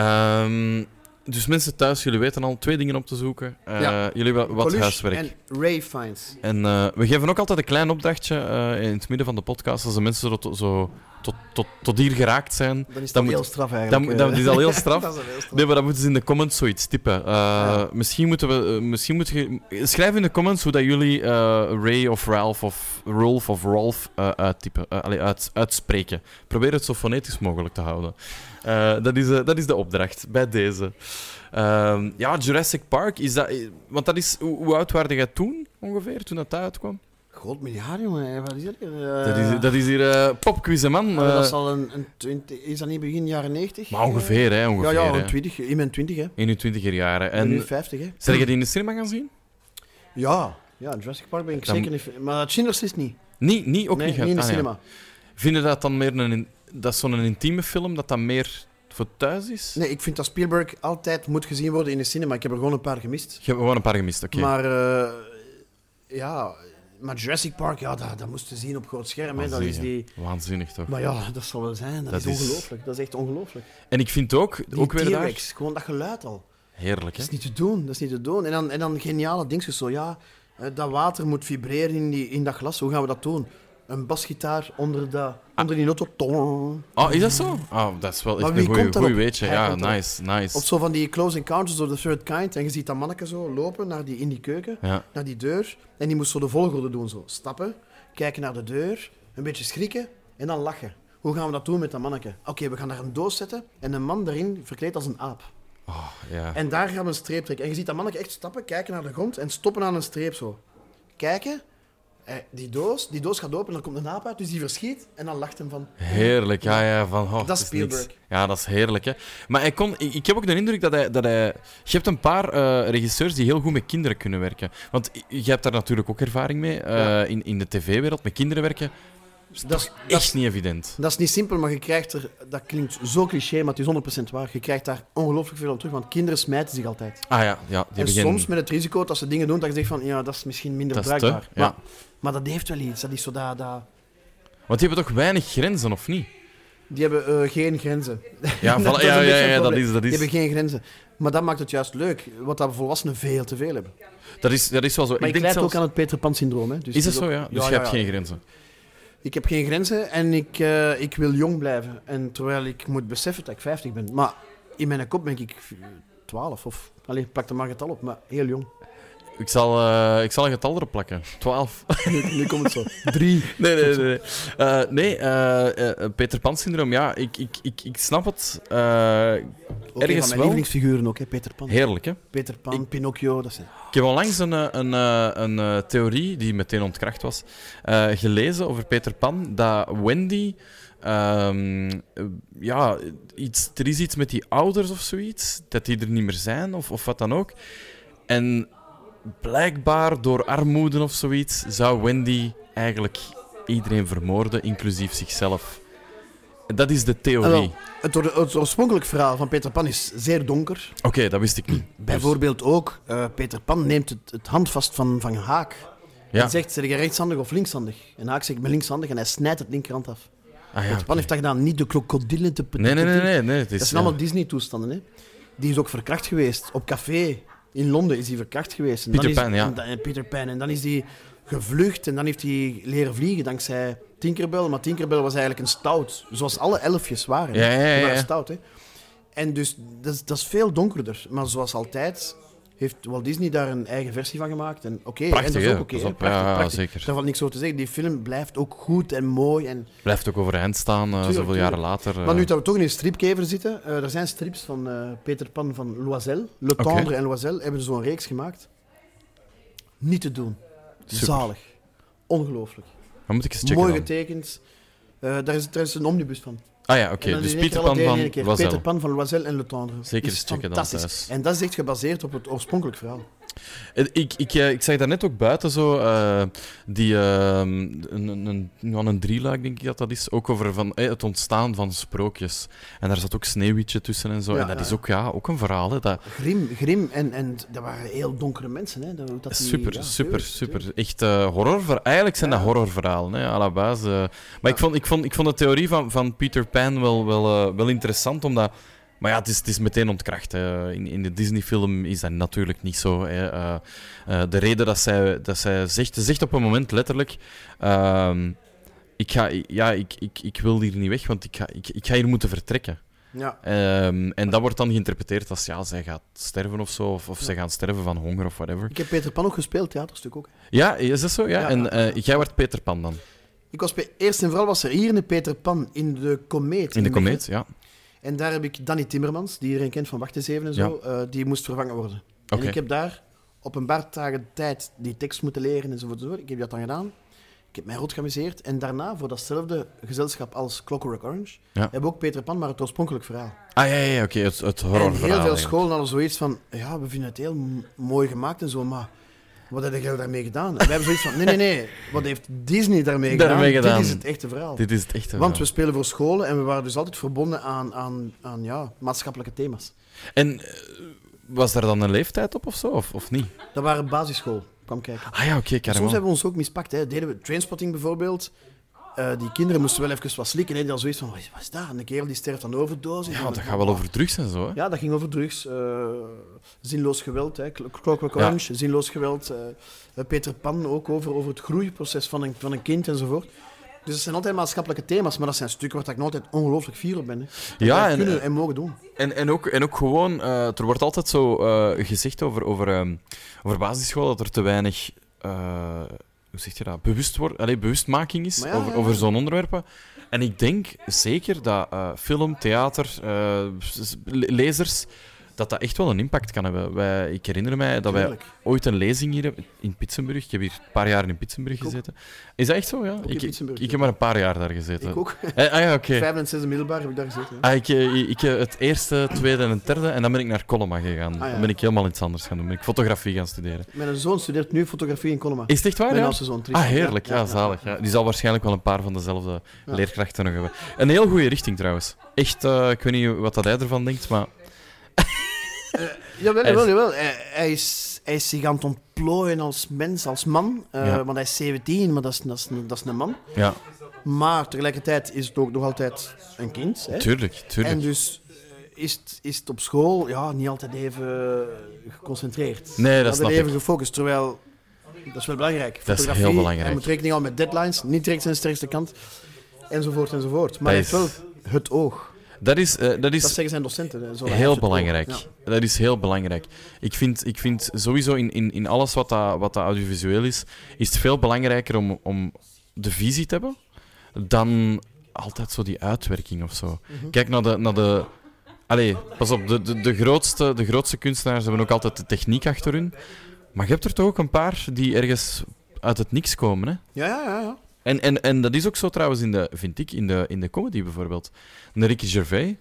Ehm, dus mensen thuis, jullie weten al twee dingen op te zoeken. Eh, Ja. Jullie hebben wat Coluche huiswerk. en Ray Fiennes. En eh, we geven ook altijd een klein opdrachtje eh, in het midden van de podcast. Als de mensen zo, tot- zo tot, tot, tot hier geraakt zijn. Dan is Dan dat moet- heel straf Dan, eigenlijk. dan eh. is dat [laughs] heel straf. Dat is wel heel straf. Nee, maar dan moeten ze in de comments zoiets typen. Eh, Misschien moeten we. eh, misschien moeten ge- Schrijf in de comments hoe dat jullie eh, Ray of Ralph of Rolf of Rolf eh, uittypen. Eh, allee, uit, uitspreken. Probeer het zo fonetisch mogelijk te houden. Eh, dat, is, eh, dat is de opdracht bij deze. Ehm, ja, Jurassic Park is dat. eh, Want dat is. Hoe, hoe oud waren jij toen ongeveer? Toen dat, dat uitkwam? God, miljard, jongen. Wat is dat hier? dat, is, dat is hier eh popquizen, man. Maar Oh, dat Eh, is al een, een 20 Is dat niet begin jaren 90? maar ongeveer, hè? Ongeveer, ja, ja, hè. rond 20. In mijn 20, hè. Ik In je twintiger jaren. ben nu En 50, hè. zijn jij die in de cinema gaan zien? Ja. Ja, Jurassic Park ben ik Dan- zeker niet... Maar Schindler's is niet. Nee, niet, ook nee, niet. gaan- in de ah, ja. cinema. Vinden dat dan meer een, in- dat is zo'n intieme film, dat dat meer voor thuis is? Nee, ik vind dat Spielberg altijd moet gezien worden in de cinema. Ik heb er gewoon een paar gemist. Je hebt gewoon een paar gemist, oké. Maar... eh, ja... Maar Jurassic Park, ja, dat, dat moest je zien op groot scherm, hè. Dat is Waanzinnig, die... hè. Waanzinnig toch? Maar ja, dat zal wel zijn. Dat, Ah, Dat is is- ongelooflijk. Dat is echt ongelooflijk. En ik vind ook, Die ook weer daar, T-Rex, gewoon dat geluid al. heerlijk hè? Dat is niet te doen, dat is niet te doen. En dan, en dan geniale dingetjes zo, ja, eh, dat water moet vibreren in, die, in dat glas, hoe gaan we dat doen? Een basgitaar onder, dat, onder die auto. Tong. Oh, is dat zo? Oh, dat is wel echt Maar een wie goeie, komt erop? goeie weetje. Hij Ja, komt erop. nice, nice. Of zo van die close encounters of the third kind. En je ziet dat manneke zo lopen naar die, in die keuken, Ja. naar die deur. En die moest zo de volgorde doen, zo. Stappen, kijken naar de deur, een beetje schrikken en dan lachen. Hoe gaan we dat doen met dat manneke? Oké, we gaan daar een doos zetten en een man daarin verkleed als een aap. Oh, ja. En daar gaan we een streep trekken. En je ziet dat mannetje echt stappen, kijken naar de grond en stoppen aan een streep zo. Kijken, eh, die doos, die doos gaat open en dan komt een aap uit, dus die verschiet en dan lacht hem van... Heerlijk, ja, ja. Van, oh, Dat is het niks. Spielberg. Ja, dat is heerlijk, hè. Maar hij kon, ik, ik heb ook de indruk dat hij... Dat hij je hebt een paar eh, regisseurs die heel goed met kinderen kunnen werken. Want i- je hebt daar natuurlijk ook ervaring mee, eh, Ja. in, in de tv-wereld. Met kinderen werken, Dat is, dat, echt is, niet evident. dat is niet simpel, maar je krijgt er... Dat klinkt zo cliché, maar het is 100% waar. Je krijgt daar ongelooflijk veel op terug, want kinderen smijten zich altijd. Ah ja, ja die En hebben geen- soms met het risico dat ze dingen doen dat je zegt van, ja, dat is misschien minder Dat is te, bruikbaar. ja. maar, maar dat heeft wel iets. Dat is zo dat... dat- Want die hebben toch weinig grenzen, of niet? die hebben eh, geen grenzen. [laughs] Ja, Dat voilà, is ja, een ja, beetje ja, dat een probleem. is... Dat Die is, hebben geen grenzen. Maar dat maakt het juist leuk, wat dat volwassenen veel te veel hebben. dat is, dat is wel zo. Maar ik, denk lijdt zelfs... ook aan het Peter Pan syndroom. Hè? Dus Is dat het zo, ook- ja? Dus je hebt geen grenzen. Ik heb geen grenzen en ik, eh, ik wil jong blijven. En terwijl ik moet beseffen dat ik 50 ben. Maar in mijn kop ben ik 12 of... Allee, plak er maar een getal op, maar heel jong. [laughs] Ik zal, eh, ik zal een getal erop plakken. [laughs] Twaalf. Nu, nu komt het zo. Drie. [laughs] Nee, nee, nee. Nee, Eh, nee eh, eh, Peter Pan syndroom, ja, ik, ik, ik, ik snap het. Eh, Ook een Ergens van mijn wel. lievelingsfiguren ook, hè? Peter Pan. heerlijk, hè? Peter Pan, Pinocchio, dat zijn... Ik heb onlangs een, eh, een, eh, een, eh, theorie, die meteen ontkracht was, eh, gelezen over Peter Pan, dat Wendy... ehm, eh, ja, iets, er is iets met die ouders of zoiets, dat die er niet meer zijn, of, of wat dan ook. En blijkbaar door armoede of zoiets, zou Wendy eigenlijk iedereen vermoorden, inclusief zichzelf. Dat is de theorie. Ah, wel, het, or- het oorspronkelijk verhaal van Peter Pan is zeer donker. Oké, dat wist ik niet. Bijvoorbeeld ook, eh, Peter Pan neemt het, het handvast van, van Haak. Dus, Ja. Hij zegt, ben je rechtshandig of linkshandig? En Haak zegt, ik ben linkshandig en hij snijdt het linkerhand af. Ah, ja, Peter Pan oké. heeft dat gedaan, niet de krokodillen te Nee, nee, nee. nee, nee het is, Dat ja. zijn allemaal Disney-toestanden. Hè? Die is ook verkracht geweest. Op café in Londen is hij verkracht geweest. En dan Peter is- Pan, ja. En, dan- en Peter Pan. En dan is hij gevlucht en dan heeft hij leren vliegen dankzij Tinkerbell. Maar Tinkerbell was eigenlijk een stout. Zoals alle elfjes waren. hè. Ja, ja, ja, Die waren ja. stout, hè. En dus dat is, dat is veel donkerder. Maar zoals altijd heeft Walt Disney daar een eigen versie van gemaakt. En oké, en Prachtig, dat is hè. ook oké. Pas hè. op, prachtig, ja, ja, prachtig. zeker. Daar valt niks over te zeggen. Die film blijft ook goed en mooi en Blijft ook overeind staan, eh, zoveel tuurlijk. jaren later. eh. maar nu dat we toch in een stripkever zitten, eh, er zijn strips van eh, Peter Pan van Loisel. Le Oké. Tendre en Loisel hebben zo'n reeks gemaakt. Niet te doen. Super. Zalig. Ongelooflijk. Dan moet ik eens checken. Mooi dan. getekend. Eh, daar, is, daar is een omnibus van. Ah ja, oké. En dan Dus in één Pieter keer Pan alle drie in één van keer. was Peter Pan van Loisel en Le Tendre. Zeker Is eens checken dan fantastisch. thuis. En dat is echt gebaseerd op het oorspronkelijk verhaal. Ik, ik, eh, ik zag daarnet ook buiten zo, eh, die, eh, een, een, een, ja, een drieluik denk ik dat dat is, ook over van, eh, het ontstaan van sprookjes. En daar zat ook Sneeuwwitje tussen en zo. Ja, en dat ja, is ja. ook, ja, ook een verhaal. Hè, dat, Grim, grim. En, en dat waren heel donkere mensen. Hè. Dat, dat die- super, ja, super, tuurlijk, super. tuurlijk. Echt eh horror. Eigenlijk zijn dat Ja. horrorverhalen, hè, à la base. eh. maar ik, vond, ik, vond, ik vond de theorie van, van Peter Pan wel, wel, eh, wel interessant, omdat... Maar ja, het is, het is meteen ontkracht. hè. In, in de Disney-film is dat natuurlijk niet zo. Hè. Eh, eh, de reden dat zij, dat zij zegt, ze zegt op een moment letterlijk... ehm, ik, ga, ja, ik, ik, ik wil hier niet weg, want ik ga, ik, ik ga hier moeten vertrekken. Ja. Ehm, en dat wordt dan geïnterpreteerd als ja, zij gaat sterven of zo, of, of zij gaan sterven van honger of whatever. Ik heb Peter Pan ook gespeeld, theaterstuk ook. Ja, is dat zo? Ja. Ja, en ja, eh, jij werd Peter Pan dan. Ik was bij, eerst en vooral was er hier een Peter Pan in de Komeet. In de Mechelen. komeet, ja. En daar heb ik Danny Timmermans, die iedereen kent van Wacht eens even en zo, eh, die moest vervangen worden. Oké. En ik heb daar op een paar dagen tijd die tekst moeten leren enzovoort. enzovoort. Ik heb dat dan gedaan. Ik heb mij rot geamuseerd. En daarna, voor datzelfde gezelschap als Clockwork Orange, Ja. hebben we ook Peter Pan, maar het oorspronkelijk verhaal. Ah ja, ja, ja, oké, het, het En horrorverhaal. heel veel eigenlijk. scholen hadden zoiets van, ja, we vinden het heel m- mooi gemaakt en zo, maar wat heb jij daarmee gedaan? En wij hebben zoiets van, nee, nee, nee, wat heeft Disney daarmee gedaan? Daarmee gedaan. Dit is het echte verhaal. Dit is het echte Want we verhaal. spelen voor scholen en we waren dus altijd verbonden aan, aan, aan ja, maatschappelijke thema's. En eh, was daar dan een leeftijd op of zo, of, of niet? Dat waren basisschool, kwam kijken. Ah ja, oké, okay, Soms hebben we ons ook mispakt. Hè. Deden we trainspotting bijvoorbeeld. Eh, die kinderen moesten wel even wat slikken. Hè. Die hadden zoiets van, wat is, wat is dat? Een kerel die sterft aan overdosis. Ja, En want dat dan- gaat wel over drugs en zo, hè? Ja, dat ging over drugs. eh, zinloos geweld, hè. Cl- Clockwork Ja. Orange, zinloos geweld. eh, eh, Peter Pan ook over, over het groeiproces van een, van een kind enzovoort. Dus dat zijn altijd maatschappelijke thema's, maar dat zijn stukken waar ik nog altijd ongelooflijk fier op ben. Hè. Dat Ja, wij en- eh, kunnen en mogen doen. En, en, ook, en ook gewoon, eh, er wordt altijd zo eh, gezegd over, over, ehm, over basisschool dat er te weinig. eh, hoe zeg je dat? Bewust word, allee, bewustmaking is Maar ja, over, ja, ja. over zo'n onderwerpen. En ik denk zeker dat eh, film, theater, eh, s- le- lezers. Dat dat echt wel een impact kan hebben. Wij, ik herinner mij dat wij Tuurlijk. ooit een lezing hier hebben in Pittsburgh. Ik heb hier een paar jaar in Pittsburgh ook. gezeten. Is dat echt zo? Ja? in Ik, ik, Pittsburgh, ik ja. heb maar een paar jaar daar gezeten. Ik ook. Eh, ah ja, oké. [laughs] Vijf en zes middelbaar heb ik daar gezeten. hè. Ah, ik, eh, ik, eh, het eerste, tweede en het derde. En dan ben ik naar Coloma gegaan. Ah, ja. Dan ben ik helemaal iets anders gaan doen. Ben ik fotografie gaan studeren. Mijn zoon studeert nu fotografie in Coloma. Is het echt waar? Mijn ja? oudste zoon, Tristan. Ah, heerlijk. Ja, Ja, ja, ja. zalig. Ja. Die zal waarschijnlijk wel een paar van dezelfde Ja. leerkrachten nog hebben. Een heel goede richting trouwens. Echt, eh, ik weet niet wat dat hij ervan denkt, maar... Jawel, Hij is- jawel, jawel. Hij, hij is, hij is zich aan het ontplooien als mens, als man. Eh, Ja. Want hij is 17, maar dat is, dat, is, een- dat is een man. Ja, Maar tegelijkertijd is het ook nog altijd een kind. Hè? tuurlijk, tuurlijk. En dus eh, is het, is het op school ja, niet altijd even eh, geconcentreerd. Nee, dat Altijd snap even ik. gefocust, terwijl... Dat is wel belangrijk. heel Fotografie, belangrijk. Hij moet rekening houden met deadlines, niet direct zijn sterkste kant, enzovoort, enzovoort. Maar hij Dat heeft wel het oog. Dat is... eh, dat Dat is zeggen zijn docenten. hè, Zo, hij heeft Heel het oog. belangrijk. Ja. Dat is heel belangrijk. Ik vind, ik vind sowieso in, in, in alles wat, dat, wat dat audiovisueel is, is het veel belangrijker om, om de visie te hebben dan altijd zo die uitwerking of zo. Mhm. Kijk naar de. Naar de Allee, pas op, de, de, de, grootste, de grootste kunstenaars hebben ook altijd de techniek achter hun. Maar je hebt er toch ook een paar die ergens uit het niks komen, hè? Ja, ja, ja. ja. En, en, en dat is ook zo trouwens, in de, vind ik, in de, in de comedy bijvoorbeeld. Een Ricky Gervais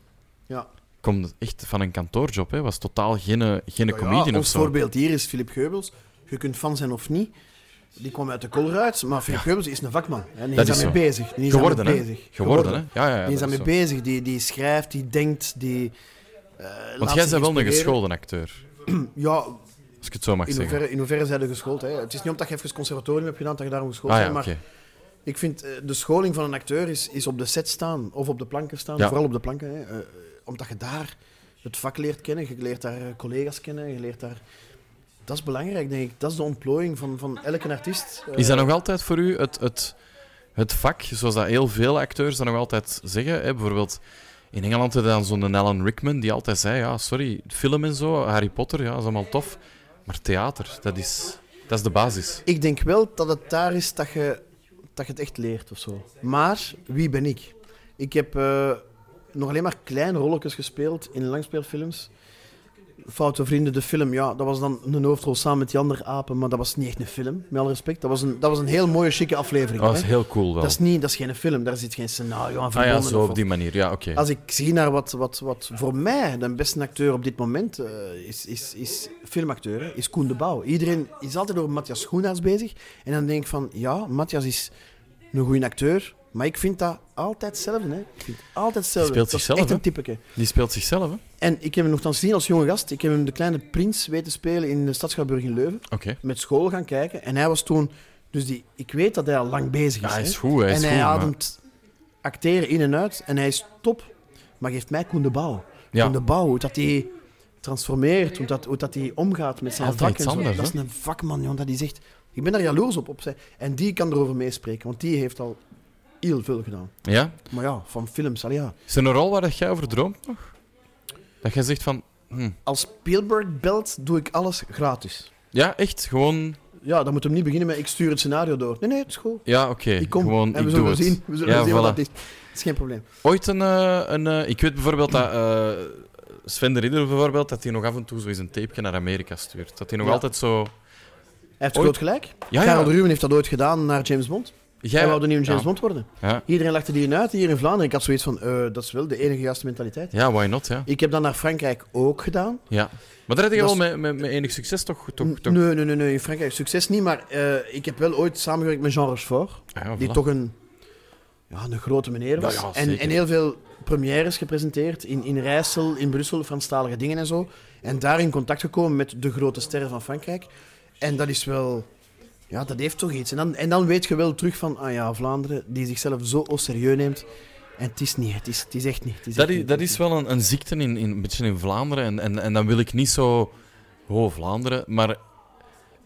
Ja. komt echt van een kantoorjob, hè. was totaal geen, eh, geen Nou ja, comedian of ons zo. voorbeeld hier is Philip Geubels. Je kunt fan zijn of niet. Die kwam uit de kolruit, maar Philip Geubels is een vakman. En die Dat is is daarmee zo. bezig. Die is Geworden, hè? daarmee bezig. Geworden, hè? Ja, ja, ja. Die is dat daarmee zo. bezig. Die, die schrijft, die denkt, die... eh, Want jij laat zich bent wel een inspireren. geschoolde acteur, Ja, als ik het zo mag in zeggen. hoeverre, in hoeverre zijn ze geschoold. Hè? Het is niet omdat je even conservatorium hebt gedaan dat je daarom geschoold Ah ja, bent. oké. Maar ik vind eh, de scholing van een acteur is, is op de set staan of op de planken staan. Ja. Vooral op de planken. Hè? eh, omdat je daar het vak leert kennen. Je leert daar eh, collega's kennen. Je leert daar... Dat is belangrijk, denk ik. Dat is de ontplooiing van, van elke artiest. eh, Is dat nog altijd voor u het, het, het vak, zoals dat heel veel acteurs dat nog altijd zeggen? Hè? Bijvoorbeeld in Engeland hadden dan zo'n Alan Rickman die altijd zei: ja, sorry, film en zo, Harry Potter, ja, is allemaal tof. Maar theater, dat is, dat is de basis. Ik denk wel dat het daar is dat je, dat je het echt leert of zo. Maar wie ben ik? Ik heb eh, nog alleen maar kleine rolletjes gespeeld in langspeelfilms. Foute Vrienden, de film, ja, dat was dan een hoofdrol samen met die andere apen, maar dat was niet echt een film, met alle respect. Dat was een, dat was een heel mooie, chique aflevering. Oh, dat hè. is heel cool wel. Dat is, niet, dat is geen film, daar zit geen scenario aan ah verbonden. ja, zo of op die manier. Ja, oké. Als ik zie naar wat, wat, wat voor mij de beste acteur op dit moment eh, is, is, is filmacteur, hè, is Koen de Bouw. Iedereen is altijd door Matthias Schoenaars bezig. En dan denk ik van, ja, Matthias is een goede acteur, maar ik vind dat altijd hetzelfde. Hè. Ik vind het altijd hetzelfde. Hij speelt dat is zichzelf, echt een hè? typeke. Die speelt zichzelf, hè? En ik heb hem nogthans gezien als jonge gast. Ik heb hem de kleine prins weten spelen in de Stadschouwburg in Leuven. Oké. Met school gaan kijken. En hij was toen... Dus die, ik weet dat hij al lang bezig Ja, is. hij hè is goed, hij is en hij goed. maar- ademt acteren in en uit. En hij is top. Maar geeft mij Koen de Bouw. Ja. Koen de Bouw, hoe dat hij transformeert, hoe dat, hoe dat hij omgaat met zijn Altijd vak. en zo. iets anders, dat is een vakman, jongen, dat hij zegt... Ik ben daar jaloers op. op zijn. En die kan erover meespreken, want die heeft al heel veel gedaan. Ja? Maar ja, van films, al ja. Is er een rol waar dat jij over droomt nog? Dat jij zegt van... hm, Als Spielberg belt, doe ik alles gratis. Ja, echt, gewoon... Ja, dan moet hem niet beginnen met ik stuur het scenario door. Nee, nee, het is goed. Ja, oké. Ik kom Gewoon, en ik we zullen doe het. zien, we zullen ja, zien wat voilà. dat is. Het is geen probleem. Ooit een... eh, een eh, ik weet bijvoorbeeld dat... eh, Sven de Ridder bijvoorbeeld, dat hij nog af en toe zo eens een tapeje naar Amerika stuurt. Dat hij nog Ja. altijd zo... Hij heeft Ooit- groot gelijk. Ja, Karel ja. Ruben heeft dat ooit gedaan naar James Bond. Jij Hij wou de nieuwe ja. James Bond worden. Ja. Iedereen lachte die uit, hier in Vlaanderen. Ik had zoiets van, eh, dat is wel de enige juiste mentaliteit. ja, why not, ja. Ik heb dat naar Frankrijk ook gedaan. ja. Maar daar had je Dat wel is- met, met, met enig succes toch... toch, N- toch... Nee, nee, nee, nee, in Frankrijk succes niet. Maar eh, ik heb wel ooit samengewerkt met Jean Rochefort. Ja, Die Ah, voilà. toch een, ja, een grote meneer was. Ja, ja, en, zeker. en heel veel premières gepresenteerd in, in Rijssel, in Brussel, Franstalige dingen en zo. En daar in contact gekomen met de grote sterren van Frankrijk. En dat is wel... Ja, dat heeft toch iets. En dan, en dan weet je wel terug van, ah ja, Vlaanderen, die zichzelf zo au serieus neemt. En het is niet, het is, het is echt niet. het Dat echt is, niet, dat het is wel een, een ziekte in, in, een beetje in Vlaanderen. En, en, en dan wil ik niet zo... Oh, Vlaanderen. Maar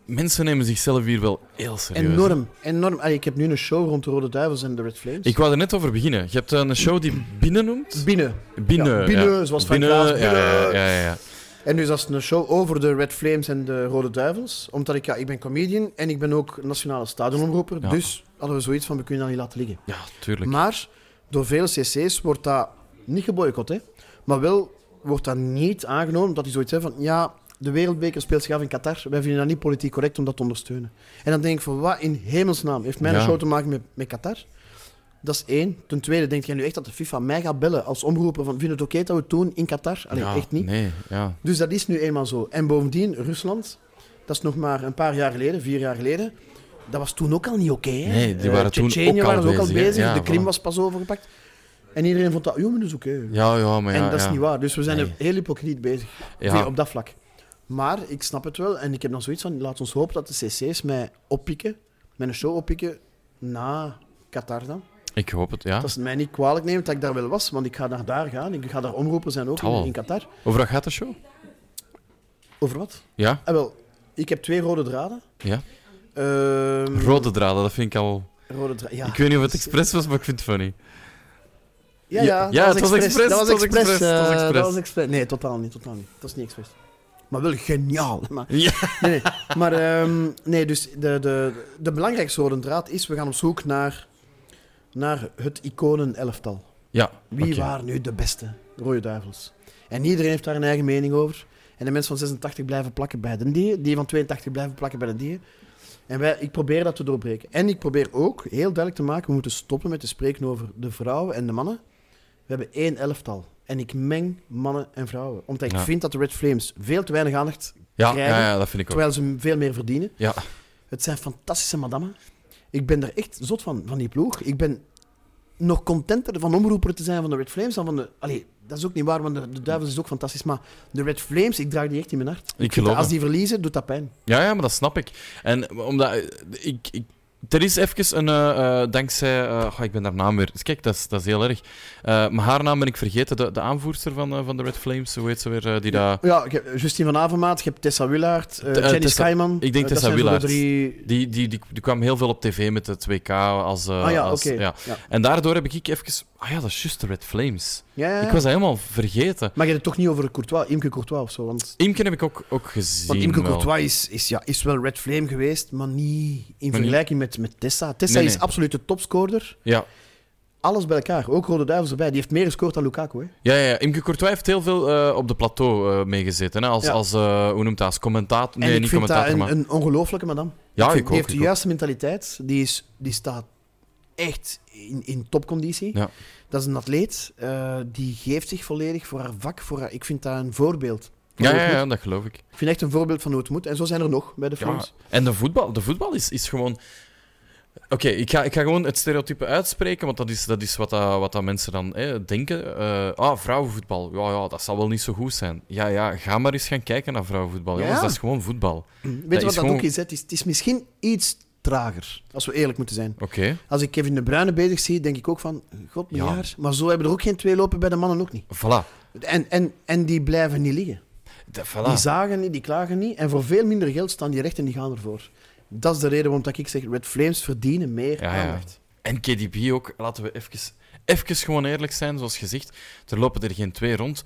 mensen nemen zichzelf hier wel heel serieus. hè. Enorm, enorm. Allee, ik heb nu een show rond de Rode Duivels en de Red Flames. Ik wou er net over beginnen. Je hebt een show die Binnen noemt. Binnen. Binnen. Ja, Binnen, zoals Frank Binnen, Klaas, ja, ja, Binnen. ja, ja, ja. En nu is dat een show over de Red Flames en de Rode Duivels. Omdat ik, ja, ik ben comedian en ik ben ook nationale stadionomroeper. Ja. Dus hadden we zoiets van, we kunnen dat niet laten liggen. Ja, tuurlijk. Maar door vele cc's wordt dat niet geboycott, hè. Maar wel wordt dat niet aangenomen dat die zoiets hebben van... Ja, de wereldbeker speelt zich af in Qatar. Wij vinden dat niet politiek correct om dat te ondersteunen. En dan denk ik van, wat in hemelsnaam heeft mijn Ja. show te maken met, met Qatar? Dat is één. Ten tweede, denk jij nu echt dat de FIFA mij gaat bellen als omroeper van... Vind je het oké dat we het doen in Qatar? Allee, Ja, echt niet. Nee, ja. Dus dat is nu eenmaal zo. En bovendien, Rusland, dat is nog maar een paar jaar geleden, vier jaar geleden. Dat was toen ook al niet oké. hè. Nee, die Eh, waren toen Tsjetsjenië ook al waren ze ook al bezig, hè. bezig. Ja, de Krim voilà. was pas overgepakt. En iedereen vond dat, joh, maar dat is oké. Ja, ja, maar ja. en dat is ja. niet waar. Dus we zijn Nee. heel hypocriet bezig Ja. op dat vlak. Maar ik snap het wel. En ik heb dan zoiets van, laat ons hopen dat de cc's mij oppikken. Mijn show oppikken na Qatar dan. Ik hoop het, ja. Dat ze mij niet kwalijk nemen dat ik daar wel was. Want ik ga naar daar gaan. Ik ga daar omroepen zijn ook Dat wel. in, in Qatar. Over wat gaat de show? Over wat? Ja, Ah, wel, ik heb twee rode draden. ja. Ehm, Rode draden, dat vind ik al... rode dra- ja. Ik weet niet of het expres was, maar ik vind het funny. Ja, ja, Ja, dat het was expres, Dat was het was expres. expres, het was eh, expres. dat was expres. Nee, totaal niet, totaal niet. Dat is niet expres. Maar wel geniaal. Maar, Ja. nee, nee. maar ehm, nee, dus de, de, de belangrijkste rode draad is, we gaan op zoek naar, naar het iconen-elftal. Ja, Wie oké. waren nu de beste rode duivels? En iedereen heeft daar een eigen mening over. En de mensen van 86 blijven plakken bij de die, die van 82 blijven plakken bij de die. En wij, ik probeer dat te doorbreken. En ik probeer ook heel duidelijk te maken, we moeten stoppen met te spreken over de vrouwen en de mannen. We hebben één elftal. En ik meng mannen en vrouwen. Omdat ik Ja. vind dat de Red Flames veel te weinig aandacht, Ja, krijgen, ja, ja, dat vind ik ook. terwijl ze veel meer verdienen. Ja. Het zijn fantastische madammen. Ik ben er echt zot van, van die ploeg. Ik ben nog contenter van omroeper te zijn van de Red Flames dan van de... Allee, dat is ook niet waar, want de, de Duivels is ook fantastisch. Maar de Red Flames, ik draag die echt in mijn hart. Ik Want geloof Als het. die verliezen, doet dat pijn. Ja, ja, maar dat snap ik. En omdat eh, ik. ik er is even een. eh, eh, dankzij. eh, goh, ik ben haar naam weer. Dus kijk, dat is, dat is heel erg. Eh, maar haar naam ben ik vergeten. De, de aanvoerster van, eh, van de Red Flames. Hoe heet ze weer? eh, die daar. Ja, ik heb Justine van Avermaat, je hebt Tessa Willaert, eh, T- eh, Jenny Tessa- Schijman. ik denk Eh, dat Tessa zijn zo de Willaert. drie- Die, die, die, die kwam heel veel op tv met het WK. Als, eh, ah ja, als- oké. ja. Ja. En daardoor heb ik even. Ah ja, dat is juist de Red Flames. Ja, ja, ja. Ik was dat helemaal vergeten. Maar je hebt het toch niet over Courtois, Imke Courtois of zo. Want, Imke heb ik ook, ook gezien. want Imke wel. Courtois is, is, ja, is wel Red Flame geweest, maar niet in niet- vergelijking met, met Tessa. Tessa Nee, is nee. absoluut de topscorer. Ja, Alles bij elkaar. Ook Rode Duivels erbij. Die heeft meer gescoord dan Lukaku. Hè? Ja, ja, ja. Imke Courtois heeft heel veel eh, op de plateau eh meegezeten. hè, Als, Ja. als eh, hoe noemt dat? Als commentator. Nee, en ik niet vind dat commentator, maar... een, een ongelooflijke madame. Ja, Ik vind- ik die ook, heeft ik de juiste mentaliteit. Die, is, die staat echt in, in topconditie. Ja. Dat is een atleet. eh, die geeft zich volledig voor haar vak. Voor haar, ik vind dat een voorbeeld. Van Ja, hoe het ja, moet. ja, dat geloof ik. Ik vind echt een voorbeeld van hoe het moet. En zo zijn er nog bij de Ja. Frans. En de voetbal, de voetbal is, is gewoon. Oké, ik, ga, ik ga gewoon het stereotype uitspreken, want dat is, dat is wat, dat, wat dat mensen dan hè, denken. Eh, ah, vrouwenvoetbal. Ja, ja, dat zal wel niet zo goed zijn. Ja, ja, ga maar eens gaan kijken naar vrouwenvoetbal. Ja. Mm. Jongens, dat is gewoon voetbal. Oké. Hm. Weet je wat is dat gewoon- ook is? hè? Het is? Het is misschien iets trager. Als we eerlijk moeten zijn. Als ik Kevin De Bruyne bezig zie, denk ik ook van... God, Ja. miljard. Maar zo hebben er ook geen twee lopen bij de mannen ook niet. Voilà. En, en, en die blijven niet liggen. De, Die voilà. zagen niet, die klagen niet. En voor veel minder geld staan die recht en die gaan ervoor. Dat is de reden waarom dat ik zeg, Red Flames verdienen meer Ja, ja. aandacht. En KDB ook, laten we even, even gewoon eerlijk zijn, zoals gezegd. Er lopen er geen twee rond.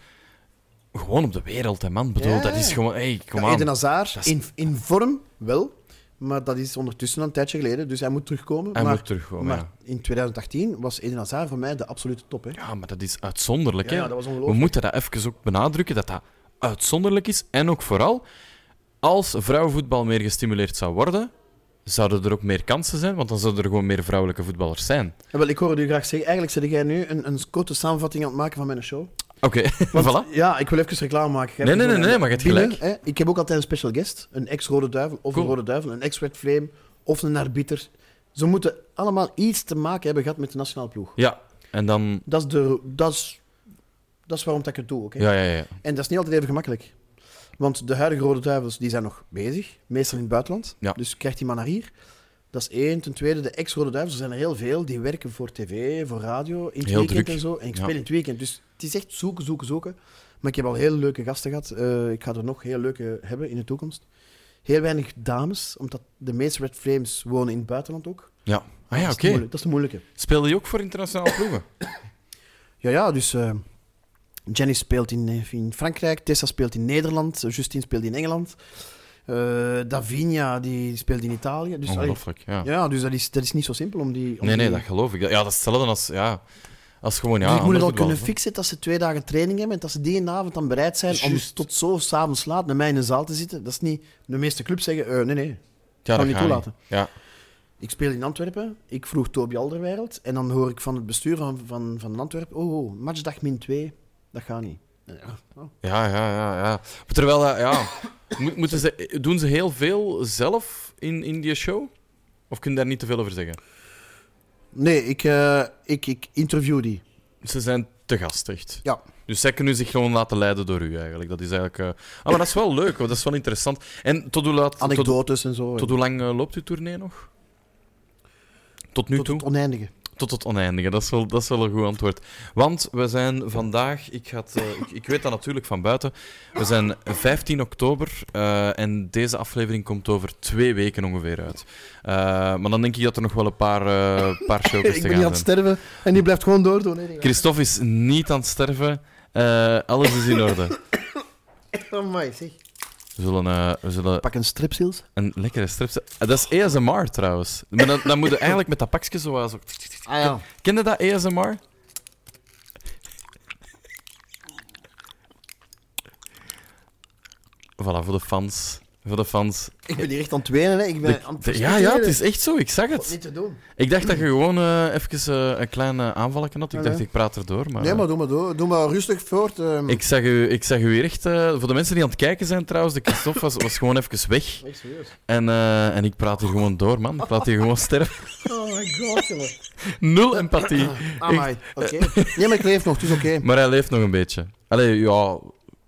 Gewoon op de wereld, hè, man. Ik bedoel, Ja. dat is gewoon. Hey, kom Ja, aan. Eden Hazard, Dat is- in, in vorm wel, maar dat is ondertussen al een tijdje geleden, dus hij moet terugkomen. Hij maar, moet terugkomen. maar ja. in 2018 was Eden Hazard voor mij de absolute top. Hè. Ja, maar dat is uitzonderlijk. Ja, hè? ja, dat was We ongelooflijk. moeten dat even ook benadrukken, dat dat uitzonderlijk is. En ook vooral, als vrouwenvoetbal meer gestimuleerd zou worden, zouden er ook meer kansen zijn, want dan zouden er gewoon meer vrouwelijke voetballers zijn. En wel, ik hoorde u graag zeggen, eigenlijk zit jij nu een, een korte samenvatting aan het maken van mijn show. Oké, [laughs] voilà. Ja, ik wil even reclame maken. Jij Nee, hebt nee, een- nee, nee, maar je hebt binnen, gelijk. hè, ik heb ook altijd een special guest. Een ex-rode duivel of Cool. een rode duivel, een ex-red flame of een arbiter. Ze moeten allemaal iets te maken hebben gehad met de nationale ploeg. Ja, en dan... Dat is, de, dat is, dat is waarom dat ik het doe. oké? Ja, ja, ja. En dat is niet altijd even gemakkelijk. Want de huidige rode duivels die zijn nog bezig, meestal in het buitenland. Ja. Dus krijgt die man naar hier. Dat is één. Ten tweede, de ex-rode duivels er zijn er heel veel. Die werken voor tv, voor radio, in het Heel weekend druk. en zo. En ik Ja. speel in het weekend. Dus het is echt zoeken, zoeken, zoeken. Maar ik heb al heel leuke gasten gehad. Eh, ik ga er nog heel leuke hebben in de toekomst. Heel weinig dames, omdat de meeste Red Flames wonen in het buitenland ook. Ja. Ah ja, Dat is oké. de moeilijk- Dat is de moeilijke. Speelde je ook voor internationale ploegen? Ja, ja, dus eh, Jenny speelt in, eh, in Frankrijk, Tessa speelt in Nederland, eh, Justine speelt in Engeland, eh, Davinia die speelt in Italië. [coughs] Dus, allee, Ongelooflijk, Oh, ja. ja, dus dat is, dat is niet zo simpel om die... om Nee, nee, die- dat geloof ik. Ja, dat is hetzelfde als... Ja, als gewoon, ja, dus ik moet ander het al voetbal, kunnen hè. fixen dat ze twee dagen training hebben en dat ze die avond dan bereid zijn Juist. om tot zo s'avonds laat met mij in een zaal te zitten. Dat is niet... De meeste clubs zeggen, eh, nee, nee, Ja, dat Kan niet gaat niet. toelaten. Ja. Ik speel in Antwerpen. Ik vroeg Toby Alderweireld. En dan hoor ik van het bestuur van, van, van Antwerpen... Oh, oh, matchdag min 2. Dat gaat niet. Ja, oh. Ja, ja, ja. ja. Maar Terwijl, dat- [laughs] ja, mo- moeten ze, doen ze heel veel zelf in, in die show? Of kun je daar niet te veel over zeggen? Nee, ik, eh, ik, ik interview die. Ze zijn te gast, echt. Ja. Dus zij kunnen zich gewoon laten leiden door u, eigenlijk. Dat is eigenlijk... eh, Ah, maar dat is wel leuk, hoor. dat is wel interessant. En tot hoe, laat, tot, Anekdotes en zo. tot hoe lang eh, loopt uw tournee nog? Tot nu Tot toe? het oneindige. Tot het oneindige, dat is, wel, dat is wel een goed antwoord. Want we zijn vandaag, ik, ga het, eh, ik, ik weet dat natuurlijk van buiten, we zijn 15 oktober eh, en deze aflevering komt over twee weken ongeveer uit. Eh, maar dan denk ik dat er nog wel een paar, eh paar showcases [laughs] te Ik ben niet aan gaan het zijn. sterven. En die blijft gewoon doordoen. Nee, nee, Christophe is niet aan het sterven, Eh, alles is in orde. nee. Oh, Amai, zeg. We zullen, eh, we zullen Pak een stripsils. een lekkere strip zetten. Eh, Dat is ASMR trouwens. Maar dan, dan moet je eigenlijk met dat pakje zo... eh, zo... Ah ja. Ken je dat ASMR? Voilà, voor de fans. Voor de fans. Ik ben hier echt aan het wenen. Hè. Ik ben De- aan het de- ja, ja, het is echt zo. Ik zag Wat het. niet te doen. Ik dacht dat je gewoon eh, even eh, een klein eh, aanvalletje had. Ik Nee, dacht, nee. ik praat erdoor. Maar, eh, Nee, maar doe maar door. Doe maar rustig voort. ehm. ik, zag u, ik zag u hier echt... eh, voor de mensen die aan het kijken zijn trouwens, de Christophe was, was gewoon even weg. [laughs] Echt serieus. En, eh, en ik praat hier gewoon door, man. Ik laat hier gewoon sterven. Oh my god, jongen. Ah, Nul empathie. Amai. Oké. Nee, maar ik leef nog, dus oké. Maar hij leeft nog een beetje. Allee, ja...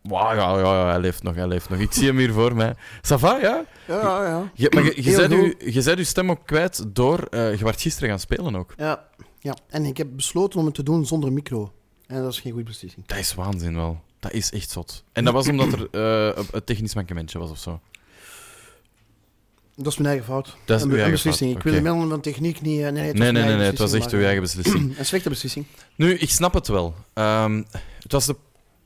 Wauw, ja, ja, ja, hij leeft nog, hij leeft nog. Ik zie hem hier voor mij. Sava, ja? Ja, ja, ja. Je, maar je, je, Heel zei goed. je, je zei uw stem ook kwijt door... eh, je werd gisteren gaan spelen ook. Ja. Ja, en ik heb besloten om het te doen zonder micro. En dat is geen goede beslissing. Dat is waanzin wel. Dat is echt zot. En dat was omdat er eh, een- een technisch mankementje was of zo. Dat is mijn eigen fout. Dat is een, uw een eigen beslissing. fout, Ik wil oké. de middelen van techniek niet... eh, Nee, nee, het was, Nee, mijn nee, nee, eigen nee, het was beslissing, echt uw maar- eh, eigen beslissing. Een slechte beslissing. Nu, ik snap het wel. Ehm, het was de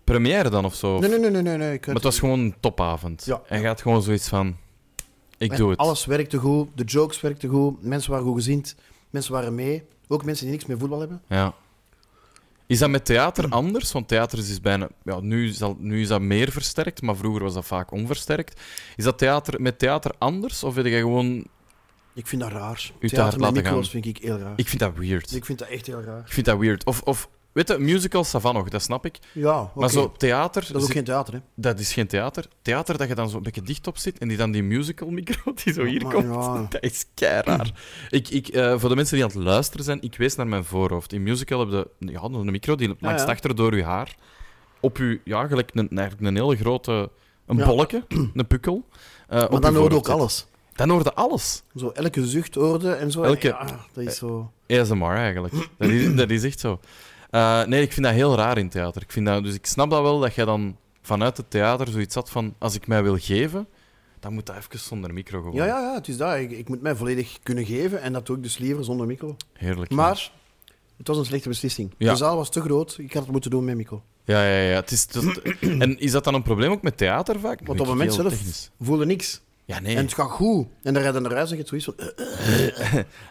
première dan of zo. Nee, nee, nee, nee, nee. nee. Ik Maar het was gewoon een topavond. Ja. En gaat gewoon zoiets van... Ik doe het. Alles werkte goed, de jokes werkten goed, mensen waren goed gezind. Mensen waren mee. Ook mensen die niks met voetbal hebben. Ja. Is dat met theater anders? Want theater is dus bijna... Ja, nu, is dat, nu is dat meer versterkt, maar vroeger was dat vaak onversterkt. Is dat theater, met theater anders? Of heb je gewoon... Ik vind dat raar. hart Theater met laten micro's gaan. vind ik heel raar. Dus Ik vind dat weird. Ik vind dat echt heel raar. Ik vind dat weird. Of, of weet je, musicals, dat van nog, dat snap ik. Ja, oké. Maar zo theater, dat is ook zit- geen theater, hè. dat is geen theater. Theater dat je dan zo'n beetje dicht op zit en die dan die musical micro [laughs] die zo hier Maar komt, ja. [laughs] dat is keiraar. ik, ik, eh, voor de mensen die aan het luisteren zijn, ik wees naar mijn voorhoofd. In musical heb je ja, een micro die langs ja. achter door je haar op je, ja, gelijk een, eigenlijk een hele grote, een Ja. bolletje, een pukkel. eh, op Maar je dan hoorde voorhoofd ook zit. alles. Dan hoorde alles. Zo elke zucht hoorde en zo. Elke- Eh, Ja, dat is zo... ASMR eigenlijk. Dat is, dat is echt zo. Eh, nee, ik vind dat heel raar in theater. Ik vind dat, dus ik snap dat wel dat jij dan vanuit het theater zoiets had van: als ik mij wil geven, dan moet dat even zonder micro gewoon. Ja, ja, ja, het is dat. Ik, ik moet mij volledig kunnen geven en dat doe ik dus liever zonder micro. Heerlijk. Maar het was een slechte beslissing. Ja. De zaal was te groot. Ik had het moeten doen met micro. Ja, ja, ja. Het is, [clears throat] dat- en is dat dan een probleem ook met theater vaak? Want Ben ik op het moment heel zelf technisch? voelde niks. Ja, nee. En En, het gaat goed. En dan rijden naar huis en je hebt zoiets van... [laughs]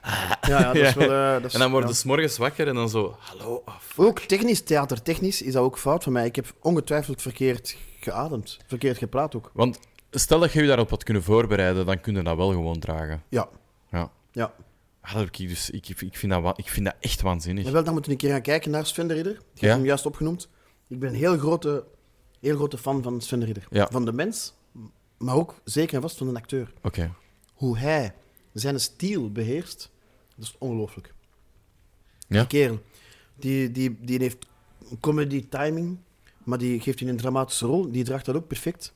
Ja, ja, dat is wel... eh, dat is- dan worden ja. ze 's morgens wakker en dan zo: hallo. ah, f- Ook technisch, theatertechnisch, is dat ook fout van mij. Ik heb ongetwijfeld verkeerd geademd. Verkeerd gepraat ook. Want stel dat je je daarop had kunnen voorbereiden, dan kun je dat wel gewoon dragen. Ja. Ja. Ja. Ah, dat heb ik dus, ik, ik, vind dat, wa- ik vind dat echt waanzinnig. En wel, dan moeten we een keer gaan kijken naar Sven de Ridder. Je hebt Ja. hem juist opgenoemd. Ik ben een heel grote, heel grote fan van Sven de Ridder. Ja. Van de mens, maar ook zeker en vast van een acteur. Oké. Hoe hij zijn stijl beheerst, dat is ongelooflijk. Ja. Die kerel, die, die, die heeft comedy timing, maar die geeft in een dramatische rol. Die draagt dat ook perfect.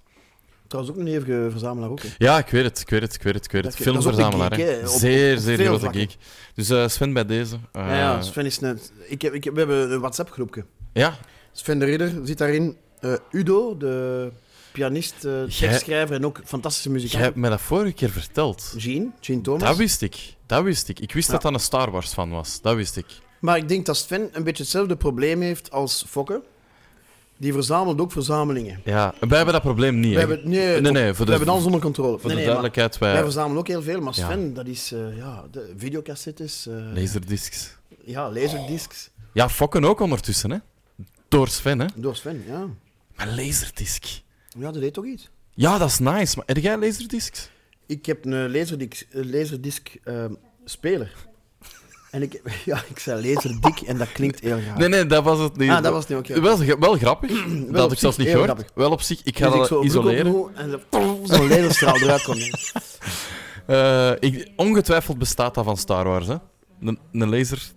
Trouwens ook een hevige verzamelaar ook. hè. Ja, ik weet het, ik weet het, ik weet het. Ik weet het. Dat je- dat is ook een Filmverzamelaar, geek, hè. hè, op- Zeer, op zeer veel grote vlakken. geek. Dus eh, Sven bij deze. eh, Ja, ja, Sven is net... Ik heb, ik heb- we hebben een WhatsApp-groepje. ja, Sven de Ridder zit daarin. Eh, Udo, de pianist, eh Jij- tekstschrijver en ook fantastische jij muzikant. hebt mij dat vorige keer verteld. Jean, Jean Thomas. Dat wist ik. Dat wist ik. Ik wist Ja. dat dat een Star Wars fan was. Dat wist ik. Maar ik denk dat Sven een beetje hetzelfde probleem heeft als Fokke. Die verzamelt ook verzamelingen. Ja. Wij hebben dat probleem niet. We hè. hebben, nee, nee, top. nee, voor de- we hebben alles onder controle. Voor de Nee, nee, maar duidelijkheid, wij wij verzamelen ook heel veel, maar Ja. Sven, dat is eh, ja, de videocassettes, eh, laserdiscs. ja, laserdiscs. Ja, fokken ook ondertussen, hè. Door Sven, hè. Door Sven, ja. Maar laserdisc. Ja, dat deed toch iets. Ja, dat is nice. Maar heb jij laserdiscs? Ik heb een laserdisc, een laserdisc ehm, speler. [laughs] En ik, [laughs] ja, ik zei laserdik en dat klinkt heel raar. Nee, nee, dat was het niet. Ah, dat was het niet, oké, oké. Wel, ge- wel [clears throat] grappig. dat op had ik zich zelfs niet heel gehoord. grappig. Wel op zich. Ik ga Dus ik dat zo broek isoleren. opdoe en zo- [laughs] pof, zo'n laserstraal eruit komt. Eh, ik, ongetwijfeld bestaat dat van Star Wars, hè? Een, een laser.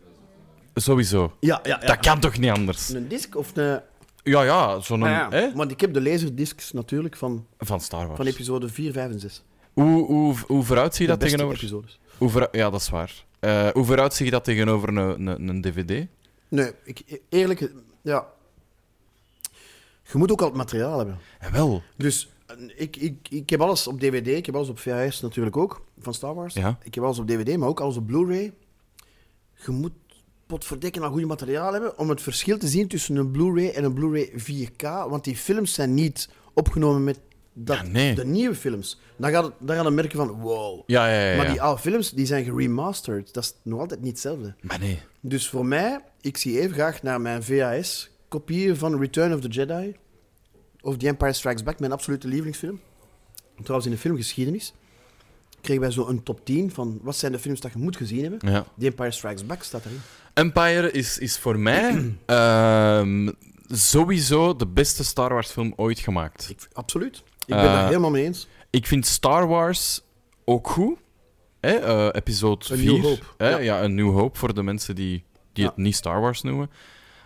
Sowieso. Ja, ja, ja. Dat kan toch niet anders? Een disc of een... Ja, ja, zo'n. Ah, ja. hè? Want ik heb de laserdiscs natuurlijk van, Van Star van Wars. episode 4, 5 en 6. Hoe, hoe, hoe vooruit zie De je dat beste tegenover. episodes. Hoe vooru- Ja, dat is waar. Eh, hoe vooruit zie je dat tegenover een, een, een DVD? Nee, ik, eerlijk... Ja. Je moet ook al het materiaal hebben. Eh, wel. Dus eh, ik, ik, ik heb alles op DVD, ik heb alles op VHS natuurlijk ook, van Star Wars. Ja. Ik heb alles op DVD, maar ook alles op Blu-ray. Je moet potverdikken aan goede materiaal hebben om het verschil te zien tussen een Blu-ray en een Blu-ray 4K. Want die films zijn niet opgenomen met dat, Ja, nee. de nieuwe films. Dan gaat, het, dan gaat het merken van, wow. Ja, ja, ja. ja. Maar die oude films die zijn geremasterd. Dat is nog altijd niet hetzelfde. Maar nee. Dus voor mij, ik zie even graag naar mijn VHS-kopieën van Return of the Jedi. Of The Empire Strikes Back, mijn absolute lievelingsfilm. Trouwens, in de filmgeschiedenis kregen wij zo een top 10 van wat zijn de films dat je moet gezien hebben. Ja. The Empire Strikes Back staat erin. Empire is, is voor mij ehm, sowieso de beste Star Wars film ooit gemaakt. Ik, absoluut. Ik ben Eh, het daar helemaal mee eens. Ik vind Star Wars ook goed. Hè? eh, episode A 4. New Hope, Hè? Ja. ja. een New Hope voor de mensen die, die het niet Star Wars noemen.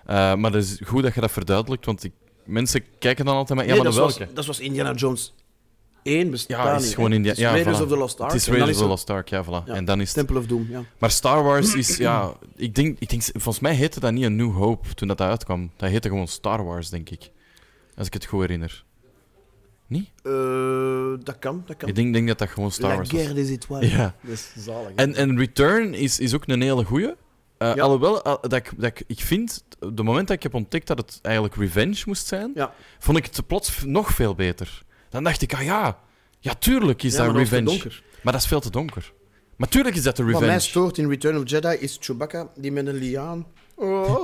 Eh, maar het is goed dat je dat verduidelijkt, want ik, mensen kijken dan altijd maar... Ja, Nee, maar dat, dan welke? was, dat was Indiana Jones 1 bestaat Ja, het niet, is hè. gewoon India. Het is ja, Raiders voilà. of the Lost Ark. Het is en dan Raiders of the het Lost Ark, ja, voilà. Ja. En dan is het... Temple of Doom, ja. Maar Star Wars [clears throat] is, ja... Ik denk, ik denk, volgens mij heette dat niet een New Hope toen dat, dat uitkwam. Dat heette gewoon Star Wars, denk ik. Als ik het goed herinner. Niet? Eh, dat kan, dat kan. Ik denk, denk dat dat gewoon Star La Wars was. Guerre des Étoiles. Ja. Dat is zalig. hè. En, en Return is, is ook een hele goeie. Eh, Ja. Alhoewel, eh, dat ik, dat ik, ik vind, op het moment dat ik heb ontdekt dat het eigenlijk revenge moest zijn, Ja. vond ik het plots v- nog veel beter. Dan dacht ik, ah ja, ja tuurlijk is Ja, dat maar dan is het revenge. donker. maar dat is veel te donker. Maar Maar tuurlijk is dat de Wat mij revenge. stoort in Return of Jedi is Chewbacca die met een liaan.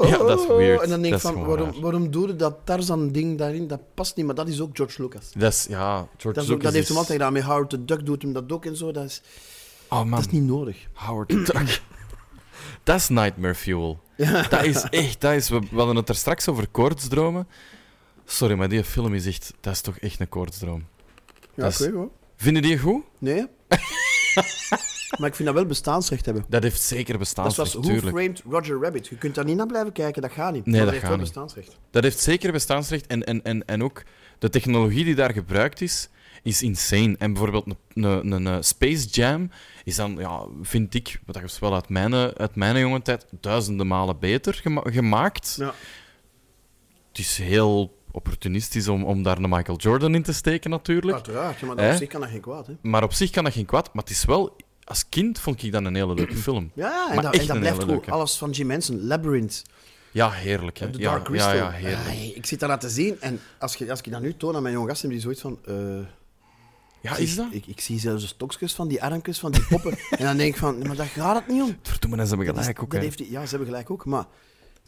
Ja, dat is weird. Oh. En dan Dat denk ik is van, gewoon waarom, raar. waarom doe je dat Tarzan-ding daarin? Dat past niet, maar dat is ook George Lucas. Dat is, ja, George Dat, is ook- Lucas dat heeft is- hem altijd gedaan. Met Howard the Duck doet hem dat ook en zo. Dat is, Oh man, dat is niet nodig. Howard the Duck. [laughs] dat is nightmare fuel. Dat is echt, dat is, we, we hadden het er straks over koortsdromen. Sorry, maar die film is echt, dat is toch echt een koortsdroom. Ja, Dat oké is- hoor. Vinden die goed? [laughs] Nee. maar ik vind dat wel bestaansrecht hebben. Dat heeft zeker Dat is zoals bestaansrecht, Who tuurlijk. Framed Roger Rabbit. Je kunt daar niet naar blijven kijken, dat gaat niet. Nee, maar dat heeft gaat wel niet. bestaansrecht. Dat heeft zeker bestaansrecht en, en, en, en ook de technologie die daar gebruikt is, is insane. En bijvoorbeeld een, een, een, eh, Space Jam is dan, ja, vind ik, wat dat is wel uit mijn, eh, uit mijn jonge tijd, duizenden malen beter gema- gemaakt. Ja. Het is heel opportunistisch om, om daar een Michael Jordan in te steken, natuurlijk. Uiteraard, ja, maar Hè? dat op zich kan dat geen kwaad. Hè? Maar op zich kan dat geen kwaad. Maar het is wel... Als kind vond ik dat een hele leuke [clears throat] film. Ja, en Maar dat, echt en dat een blijft hele goed. leuke. Alles van Jim Henson, Labyrinth, Ja, heerlijk. Hè? The ja, Dark Crystal. Ah, Ja, ja, heerlijk. Ai, ik zit daar aan te zien en als, je, als ik dat nu toon aan mijn jonge gasten, die zoiets van... eh, Ja, is dat? Ik, ik zie zelfs de stokjes van die armpjes, van die [laughs] poppen. en dan denk ik van, maar daar gaat het niet om. Verdomme, en ze hebben Dat is- gelijk ook. dat hè. heeft die- ja, ze hebben gelijk ook, maar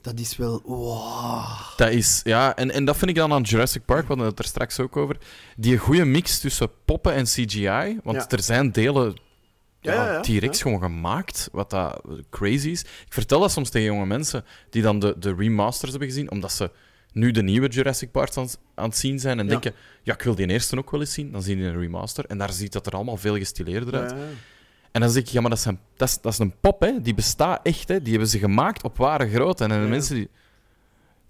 dat is wel... Wow. Dat is, ja, en, en dat vind ik dan aan Jurassic Park, we hadden het er straks ook over. Die goede mix tussen poppen en CGI. Want Ja. er zijn delen ja, Ja, ja, ja. T-Rex gewoon gemaakt, wat dat crazy is. Ik vertel dat soms tegen jonge mensen die dan de, de remasters hebben gezien, omdat ze nu de nieuwe Jurassic Park aan, aan het zien zijn en Ja. denken, ja, ik wil die eerste ook wel eens zien. Dan zien die een remaster en daar ziet dat er allemaal veel gestileerder uit. Ja, ja. En dan zeg ik, ja, maar dat, zijn, dat, is, dat is een pop, hè. Die bestaat echt, hè. Die hebben ze gemaakt op ware grootte. En de mensen die...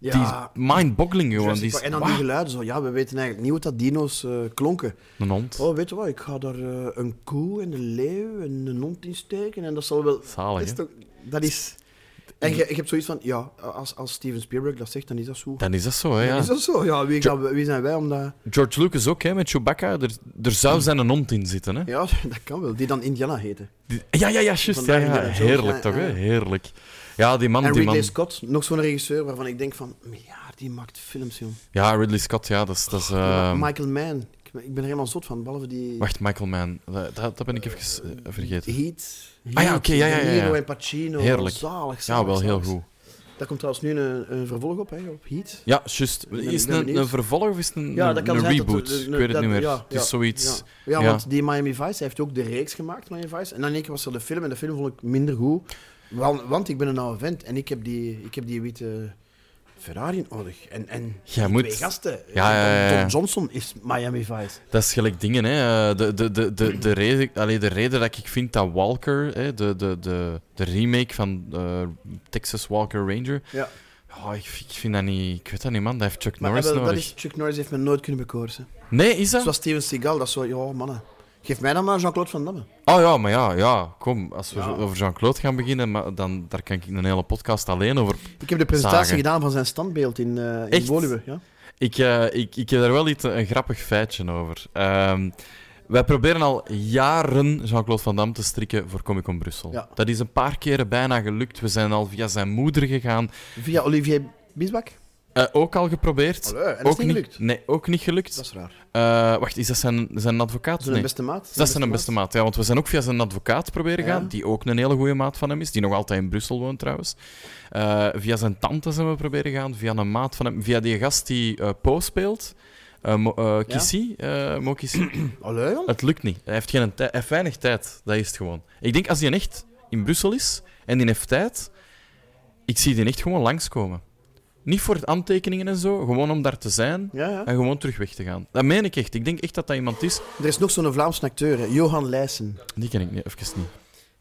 Ja, Die mind-boggling, gewoon. Die Jurassic is, Ah, Park. En dan "Wah, die geluiden zo. Ja, we weten eigenlijk niet hoe dat dino's eh, klonken. Een hond. Oh, weet je wat? Ik ga daar eh, een koe en een leeuw en een hond in steken. En dat zal wel... Zalig, dat is hè? toch- Dat is... En je, je hebt zoiets van... Ja, als, als Steven Spielberg dat zegt, dan is dat zo. Dan is dat zo, hè, Dan ja. is dat zo? Ja, wie, gaan we- wie zijn wij om dat... George Lucas ook, hè, met Chewbacca. Er, er zou zijn een hond in zitten, hè. Ja, [laughs] dat kan wel. Die dan Indiana heten. Die- Ja, ja, ja, juist. Ja, Vandaar ja. Indiana Jones, Heerlijk, ja, toch, hè? ja. Heerlijk. Ja, die man, En die Ridley man. Scott, nog zo'n regisseur waarvan ik denk van... Ja, die maakt films, joh. Ja, Ridley Scott, ja, dat is... Dat is Ma- eh, Michael Mann. Ik, ben- ik ben er helemaal zot van, behalve die... Wacht, Michael Mann. Dat, dat, dat ben ik even eh, vergeten. Heat. Ah ja, Heat, oké, ja, ja, ja, De Niro ja. en Pacino. Heerlijk. Zalig, Ja, zalig, wel heel zalig. goed. Daar komt trouwens nu een, een vervolg op, hè, op Heat. Ja, juist. ben- Is ik het ben een, benieuwd. een vervolg of is het een, Ja, dat een kan zijn dat reboot? er- er- ik weet het dat- niet meer. ja, het is ja, zoiets... Ja, ja, ja. want die Miami Vice hij heeft ook de reeks gemaakt, Miami Vice. En dan in één keer was er de film en de film vond ik minder goed. Want, want ik ben een oude vent en ik heb die, ik heb die witte Ferrari nodig. En, en Jij die moet- twee gasten. Ja, ja, ja, ja. Tom Johnson is Miami Vice. Dat is gelijk dingen, hè. Eh, De, de, de, de, de, reden, allee, de reden dat ik vind dat Walker, hè, de, de, de, de remake van eh, Texas Walker Ranger, Ja. oh, ik, ik vind dat niet... Ik weet dat niet, man. Dat heeft Chuck Maar Norris eh, wel, nodig. dat is, Chuck Norris heeft me nooit kunnen bekoorsen. Nee, is dat? Zoals Steven Seagal, dat is zo, ja, mannen. Geef mij dan maar Jean-Claude Van Damme. Oh ja, maar ja, ja, kom. Als we Ja. zo over Jean-Claude gaan beginnen, maar dan daar kan ik een hele podcast alleen over. Ik heb de presentatie Zagen. gedaan van zijn standbeeld in, eh in Echt? Woluwe, Ja? Ik, eh, ik, ik heb daar wel iets, een grappig feitje over. Ehm, wij proberen al jaren Jean-Claude Van Damme te strikken voor Comic Con Brussel. Ja. Dat is een paar keren bijna gelukt. We zijn al via zijn moeder gegaan. Via Olivier Bisbak. Eh, ook al geprobeerd. Allee, en dat is ook niet gelukt. Nee, ook niet gelukt. Dat is raar. Eh, wacht, is dat zijn, zijn advocaat? Zijn Nee. beste maat. Dat is zijn beste maat, ja, want we zijn ook via zijn advocaat proberen Ja. gaan, die ook een hele goede maat van hem is, die nog altijd in Brussel woont trouwens. Eh, via zijn tante zijn we proberen gaan, via een maat van hem, via die gast die eh Po speelt, eh, Mo- eh, Kissi, eh, Mo Kissi. [clears throat] Allee, jong. het lukt niet, hij heeft, geen tij- hij heeft weinig tijd, dat is het gewoon. Ik denk als hij echt in Brussel is en die heeft tijd, ik zie die echt gewoon langskomen. Niet voor aantekeningen en zo, gewoon om daar te zijn Ja, ja. en gewoon terug weg te gaan. Dat meen ik echt, ik denk echt dat dat iemand is, Er is nog zo'n Vlaamse acteur, hè, Johan Leijsen. die ken ik niet, even niet.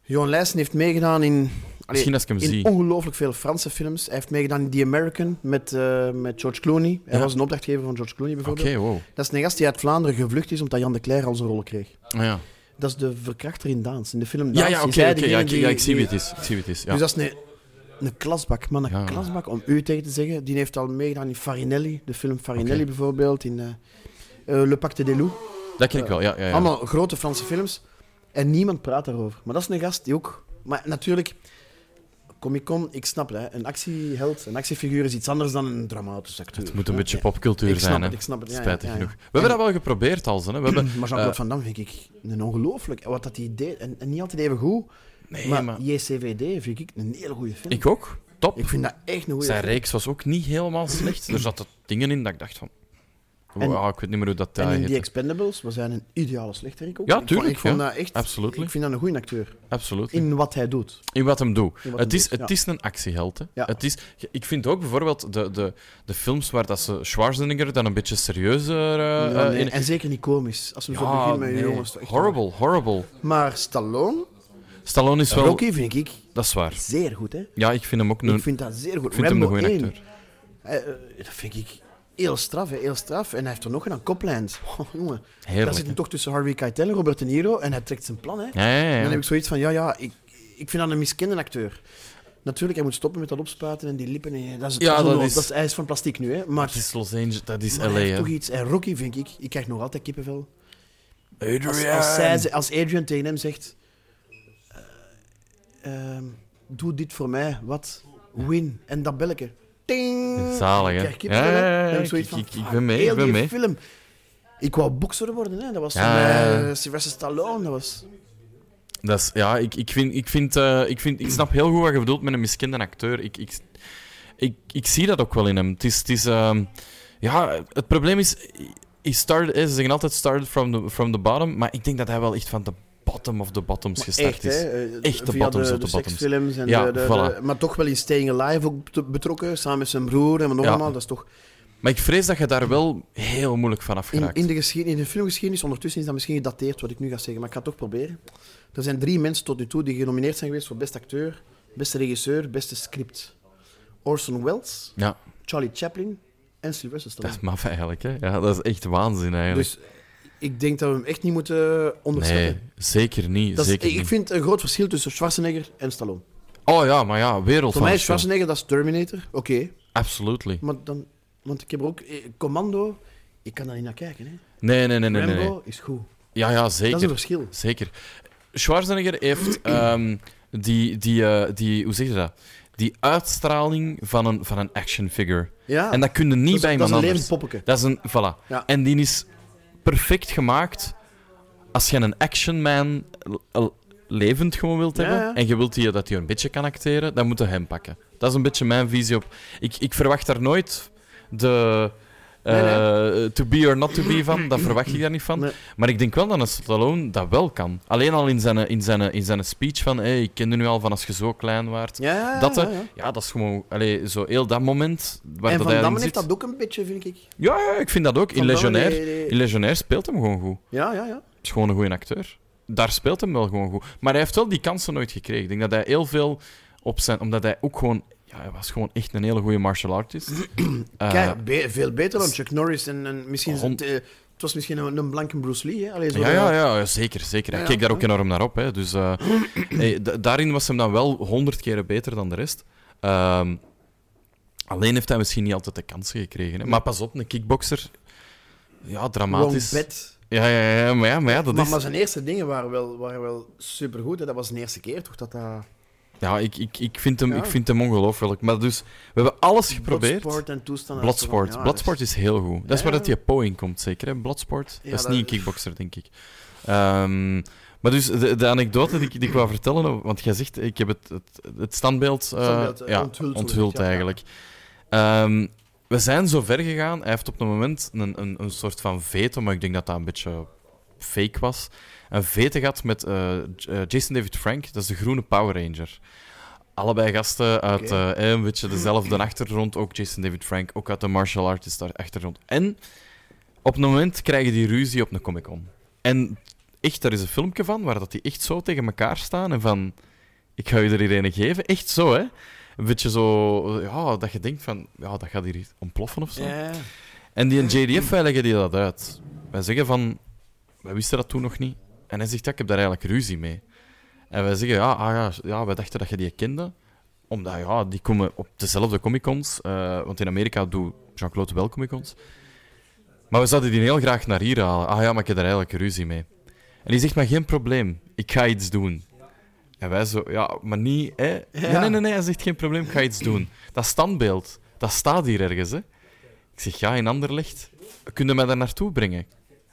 Johan Leijsen heeft meegedaan in... allee, Misschien als ik hem in zie. ongelooflijk veel Franse films. Hij heeft meegedaan in The American met, eh, met George Clooney. Hij Ja. was een opdrachtgever van George Clooney Oké, bijvoorbeeld. wow. Dat is een gast die uit Vlaanderen gevlucht is omdat Jan de Cler al zijn rollen kreeg. Ah, ja. Dat is de verkrachter in Daans. In de film Daans ja, ja, is oké, hij oké, ja, degene ik, ja, ik die- zie wie die- het is. Ik zie wie het is, ja. Dus dat is een, een klasbak. Maar een Ja. klasbak, om u tegen te zeggen, die heeft al meegedaan in Farinelli, de film Farinelli Oké. bijvoorbeeld, in eh, eh, Le Pacte des Loups. dat ken ik wel, ja. ja, ja. Allemaal grote Franse films. En niemand praat daarover. Maar dat is een gast die ook... Maar natuurlijk, Comic Con, ik snap het. Hè. Een actieheld, een actiefiguur is iets anders dan een dramatische acteur. Het moet een hè. beetje Ja. popcultuur Ik snap zijn, het, hè. ik snap het, ja, ja, Spijtig ja, ja. genoeg. We hebben dat wel geprobeerd al, hè. We hebben, [clears throat] Maar Jean-Claude eh, Van Damme vind ik een ongelooflijk. Wat dat hij deed, en, en niet altijd even goed. nee, maar, maar, JCVD vind ik een hele goede film. Ik, Ik ook. Top. vind dat echt een goede Zijn film. reeks was ook niet helemaal slecht. Er zaten dingen in dat ik dacht van... oh, En- ah, ik weet niet meer hoe dat daar En in heette. die Expendables was hij een ideale slechterik ook. Ja, Ik vond- tuurlijk, Ik vond ja. dat echt... Absolutely. Ik vind dat een goede acteur. Absoluut. In wat hij doet. In wat hem doet. In wat het hem is, doet, het ja. is een actieheld. Hè. Ja. Het is, ik vind ook bijvoorbeeld de, de, de films waar dat ze Schwarzenegger dan een beetje serieuzer eh, Ja, eh, nee, in. En zeker niet komisch. Als we zo Ja, beginnen met nee. jongens. echt waar. horrible, horrible. Maar Stallone, Stallone is wel. Rocky vind ik Dat is waar. zeer goed. Hè? Ja, ik vind hem ook een. Ik vind dat zeer goed. Ik vind hem een Rambo goede 1, acteur. eh, eh, dat vind ik heel straf, hè, heel straf. En hij heeft er nog een aan Copland. [laughs] Oh, jongen. Heerlijk, Daar zit hem hè. toch tussen Harvey Keitel en Robert De Niro. En hij trekt zijn plan. Hè. Ja, ja, ja. En dan heb ik zoiets van, ja, ja, ik, ik vind dat een miskende acteur. Natuurlijk, hij moet stoppen met dat opspuiten en die lippen. En, dat is, Ja, dat is, dat onnodig. is- dat is, hij is van plastic nu, hè. Maar, Dat is Los Angeles, dat is maar LA. hij heeft hè. toch iets. En Rocky vind ik, ik krijg nog altijd kippenvel. Adrian. Als, als, zij, ze- als Adrian tegen hem zegt... eh, ehm, doe dit voor mij, wat? Win. En dat belletje. Ting! Zalig, hè? Ik krijg kippenvel, Ja, hè. ja, ja, Dan heb ik- ik, zoiets ik- van, ik fuck, ben mee, ik heel ben die mee. film. Ik wou bokser worden, hè. Dat was Ja, toen, ja, ja. eh, Sylvester Stallone. Dat was... Dat is, ja, ik, ik, vind, ik, vind, eh, ik, vind, ik snap heel goed wat je bedoelt met een miskende acteur. Ik, ik, ik, ik zie dat ook wel in hem. Het is, het is, ehm, ja, het probleem is, he started, eh, ze zeggen altijd started from the, from the bottom, maar ik denk dat hij wel echt van de bottom of the bottoms Maar gestart echt, is. Hè? eh, Echt de via bottoms de, op de bottoms. seksfilms en Ja, de, de- voilà. de- maar toch wel in Staying Alive ook bet- betrokken, samen met zijn broer en nog Ja. allemaal. Dat is toch Maar ik vrees dat je daar wel heel moeilijk vanaf in, geraakt. in, de geschiedenis, in de filmgeschiedenis, ondertussen is dat misschien gedateerd wat ik nu ga zeggen, maar ik ga het toch proberen. Er zijn drie mensen tot nu toe die genomineerd zijn geweest voor beste acteur, beste regisseur, beste script. Orson Welles, Ja, Charlie Chaplin en Sylvester dat Stallone. is maf eigenlijk. Hè? Ja, dat is echt waanzin eigenlijk. Dus ik denk dat we hem echt niet moeten onderschatten. nee, zeker niet. Dat is- zeker ik niet. vind een groot verschil tussen Schwarzenegger en Stallone. Oh ja, maar ja, wereld Voor mij van is Schwarzenegger, dat is Terminator, oké. Absoluut. Maar dan, want ik heb er ook eh, commando. Ik kan daar niet naar kijken. Hè. Nee, nee, nee, nee. nee, Rambo nee. is goed. Ja, ja, zeker. Dat is een verschil. Zeker. Schwarzenegger [clears throat] heeft ehm, die, die, eh, die, hoe zeg je dat? Die uitstraling van een, van een action figure. Ja, En dat kun je niet dat, bij is- dat iemand is een anders. levend poppetje. Dat is een, voilà. Ja. En die is perfect gemaakt als je een action man l- l- levend gewoon wilt Ja, hebben. ja. En je wilt die, dat hij een beetje kan acteren, dan moet je hem pakken. Dat is een beetje mijn visie op. Ik, ik verwacht daar nooit de. eh, Nee, To be or not to be van, dat verwacht ik daar niet van. Nee. Maar ik denk wel dat een Stallone dat wel kan. Alleen al in zijn, in zijn, in zijn speech van hey, ik kende u al van als je zo klein waart. Ja, ja, dat, hè. ja, ja. Ja, dat is gewoon allee, zo heel dat moment waar dat En Van hij in Damme zit. heeft dat ook een beetje, vind ik. Ja, ja, ik vind dat ook. In Van Damme, Legionnaire, die- die- in Legionnaire speelt hem gewoon goed. Ja, ja, ja. Het is gewoon een goede acteur. Daar speelt hem wel gewoon goed. Maar hij heeft wel die kansen nooit gekregen. Ik denk dat hij heel veel op zijn... Omdat hij ook gewoon... Ja, hij was gewoon echt een hele goede martial [clears throat] artist. Eh, Kijk, be- veel beter dan Chuck Norris. En, en misschien is Hond- het, eh, het was misschien een, een blanke Bruce Lee. Hè. Allee, zo ja, dat- ja, ja, ja, zeker, zeker. Hij Ja, keek daar ja. ook enorm naar op. Hè. Dus [clears throat] eh, hey, da- daarin was hem dan wel honderd keren beter dan de rest. Ehm, alleen heeft hij misschien niet altijd de kansen gekregen. Hè. Maar pas op, een kickboxer... Ja, Wrong dramatisch. bet. Ja, ja, ja, maar ja, maar ja dat Maar, is... maar zijn eerste dingen waren wel, waren wel supergoed. Hè. Dat was de eerste keer toch dat dat... Ja, ik, ik, ik vind hem, Ja. ik vind hem ongelooflijk. Maar dus, we hebben alles geprobeerd. Bloodsport en toestanden. Bloodsport. Ja, dus- Bloodsport is heel goed. Dat is Ja, waar ja. dat die Po in komt, zeker. Hè? Bloodsport. Ja, dat is dat- niet een kickboxer, denk ik. Ehm, maar dus, de, de anekdote die, ik- die ik wou vertellen, oh, want jij zegt, ik heb het, het, het standbeeld, eh, Standbeeld, eh, ja, onthuld, onthuld, zo gezegd, ja, eigenlijk. Ehm, we zijn zo ver gegaan. Hij heeft op een moment een, een, een soort van veto, maar ik denk dat dat een beetje fake was. Een vete gehad met eh, J- eh, Jason David Frank, dat is de groene Power Ranger. Allebei gasten uit Oké. eh, een beetje dezelfde achtergrond. Ook Jason David Frank, ook uit de martial artist daar- achtergrond. En op een moment krijgen die ruzie op een Comic-Con. En echt, daar is een filmpje van waar dat die echt zo tegen elkaar staan en van... Ik ga je er hier een geven. Echt zo, hè. Een beetje zo... Ja, dat je denkt van... Ja, dat gaat hier iets ontploffen of zo. Ja, ja. En die JDF, wij leggen die dat uit. Wij zeggen van, wij wisten dat toen nog niet. En hij zegt, ja, ik heb daar eigenlijk ruzie mee. En wij zeggen, ja, ah, ja, ja wij dachten dat je die kende. Omdat, ja, die komen op dezelfde Comic-Cons. eh, want in Amerika doet Jean-Claude wel Comic-Cons. Maar we zouden die heel graag naar hier halen. Ah ja, maar ik heb daar eigenlijk ruzie mee. En die zegt, maar geen probleem. Ik ga iets doen. En wij zo, ja, maar niet, hè? Nee, nee, nee, nee, hij zegt geen probleem, ik ga iets doen. Dat standbeeld, dat staat hier ergens, hè? Ik zeg, ja, in Anderlecht. Kun je mij daar naartoe brengen?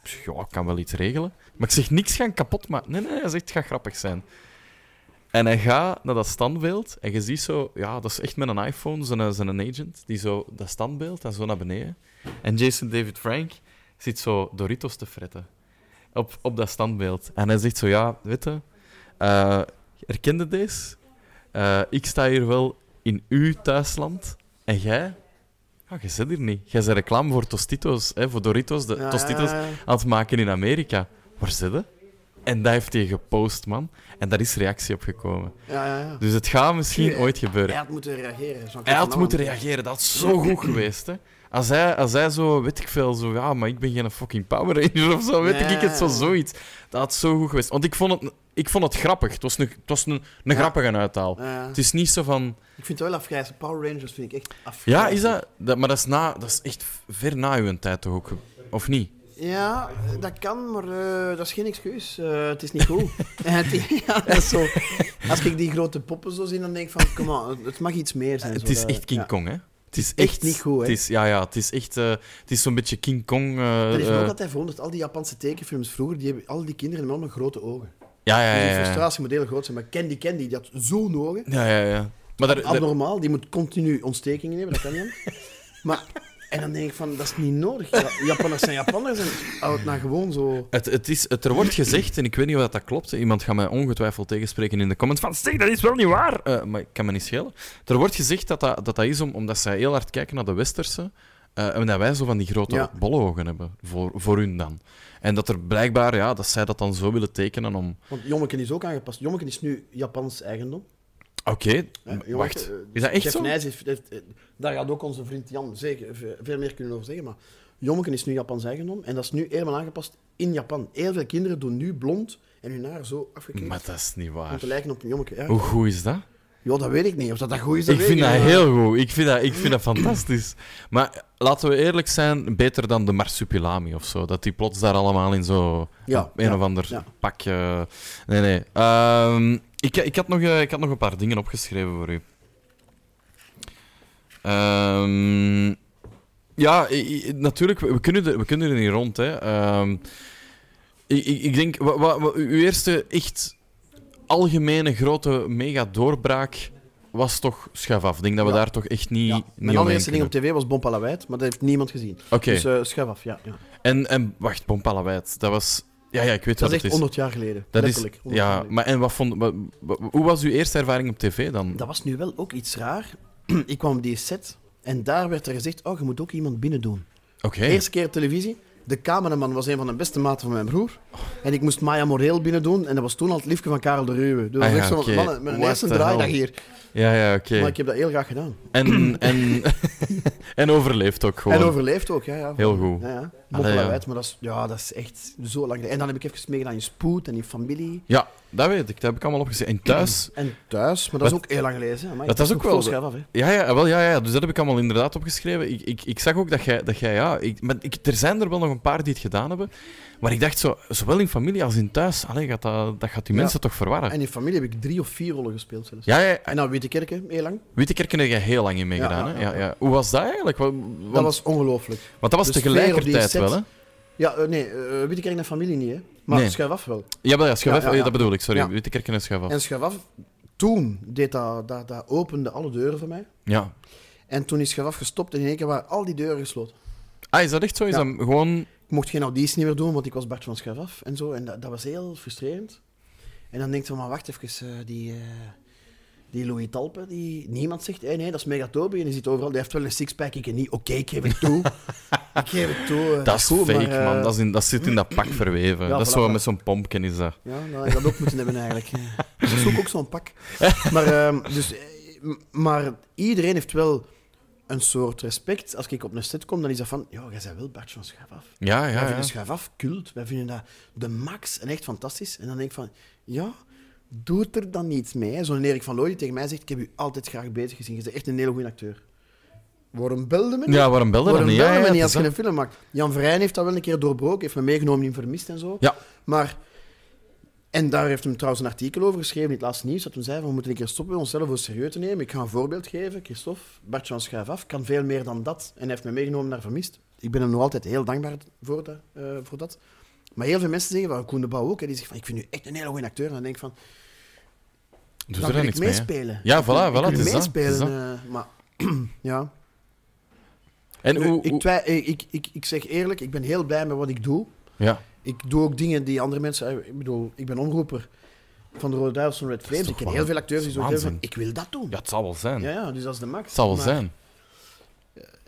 Ik zeg, ja, ik kan wel iets regelen. Maar ik zeg, niks gaan kapot maken. Nee, nee, nee, hij zegt, het gaat grappig zijn. En hij gaat naar dat standbeeld en je ziet zo, ja, dat is echt met een iPhone, zo'n zo'n agent, die zo dat standbeeld en zo naar beneden. En Jason David Frank zit zo Doritos te fretten op, op dat standbeeld. En hij zegt zo, ja, weet je, eh, herkende deze? Eh, ik sta hier wel in uw thuisland. En jij? Ja, jij zit hier niet. Jij bent reclame voor Tostitos, hè, voor Doritos, de Ja, Tostitos ja, ja. aan het maken in Amerika. Waar zit je? En dat heeft hij gepost, man. En daar is reactie op gekomen. Ja, ja, ja. Dus het gaat misschien ooit gebeuren. Hij had moeten reageren. Zo'n Dus- Hij had man. moeten reageren, dat is zo [clears throat] goed geweest, hè. Als hij, als hij zo, weet ik veel, zo, ja, maar ik ben geen fucking Power Ranger of zo, weet ik Nee. het, zo zoiets. Dat had zo goed geweest. Want ik vond het, ik vond het grappig. Het was een, het was een, een grappige uithaal. Ja, ja. Het is niet zo van... Ik vind het wel afgrijzen. Power Rangers vind ik echt afgrijzen. Ja, is dat... dat maar dat is, na, dat is echt ver na uw tijd toch ook, of niet? Ja, dat kan, maar eh, dat is geen excuus. Eh, het is niet [laughs] goed. En het- ja, dat is zo. Als ik die grote poppen zo zie, dan denk ik van, kom on, het mag iets meer zijn. Het zo, is dat- echt King ja. Kong, hè? Het is Echt niet goed, hè? Het is, ja, ja, het is echt... eh, het is zo'n beetje King Kong... eh, Er is me eh, ook altijd verwonderd, al die Japanse tekenfilms vroeger, die hebben al die kinderen met allemaal grote ogen. ja, ja, Die ja, ja. frustratie moet heel groot zijn, maar Candy Candy, die had zo'n ogen. Ja, ja, ja. Maar daar, daar- Abnormaal, die moet continu ontstekingen hebben, dat kan niet. [laughs] Maar, en dan denk ik van, dat is niet nodig. Ja, Japanners zijn Japanners en hou het nou gewoon zo... Het, het is, het, er wordt gezegd, en ik weet niet of dat, dat klopt, iemand gaat mij ongetwijfeld tegenspreken in de comments, van zeg, dat is wel niet waar, Eh, maar ik kan me niet schelen. Er wordt gezegd dat dat, dat, dat is om, omdat zij heel hard kijken naar de westerse, eh, en dat wij zo van die grote Ja. bolleogen hebben, voor, voor hun dan. En dat er blijkbaar, ja, dat zij dat dan zo willen tekenen om... Want Jommeken is ook aangepast. Jommeken is nu Japans eigendom. Oké, Ja, jongen, wacht, eh, is dat echt Jeff zo? Nys heeft- heeft- eh, daar gaat ook onze vriend Jan zeker ve- veel meer kunnen over zeggen. Maar Jommeken is nu Japans eigendom en dat is nu helemaal aangepast in Japan. Heel veel kinderen doen nu blond en hun haar zo afgeknipt Maar dat is niet om waar. te lijken op een jommeke. Ja. Hoe goed is dat? Ja, dat weet ik niet. Of dat, dat goed is, dat Ik weet vind dat niet. heel goed. Ik vind dat, ik vind dat fantastisch. Maar laten we eerlijk zijn, beter dan de marsupilami of zo. Dat die plots daar allemaal in zo Ja, een ja, of ander ja. pakje. Nee, nee. Ehm, ik, ik, had nog, eh, ik had nog een paar dingen opgeschreven voor u. Ehm, ja, i- i- natuurlijk, we we kunnen er, we kunnen er niet rond. Hè. Ehm, ik, ik, ik denk, wa- wa- wa- uw eerste echt algemene grote mega doorbraak was toch schuif af. Ik denk dat we Ja. daar toch echt niet, Ja. niet Mijn omheen allereerste ding kunnen. op tv was Bon Palawijt, maar dat heeft niemand gezien. Oké, Dus eh schuif af, ja. ja. en, en wacht, Pompalawijt, dat was... Ja, ja, ik weet Dat wat is het echt is. 100 jaar geleden. Dat is, letterlijk. 100 jaar ja, geleden. maar en wat vond, wa- wa- hoe was uw eerste ervaring op tv dan? Dat was nu wel ook iets raar. [clears throat] ik kwam op die set en daar werd er gezegd, oh, je moet ook iemand binnen doen. Oké. Eerste keer op televisie. De cameraman was een van de beste maten van mijn broer. En ik moest Maya Moreel binnen doen. En dat was toen al het liefje van Karel de Ruwe. Dus dat Ah was ja, echt zo'n oké. mannen, mijn What eerste the draaidag hell. hier. Ja, ja, oké. Maar ik heb dat heel graag gedaan. En, en, [laughs] en overleeft ook gewoon. En overleefd ook, ja. ja Heel goed. Ja, ja. Allee, Moppela ja. Wijd, maar dat is, ja, dat is echt zo lang. En dan heb ik even meegedaan in Spoed en in Familie. Ja, dat weet ik. Dat heb ik allemaal opgezet. En thuis... En thuis, maar dat is ook heel lang geleden. hè. Amai, Dat ik is ook nog wel- vol schuif af, hè. Ja, ja, wel, ja, ja, dus dat heb ik allemaal inderdaad opgeschreven. Ik, ik, ik zag ook dat jij... Dat jij ja, ik, maar ik, er zijn er wel nog een paar die het gedaan hebben. Maar ik dacht, zo, zowel in familie als in thuis... Allee, gaat dat, dat gaat die Ja. mensen toch verwarren. En in Familie heb ik drie of vier rollen gespeeld zelfs. Ah. Ja, ja, En dan Wittekerke, heel lang. Wittekerken heb jij heel lang in meegedaan. Ja, hè? ja, ja, ja, ja. Hoe was dat eigenlijk? Wa- Want Dat was ongelooflijk. want dat was de sfeer op die tegelijkertijd set. wel, hè? Ja, eh, nee, eh, Wittekerke en Familie niet, hè. Maar Nee. schuif af wel. Ja, maar ja, schuif Ja, af. ja, Oh, ja, ja. dat bedoel ik, sorry. Ja. Wittekerken en schuif af. En schuif af, toen deed dat, dat, dat opende alle deuren voor mij. Ja. En toen is schuif af gestopt en in één keer waren al die deuren gesloten. Ah, is dat echt zo? Is Ja. dat gewoon... Ik mocht geen auditie meer doen, want ik was Bart van schuif af en zo. En dat, dat was heel frustrerend. En dan denkt je, maar wacht even, eh, die, eh, die Louis Talpe, die niemand zegt, hey, nee, dat is Megatobi. En die zit overal, die heeft wel een sixpack. Ik niet, oké, ik geef het [laughs] toe. ik geef het toe. eh, Dat is goed, fake, maar, eh, man. Dat, is in, dat zit in dat pak verweven. Ja, dat is voilà, zo voilà. met zo'n pompje, is dat. Ja, dat had ik dat ook moeten hebben [laughs] eigenlijk. Ik zoek ook zo'n pak. Maar, ehm, dus, eh, m- maar iedereen heeft wel een soort respect. Als ik op een set kom, dan is dat van... Ja, jij bent wel Bart van Schuif af. Ja, wij ja, ja. vinden Schuif af cult. Wij vinden dat de max en echt fantastisch. En dan denk ik van... Ja, doe er dan niets mee. hè. Zo'n Erik van Looy die tegen mij zegt... Ik heb u altijd graag bezig gezien. Je bent echt een hele goede acteur. Waarom belde me niet? Ja, waarom belde dat Waarom niet? belde Ja, ja, me het niet is als je dat. een film maakt? Jan Verijn heeft dat wel een keer doorbroken. Heeft me meegenomen in Vermist en zo. Ja. Maar En daar heeft hem trouwens een artikel over geschreven in het laatste nieuws. Dat hij zei: van, We moeten een keer stoppen onszelf voor serieus te nemen. Ik ga een voorbeeld geven. Christophe, Bartjan Schuif af, kan veel meer dan dat. En hij heeft me meegenomen naar Vermist. Ik ben hem nog altijd heel dankbaar voor, dat, eh, voor dat. Maar heel veel mensen zeggen, van Koen de Bouw ook, hè, die zeggen van, ik vind u echt een hele goede acteur. En dan denk ik van, Dus dan er wil niks ik mee. hè. meespelen. Ja, Ik voilà, wil- ik voilà, wil het is dat, het is meespelen, dat. eh, maar [clears throat] ja. En Nu, hoe... ik, hoe- twij- eh, ik, ik, ik zeg eerlijk, ik ben heel blij met wat ik doe. Ja. Ik doe ook dingen die andere mensen... eh, Ik bedoel, ik ben omroeper van de Rode Duivels van Red Flames. Ik toch ken wa- heel veel acteurs die dat is zo zeggen van, waanzin. ik wil dat doen. ja, het zal wel zijn. Ja, ja, dus dat is de max. Het zal wel Maar zijn.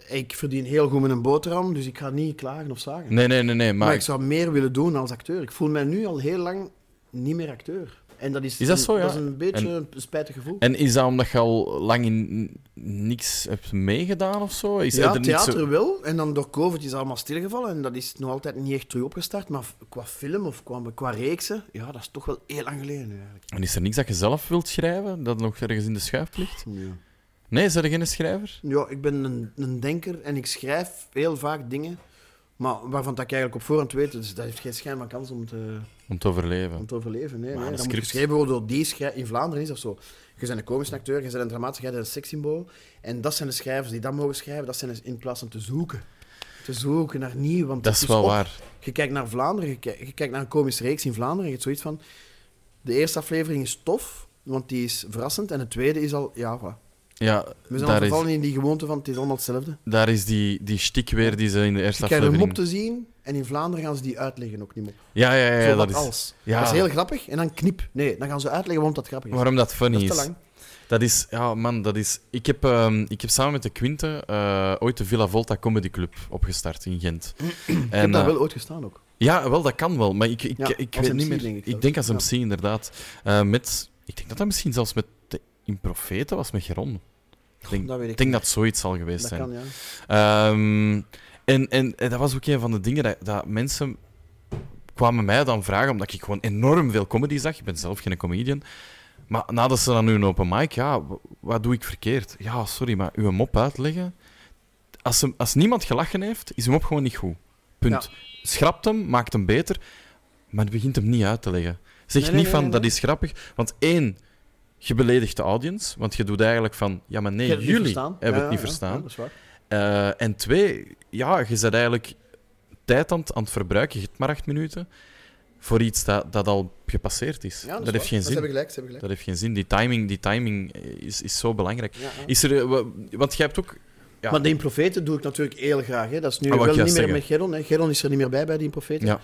Ik verdien heel goed met een boterham, dus ik ga niet klagen of zagen. Nee, nee, nee, nee. Maar, Maar ik zou meer willen doen als acteur. Ik voel mij nu al heel lang niet meer acteur. En dat is, Is dat een- zo, ja? Dat is een beetje een spijtig gevoel. En is dat omdat je al lang in niks hebt meegedaan of zo? Is ja, er niet theater zo... wel. En dan door COVID is allemaal stilgevallen. En dat is nog altijd niet echt terug opgestart. Maar f- qua film of qua, qua reeksen, ja, dat is toch wel heel lang geleden nu eigenlijk. En is er niks dat je zelf wilt schrijven, dat nog ergens in de schuif ligt? Ja, Nee, is er geen schrijver? ik ben een, een denker en ik schrijf heel vaak dingen. Maar waarvan dat ik eigenlijk op voorhand weet, dus dat heeft geen schijn van kans om te, Om te overleven. om te overleven. Nee, Maar een nee. Dat moet script- geschreven worden door die schrij- In Vlaanderen is dat zo. Je bent een komisch acteur, je bent een dramatische, jij bent een sekssymbool. En dat zijn de schrijvers die dat mogen schrijven. Dat zijn de- in plaats van te zoeken. Te zoeken naar nieuw. Want Dat het is wel op. waar. Je kijkt naar Vlaanderen, je kijkt, je kijkt naar een komische reeks in Vlaanderen. Je hebt zoiets van. De eerste aflevering is tof, want die is verrassend. En de tweede is al. Ja, voilà. Ja, We zijn al daar is, vervallen in die gewoonte van het is allemaal hetzelfde. daar is die, die stiek weer die ze in de eerste Je krijgt een mop aflevering... te zien en in Vlaanderen gaan ze die uitleggen ook niet meer. Ja, ja, ja, ja, Zo Eh, dat wat is... als. Ja. Dat is heel grappig en dan knip. Nee, dan gaan ze uitleggen waarom dat grappig is. Waarom dat funny dat is is. te lang. Dat is, ja man, dat is. Ik heb, ehm, ik heb samen met de Quinte eh, ooit de Villa Volta Comedy Club opgestart in Gent. Ik heb En, daar eh, wel ooit gestaan ook. Ja, wel, dat kan wel. Maar ik, ik, Ja, ik als weet MC niet meer. denk ik ik, zelfs. denk als Ja. MC, inderdaad. Eh, met, ik denk dat dat misschien zelfs met de Improfeten was, met Geron. Ik denk dat weet ik Nou, ik denk dat zoiets zal geweest Dat zijn. kan, ja. Ehm, en, en, en dat was ook een van de dingen dat, dat mensen kwamen mij dan vragen, omdat ik gewoon enorm veel comedy zag. Ik ben zelf geen comedian. Maar nadat ze dan nu een open mic, ja, w- wat doe ik verkeerd? Ja, sorry, maar uw mop uitleggen. Als, hem, als niemand gelachen heeft, is uw mop gewoon niet goed. Punt. Schrapt hem, maakt hem beter, maar begint hem niet uit te leggen. Zeg Nee, niet nee, van nee, dat is grappig, want één, je beledigt de audience, want je doet eigenlijk van ja, maar nee, Ik heb het niet jullie verstaan. hebben het Ja, niet ja, ja. verstaan. Ja, dat is waar. Eh, en twee, ja, je bent eigenlijk tijd aan, het- aan het verbruiken. Je hebt maar acht minuten voor iets dat, dat al gepasseerd is. Ja, dat is heeft waar. geen Dat zin. ze hebben gelijk, ze hebben Dat heeft geen zin. Die timing, die timing is, is zo belangrijk. gelijk. Ja, ja. Is er, eh, wa- want jij hebt ook... Ja. Maar de Improfeten doe ik natuurlijk heel graag. Hè. Dat is nu Ah, wou wel ik niet meer juist met Geron. Hè. Geron is er niet meer bij bij de Improfeten. Ja.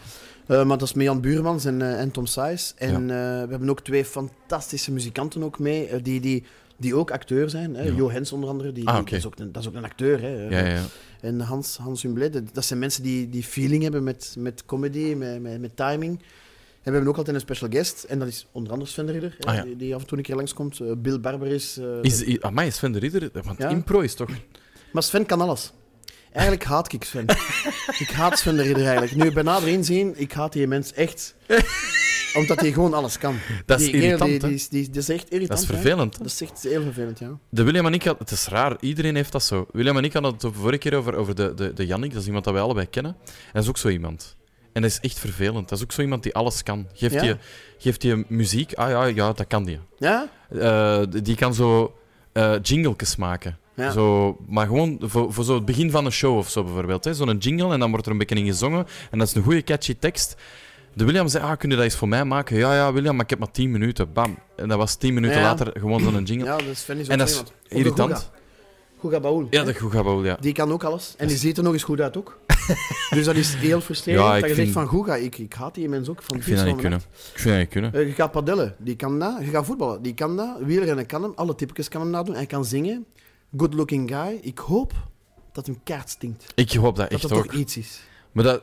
Eh, maar dat is met Jan Buurmans en, eh, en Tom Saiz. En eh, we hebben ook twee fantastische muzikanten ook mee, eh, die, die, die ook acteur zijn. Hè. Ja. Jo Hens onder andere, die, Ah, die- oké. dat, is ook een, dat is ook een acteur. Hè. Ja, ja. En Hans, Hans Humblet, dat- dat zijn mensen die, die feeling hebben met, met comedy, met, met, met timing. En we hebben ook altijd een special guest, en dat is onder andere Sven de Ridder, hè, Ah, ja. die, die af en toe een keer langskomt. Eh, Bill Barber is... eh, Is, is, amai, is Sven de Ridder... Want Ja. impro is toch... Maar Sven kan alles. Eigenlijk haat ik Sven. ik haat Sven de Ridder eigenlijk. Nu, bij nader inzien, ik haat die mens echt. Omdat hij gewoon alles kan. Dat is die kerel, irritant, die, hè? die, is- die, is- die is echt irritant. Dat is hè. vervelend. hè? Dat is echt heel vervelend, ja. De William en ik had, het is raar, iedereen heeft dat zo. William en ik hadden het de vorige keer over, over de, de, de Jannik, dat is iemand dat wij allebei kennen. En dat is ook zo iemand. En dat is echt vervelend. Dat is ook zo iemand die alles kan. Geeft, Ja. je, geeft je muziek, ah ja, ja dat kan die. Ja? Eh, die kan zo eh jingletjes maken. Ja. Zo, maar gewoon voor, voor zo het begin van een show of zo bijvoorbeeld. hè. Zo'n jingle en dan wordt er een beetje in gezongen. En dat is een goede catchy tekst. De William zei, ah, kun je dat eens voor mij maken? Ja, ja, William, maar ik heb maar 10 minuten. Bam. En dat was 10 minuten Ja. later gewoon zo'n jingle. Ja, dat Sven is ook en dat zo is iemand. Of de irritant. Guga. Guga Baul. Ja, dat Goega Baul, ja. Die kan ook alles. En die ziet er nog eens goed uit [laughs] ook. dus dat is heel frustrerend. Ja, ik dat je zegt vind- van, Guga, ik, ik haat die mens ook. Van Ik vind dat niet kunnen. Ik vind dat niet kunnen. Eh, je gaat padellen, die kan dat. Je gaat voetballen, die kan dat. Wielrennen kan hem, alle tipjes kan hem nadoen. Hij kan zingen. Good looking guy. Ik hoop dat hem kaart stinkt. Ik hoop dat Dat echt er toch ook. iets is. Maar dat...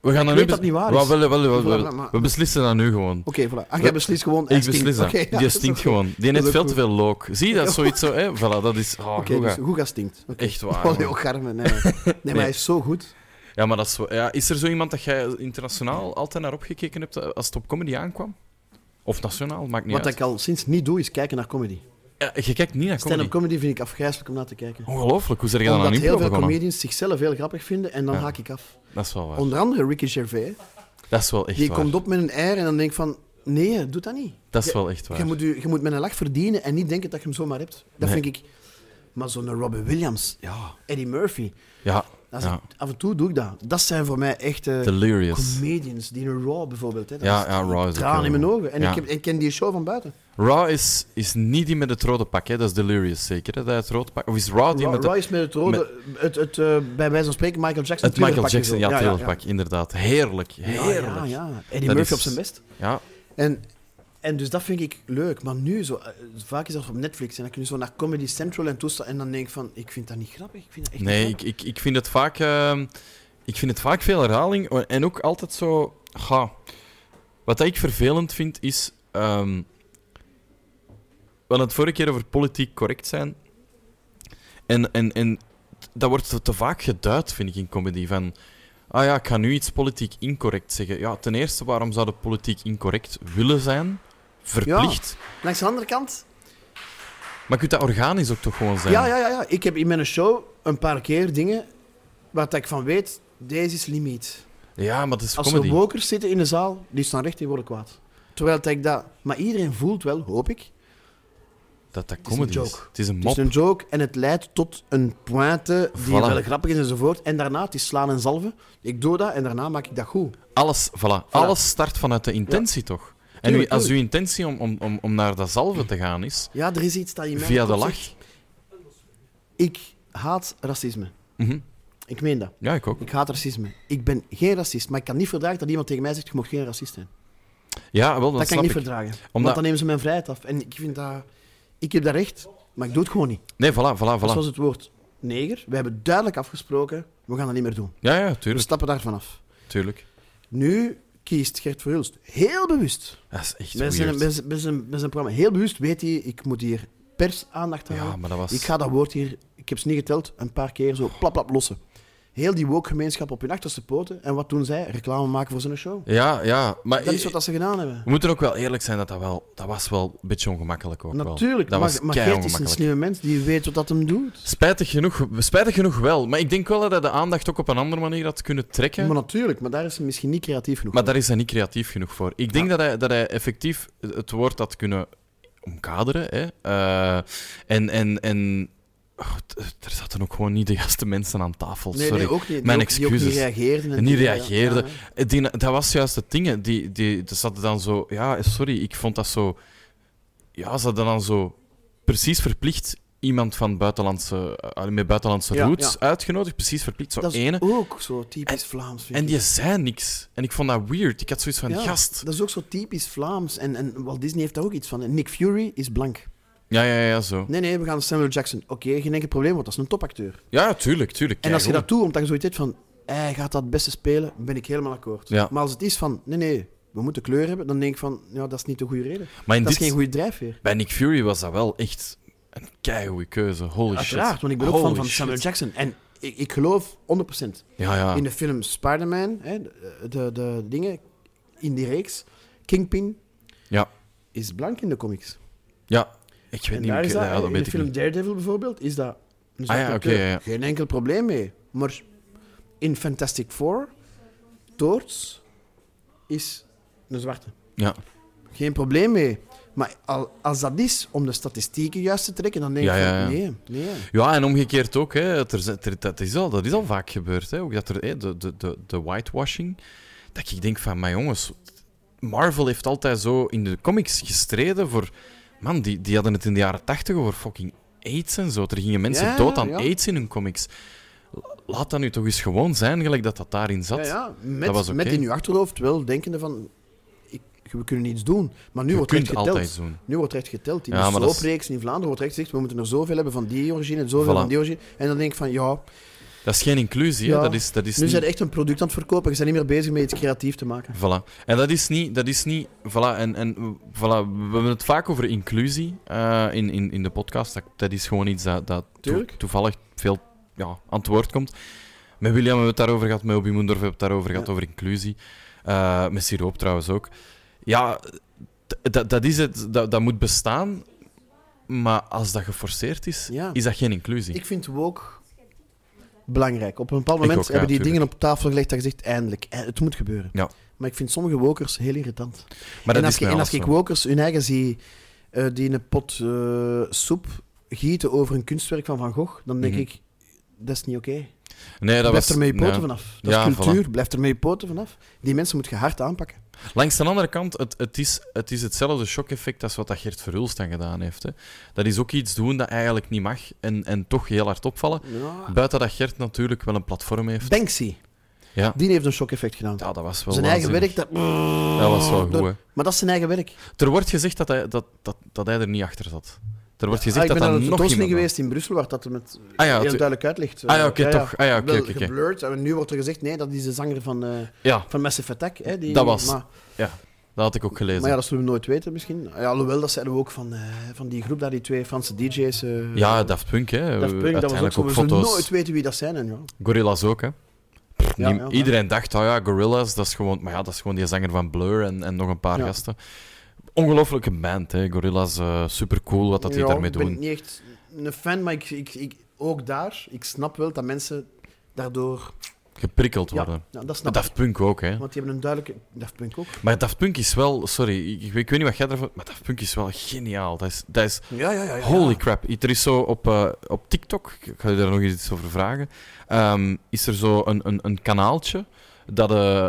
We gaan weet nu... dat bes- niet waar Wel, is. wel, wel, wel, Maar- wel. maar- We beslissen dat nu gewoon. Oké, voilà. Ah, Dat- jij beslist gewoon. hij Ik beslis stinkt. dat. [laughs] Oké, ja, die dat is stinkt ook- gewoon. Die Dat heeft is veel ook te veel look. Zie je, [laughs] dat is zoiets zo, hè? Voilà, dat is... Oh, Oké, Goega. dus Guga stinkt. Oké. Echt waar, Oh, man. heel garmen. Nee, nee. Nee, maar hij is zo goed. Ja, maar dat is... wel- Ja, is er zo iemand dat jij internationaal altijd naar opgekeken hebt eh, als het op comedy aankwam? Of nationaal, maakt niet Wat uit. ik al sinds niet doe, is kijken naar comedy. Ja, je kijkt niet naar Stand-up comedy. comedy vind ik afgrijzelijk om naar te kijken. Ongelooflijk, hoe zeg je dan aan Omdat impro heel veel begonnen? comedians zichzelf heel grappig vinden en dan Ja. haak ik af. Dat is wel waar. Onder andere Ricky Gervais. Dat is wel echt Die waar. komt op met een air en dan denk ik van... Nee, doe dat niet. Dat is wel echt waar. Je moet, u, je moet met een lach verdienen en niet denken dat je hem zomaar hebt. Dat Nee. vind ik... Maar zo'n Robin Williams, Ja. Eddie Murphy... Ja. dat is- ja. Af en toe doe ik dat. Dat zijn voor mij echte Delirious. comedians. Die in Raw bijvoorbeeld. Hè. Dat Ja, is ja, Raw is ook traan in wel- mijn ogen. En ja. ik, heb, ik ken die show van buiten. Raw is, is niet die met het rode pak, hè? dat is Delirious zeker, hè? dat hij het rode pak. Of is Raw die Ra- met Ra het, is met het rode, het, het, eh, bij wijze van spreken, Michael Jackson. het Michael thrillerpakje Jackson, zo. ja, thrillerpak, inderdaad. Heerlijk, Ja, heerlijk. ja, ja. Eddie Dat Murphy is- op zijn best. Ja. En, en dus dat vind ik leuk. Maar nu, zo, eh, vaak is dat op Netflix. En dan kun je zo naar Comedy Central en toestaan. En dan denk ik van, ik vind dat niet grappig. Ik vind dat echt Nee, niet ik, ik, ik, vind het vaak, ehm, ik vind het vaak veel herhaling. En ook altijd zo... Ga, wat ik vervelend vind, is... ehm we hadden het vorige keer over politiek correct zijn. En, en, en dat wordt te- te vaak geduid, vind ik, in comedy. Van, ah ja, ik ga nu iets politiek incorrect zeggen. Ja, ten eerste, waarom zou de politiek incorrect willen zijn? Verplicht. grappig. Langs de andere kant... Maar je kunt dat organisch ook toch gewoon zijn? Ja, ja, ja, ja. Ik heb in mijn show een paar keer dingen waar dat ik van weet, deze is limiet. Ja, maar dat is Als comedy. er wokers zitten in de zaal, die staan recht, die worden kwaad. Terwijl dat ik dat... Maar iedereen voelt wel, hoop ik, dat dat is een comedy is. joke. Het is een mop. Het is een joke en het leidt tot een pointe die Voilà. wel grappig is enzovoort. En daarna, het is slaan en zalven. Ik doe dat en daarna maak ik dat goed. Alles, voilà. Alles start vanuit de intentie, toch? En Tuurlijk, u- als uw intentie om, om, om, om naar dat zalven te gaan is, Ja, er is iets dat je mij via de opzet. lach... Ik haat racisme. Mhm. Ik meen dat. Ja, ik ook. Ik haat racisme. Ik ben geen racist, maar ik kan niet verdragen dat iemand tegen mij zegt, je mag geen racist zijn. Ja, wel, dat, Dat, kan snap ik ik. niet verdragen. Want Omdat- dan nemen ze mijn vrijheid af. En ik vind dat... Ik heb dat recht, maar ik doe het gewoon niet. Nee, voilà, voilà, Dat voilà. was het woord neger. We hebben duidelijk afgesproken, we gaan dat niet meer doen. Ja, ja, We tuurlijk. stappen daar vanaf. tuurlijk. Nu kiest Gert Verhulst heel bewust Dat is echt Bij zijn, weird. bij, zijn, bij zijn- bij zijn programma. Heel bewust weet hij, ik moet hier persaandacht houden. Ja, maar dat was... Ik ga dat woord hier, ik heb ze niet geteld, een paar keer zo plap plap lossen. Heel die woke-gemeenschap op hun achterste poten. En wat doen zij? Reclame maken voor zijn show. Ja, ja, maar... eh, Dat is wat dat ze gedaan hebben. We moeten ook wel eerlijk zijn dat dat wel... Dat was wel een beetje ongemakkelijk ook wel. Natuurlijk, Dat maar, was maar kei Gert is een ongemakkelijk. slimme mens die weet wat dat hem doet. Spijtig genoeg, spijtig genoeg wel. Maar ik denk wel dat hij de aandacht ook op een andere manier had kunnen trekken. Maar natuurlijk, maar daar is hij misschien niet creatief genoeg Maar voor. daar is hij niet creatief genoeg voor. Ik denk dat, hij, dat hij effectief het woord had kunnen omkaderen. Hè? Eh, en en, en oh, t- er zaten ook gewoon niet de juiste mensen aan tafel. Nee, Sorry. nee, ook niet. Mijn die, ook- die ook excuses. niet reageerden. en En niet die- ja, reageerde. ja, ja. Die- dat was juist het ding. hè. Die, die, ze zaten dan zo... Ja, sorry, ik vond dat zo... Ja, ze hadden dan zo precies verplicht iemand van buitenlandse, eh, met buitenlandse Ja, roots uitgenodigd. Precies verplicht, zo Dat is ene. ook zo typisch Vlaams. vind En ik. die zei niks. En ik vond dat weird. Ik had zoiets van, Ja, gast... Dat is ook zo typisch Vlaams. En, en Walt Disney heeft daar ook iets van. En Nick Fury is blank. Ja, ja, ja, zo. Nee, nee, we gaan Samuel Jackson. Oké, geen enkel probleem, want dat is een topacteur. Ja, tuurlijk, tuurlijk. en als je Keigoed. dat doet, omdat je zoiets hebt van... "Eh, Hij gaat dat het beste spelen, ben ik helemaal akkoord. Ja. Maar als het is van... Nee, nee, we moeten kleur hebben, dan denk ik van... Ja, dat is niet de goede reden. Maar in dat dit, is geen goede drijfveer. bij Nick Fury was dat wel echt een keigoede keuze. Holy Uiteraard, shit. want ik ben ook Holy fan van shit. Samuel Jackson. En ik, ik geloof 100% Ja, ja. in de film Spider-Man, hè, de, de, de dingen in die reeks. Kingpin ja. is blank in de comics. ja. Ik weet En niet daar meer. is dat, Ja, dat in weet de ik film niet. Daredevil bijvoorbeeld, is dat een Ah ja, zwarte oké, acteur. ja, ja. Geen enkel probleem mee. Maar in Fantastic Four, Toorts is een zwarte. Ja. Geen probleem mee. Maar al, als dat is om de statistieken juist te trekken, dan denk Ja, ik ja, ja. van nee, nee. ja, en omgekeerd ook. Hè. Het er- het er- dat, is al, dat is al vaak gebeurd. Hè. Ook dat er, hè, de, de, de, de whitewashing. Dat ik denk van, maar jongens, Marvel heeft altijd zo in de comics gestreden voor... Man, die, die hadden het in de jaren tachtig over fucking aids en zo. Er gingen mensen Ja, dood aan ja. aids in hun comics. Laat dat nu toch eens gewoon zijn, gelijk dat dat daarin zat. Ja, ja, met, dat was oké. met in je achterhoofd wel denkende van ik, we kunnen niets doen. Maar nu Je wordt kunt recht geteld. altijd doen. Nu wordt recht geteld. In Ja, de maar dat is- soapreeks in Vlaanderen wordt recht gezegd, we moeten er zoveel hebben van die origine en zoveel Voilà. van die origine. En dan denk ik van ja, Dat is geen inclusie, hè. Ja. dat is, dat is Nu niet... zijn echt een product aan het verkopen. Je bent niet meer bezig met iets creatief te maken. Voilà. En dat is niet... Dat is niet voilà, en, en, voilà. We hebben het vaak over inclusie eh, in, in, in de podcast. Dat, dat is gewoon iets dat, dat toe- Tuurlijk. toevallig veel ja, aan het woord komt. Met William hebben we het daarover gehad, met Obi Moendorf hebben we het daarover gehad, Ja. over inclusie. Eh, met Siroop trouwens ook. Ja, d- dat- dat is het. Dat, dat moet bestaan. Maar als dat geforceerd is, Ja. is dat geen inclusie. Ik vind woke belangrijk. Op een bepaald Ik moment ook, ja, hebben die tuurlijk. dingen op tafel gelegd dat je zegt, eindelijk, eh, het moet gebeuren. Ja. Maar ik vind sommige wokers heel irritant. Maar dat en als, is ik, bij en alles als ik zo. wokers hun eigen zie, eh, die een pot eh, soep gieten over een kunstwerk van Van Gogh, dan denk Mhm. ik, dat is niet oké. Nee, dat Blijf was... er met je poten nee. vanaf. Dat Ja, is cultuur, blijf er met je poten vanaf. Die mensen moet je hard aanpakken. Langs de andere kant, het, het, is, het is hetzelfde shock-effect als wat dat Gert Verhulst dan gedaan heeft. Hè. Dat is ook iets doen dat eigenlijk niet mag en, en toch heel hard opvallen. Ja. Buiten dat Gert natuurlijk wel een platform heeft. Banksy, Ja, die heeft een shock-effect gedaan. ja dat was wel zijn eigen waanzinnig. werk, dat... Dat was wel goed, hè. Maar dat is zijn eigen werk. Er wordt gezegd dat hij, dat, dat, dat hij er niet achter zat. Er wordt Ah, gezegd ik ben dat aan dat een nog iemand... tentoonstelling geweest in Brussel waar dat er met Ah ja, heel tu- duidelijk uitlegt. Ah ja, oké, Eh, toch. Ah ja, oké, Wel oké, oké. geblurred. En nu wordt er gezegd, nee, dat is de zanger van, eh Ja, van Massive Attack. Hè, die, Dat was- Maar, dat had ik ook gelezen. maar ja, dat zullen we nooit weten misschien. Ja, alhoewel, dat zeiden we ook van, eh, van die groep daar, die twee Franse DJ's. eh, Ja, Daft Punk, hè. Daft Punk, dat was ook Uiteindelijk zo. ook, We zullen foto's. nooit weten wie dat zijn. En, ja. Gorillas ook, hè. Pff, Ja, niem- ja, ja. iedereen dacht, oh ja, Gorillas, dat is gewoon... Maar ja, dat is gewoon die zanger van Blur en, en nog een paar Ja. gasten. Ongelooflijke band, hè. Gorillas, super cool wat dat die Ja, daarmee doen. Ik ben niet echt een fan, maar ik, ik, ik, ook daar, ik snap wel dat mensen daardoor... Geprikkeld Ja, worden. ja, dat snap ik. Daft Punk ook, hè. Want die hebben een duidelijke... Daft Punk ook. Maar Daft Punk is wel... Sorry, ik, ik weet ik weet niet wat jij ervan... Maar Daft Punk is wel geniaal. Dat is... Dat is Ja, ja, ja. ja. Holy crap. Er is zo op, eh, op TikTok, ik ga je daar nog eens iets over vragen, ehm, is er zo een, een, een kanaaltje dat eh,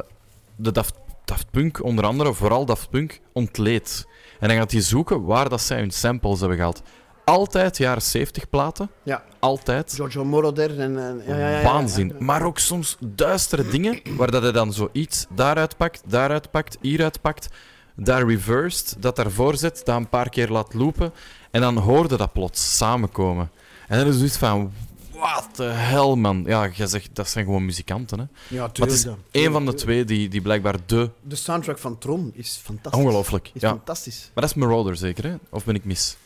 de Daft, Daft Punk, onder andere, vooral Daft Punk, ontleedt. En dan gaat hij zoeken waar dat zij hun samples hebben gehaald. Altijd jaren 70 platen. Ja. Altijd. Giorgio Moroder en... en ja, ja, ja, ja. Waanzin. Maar ook soms duistere dingen, waar dat hij dan zoiets daaruit pakt, daaruit pakt, hieruit pakt, daar reversed, dat daarvoor zet, dat een paar keer laat loopen. En dan hoorde dat plots samenkomen. En dan is zoiets van, what the hell, man. Ja, jij zegt, dat zijn gewoon muzikanten, hè. Ja, Maar het tuurlijk is dan. één van de Tuurlijk, twee die, die blijkbaar de... tuurlijk. De soundtrack van Tron is fantastisch. Ongelooflijk, Is ja. Maar fantastisch. dat is Marauder zeker, hè? Of ben ik mis?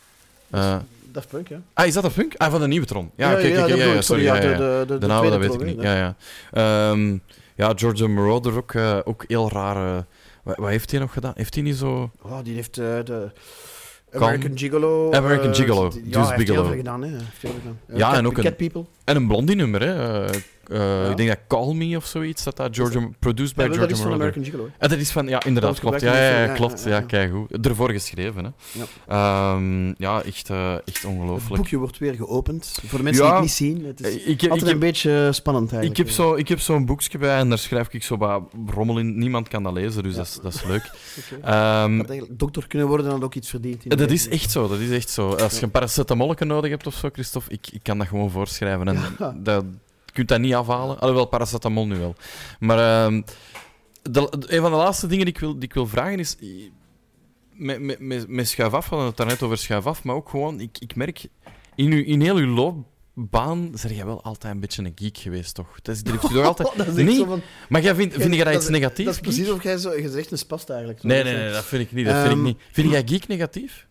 Eh, Daft Punk, ja. ah, is dat een punk? Ah, van de nieuwe Tron. Ja, oké, oké, dat oké, ja, bedoel ik, sorry. ja, ja, ja. de, de, de, De naam, tweede dat weet Tron, ik hè. niet. Ja, ja. Ehm, ja, Giorgio Moroder ook, eh, ook heel rare. Wat, wat heeft hij nog gedaan? Heeft hij niet zo. Oh, die heeft eh, de... American Gigolo. eh, American Gigolo, die- Deuce Ja, hij heeft heel Bigelow. veel gedaan, hè. Hij heeft heel veel gedaan. Eh, Ja, Cat- en ook een- Cat People. En een blondie nummer, hè? Eh, eh, Ja. Ik denk dat Call Me of zoiets, dat dat Giorgio, produced Ja, bij wel, dat Giorgio is van Moroder. American Gigolo, hè. Ah, dat is van, ja, inderdaad, Dat was klopt. Ja, ja, gebruikt in ja, de film, klopt. ja, Ja, ja, ja. keigoed. Ervoor geschreven, hè. Ehm, ja, echt, eh, echt Het ongelooflijk. boekje wordt weer geopend. Voor de mensen Ja. die het niet zien. Het is Eh, Ik, ik, altijd een heb, beetje eh, spannend ik, eigenlijk. heb zo, ik heb zo'n boekje bij en daar schrijf ik zo wat rommel in. Niemand kan dat lezen, dus Ja. dat, is, dat is leuk. [laughs] Oké. Ehm, Had eigenlijk dokter kunnen worden en had ook iets verdiend. in Ja, het Dat is leven. echt zo, dat is echt zo. Als je een paracetamolletje nodig hebt of zo, Christophe, ik, ik kan dat gewoon voorschrijven. En dat, je kunt dat niet afhalen. Alhoewel, paracetamol nu wel. Maar ehm, de- de- een van de laatste dingen die ik wil, die ik wil vragen is... Met, met, met, met schuif af, we hadden het daarnet over schuif af, maar ook gewoon, ik, ik merk... In, uw, in heel uw loopbaan ben jij wel altijd een beetje een geek geweest, toch? Dat is, dat heeft u [laughs] toch altijd... Oh, dat is echt Nee, zo van- Maar jij vindt, vind jij dat is- iets negatiefs? Dat is precies geek? of jij zo gezegd een spast eigenlijk. Zo Nee, dat nee, je- nee, dat vind ik niet. Dat vind, ik Ehm, niet. vind jij geek negatief?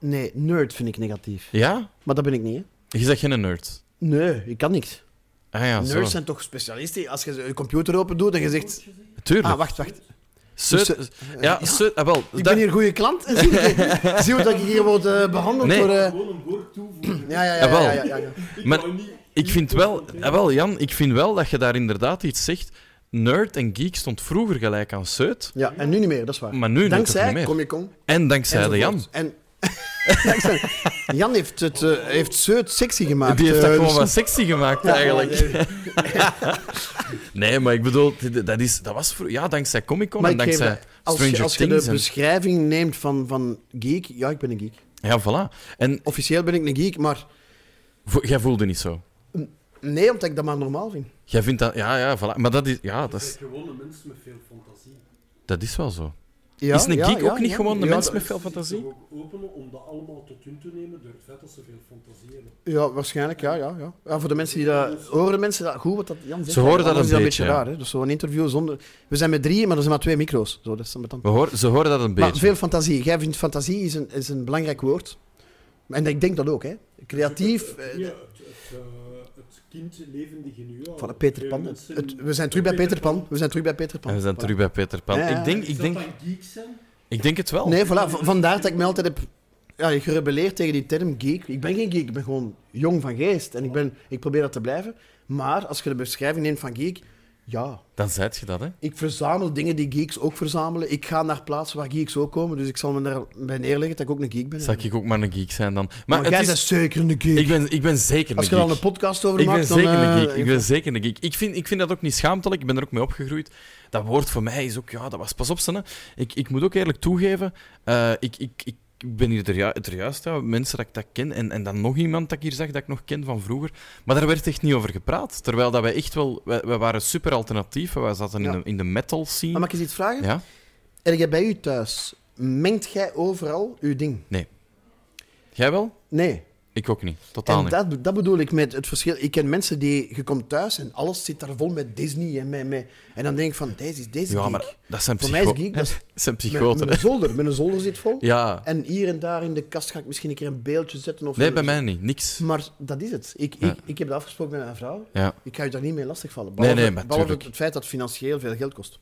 Nee, nerd vind ik negatief. Ja? Maar dat ben ik niet, hè. Je zegt geen nerd. Nee, ik kan niks. Ah ja, Nerds zo. zijn toch specialisten? Als je zo je computer open doet en je zegt... Tuurlijk. Ah, wacht, wacht. Seut- dus, ja, Seut- ah, wel. Ik dat- ben hier goede klant. [laughs] en Zie je zie je dat ik hier word eh, behandeld Nee. door... eh, Gewoon een woord toevoegen. Ja, ja, ja. Jawel. ja, ja, ja, ja. Ik Maar wou niet- ik vind wel, ah, wel, Jan, ik vind wel dat je daar inderdaad iets zegt. Nerd en geek stond vroeger gelijk aan Seut, Ja, en nu niet meer, dat is waar. maar nu net toch Dankzij niet meer. Comic Con. En dankzij de Jan. enzovoort. En... [laughs] Dankzij- Jan heeft, het, eh, heeft Seut sexy gemaakt. Die heeft dat eh, gewoon dus- wat sexy gemaakt, eigenlijk. Nee, maar ik bedoel, dit- dat, is, dat was vroeger... Ja, dankzij Comic-Con Maar en ik geef dankzij dat, als, Stranger je, als je de Things. en- beschrijving neemt van, van geek, ja, ik ben een geek. Ja, voilà. En Officieel ben ik een geek, maar vo- jij voelde niet zo. nee, omdat ik dat maar normaal vind. Jij vindt dat... Ja, ja, voilà. Maar dat is, ja, dat Dat is, zijn gewone mensen met veel fantasie. dat is wel zo. Ja, Is een ja, geek ja, ook niet ja. gewoon een ja, mens dat- met veel fantasie? Ze ook openen om dat allemaal tot hun te nemen door het feit dat ze veel fantasie hebben. Ja, waarschijnlijk, ja, ja, ja. ja. Voor de mensen die dat... Horen mensen dat goed, wat dat Jan zegt? Ze horen dat Anders een is dat beetje, een beetje raar, hè. Dus zo'n interview zonder... We zijn met drieën, maar er zijn maar twee micro's. Zo, dat is dan met dan... We hoor, ze horen dat een Maar beetje. veel fantasie. Jij vindt fantasie is een, is een belangrijk woord. En ik denk dat ook, hè. Creatief... eh, Ja, het, het, eh, het kind levendige nu. al. Voilà, Peter Veel Pan. mensen- Het- we zijn terug bij Peter Pan. We zijn terug bij Peter Pan. En we zijn Voilà. terug bij Peter Pan. Ja, ja. Ik, denk, Is ik, dat denk, dan geeks zijn? ik denk het wel. Nee, voilà. v- Vandaar dat ik me altijd heb ja, gerebelleerd tegen die term geek. Ik ben geen geek, ik ben gewoon jong van geest. En ik, ben, ik probeer dat te blijven. Maar als je de beschrijving neemt van geek, Ja. Dan zijt je dat, hè? Ik verzamel dingen die geeks ook verzamelen. Ik ga naar plaatsen waar geeks ook komen. Dus ik zal me daarbij neerleggen dat ik ook een geek ben. Zal ik ook maar een geek zijn dan? Maar, maar het jij is- bent zeker een geek. ik, ben, ik ben zeker een Als je geek. er al een podcast over Ik ben maakt, dan... zeker een eh, geek. Ik ben zeker een geek. Ik vind, ik vind dat ook niet schaamtelijk. Ik ben er ook mee opgegroeid. Dat woord voor mij is ook... Ja, dat was pas op, hè. Ik, ik moet ook eerlijk toegeven... eh, ik, ik, ik ben hier er, ju- het er juist, ja, mensen dat ik dat ken. En, en dan nog iemand dat ik hier zag, dat ik nog ken van vroeger. Maar daar werd echt niet over gepraat. Terwijl dat wij echt wel... Wij, wij waren super alternatief. Wij zaten Ja. Ah, in, de, in de metal scene. Maar mag ik eens iets vragen? Ja? En jij bij u thuis, mengt jij overal uw ding? Jij wel? Nee. Ik ook niet. Totaal en niet. dat, dat bedoel ik met het verschil. Ik ken mensen die... Je komt thuis en alles zit daar vol met Disney en met... met en dan denk ik van, deze is deze Ja, geek. maar dat zijn, Voor psycho mij is geek, dat is- dat [laughs] zijn Met, psychoten. met hè. een zolder. Met een zolder zit vol. Ja. En hier en daar in de kast ga ik misschien een keer een beeldje zetten. Of Nee, bij mij niet. Niks. Maar dat is het. Ik, Ja. ik, ik heb dat afgesproken met mijn vrouw. Ja. Ik ga je daar niet mee lastigvallen. Nee, nee, Behalve, maar behalve tuurlijk. het feit dat het financieel veel geld kost.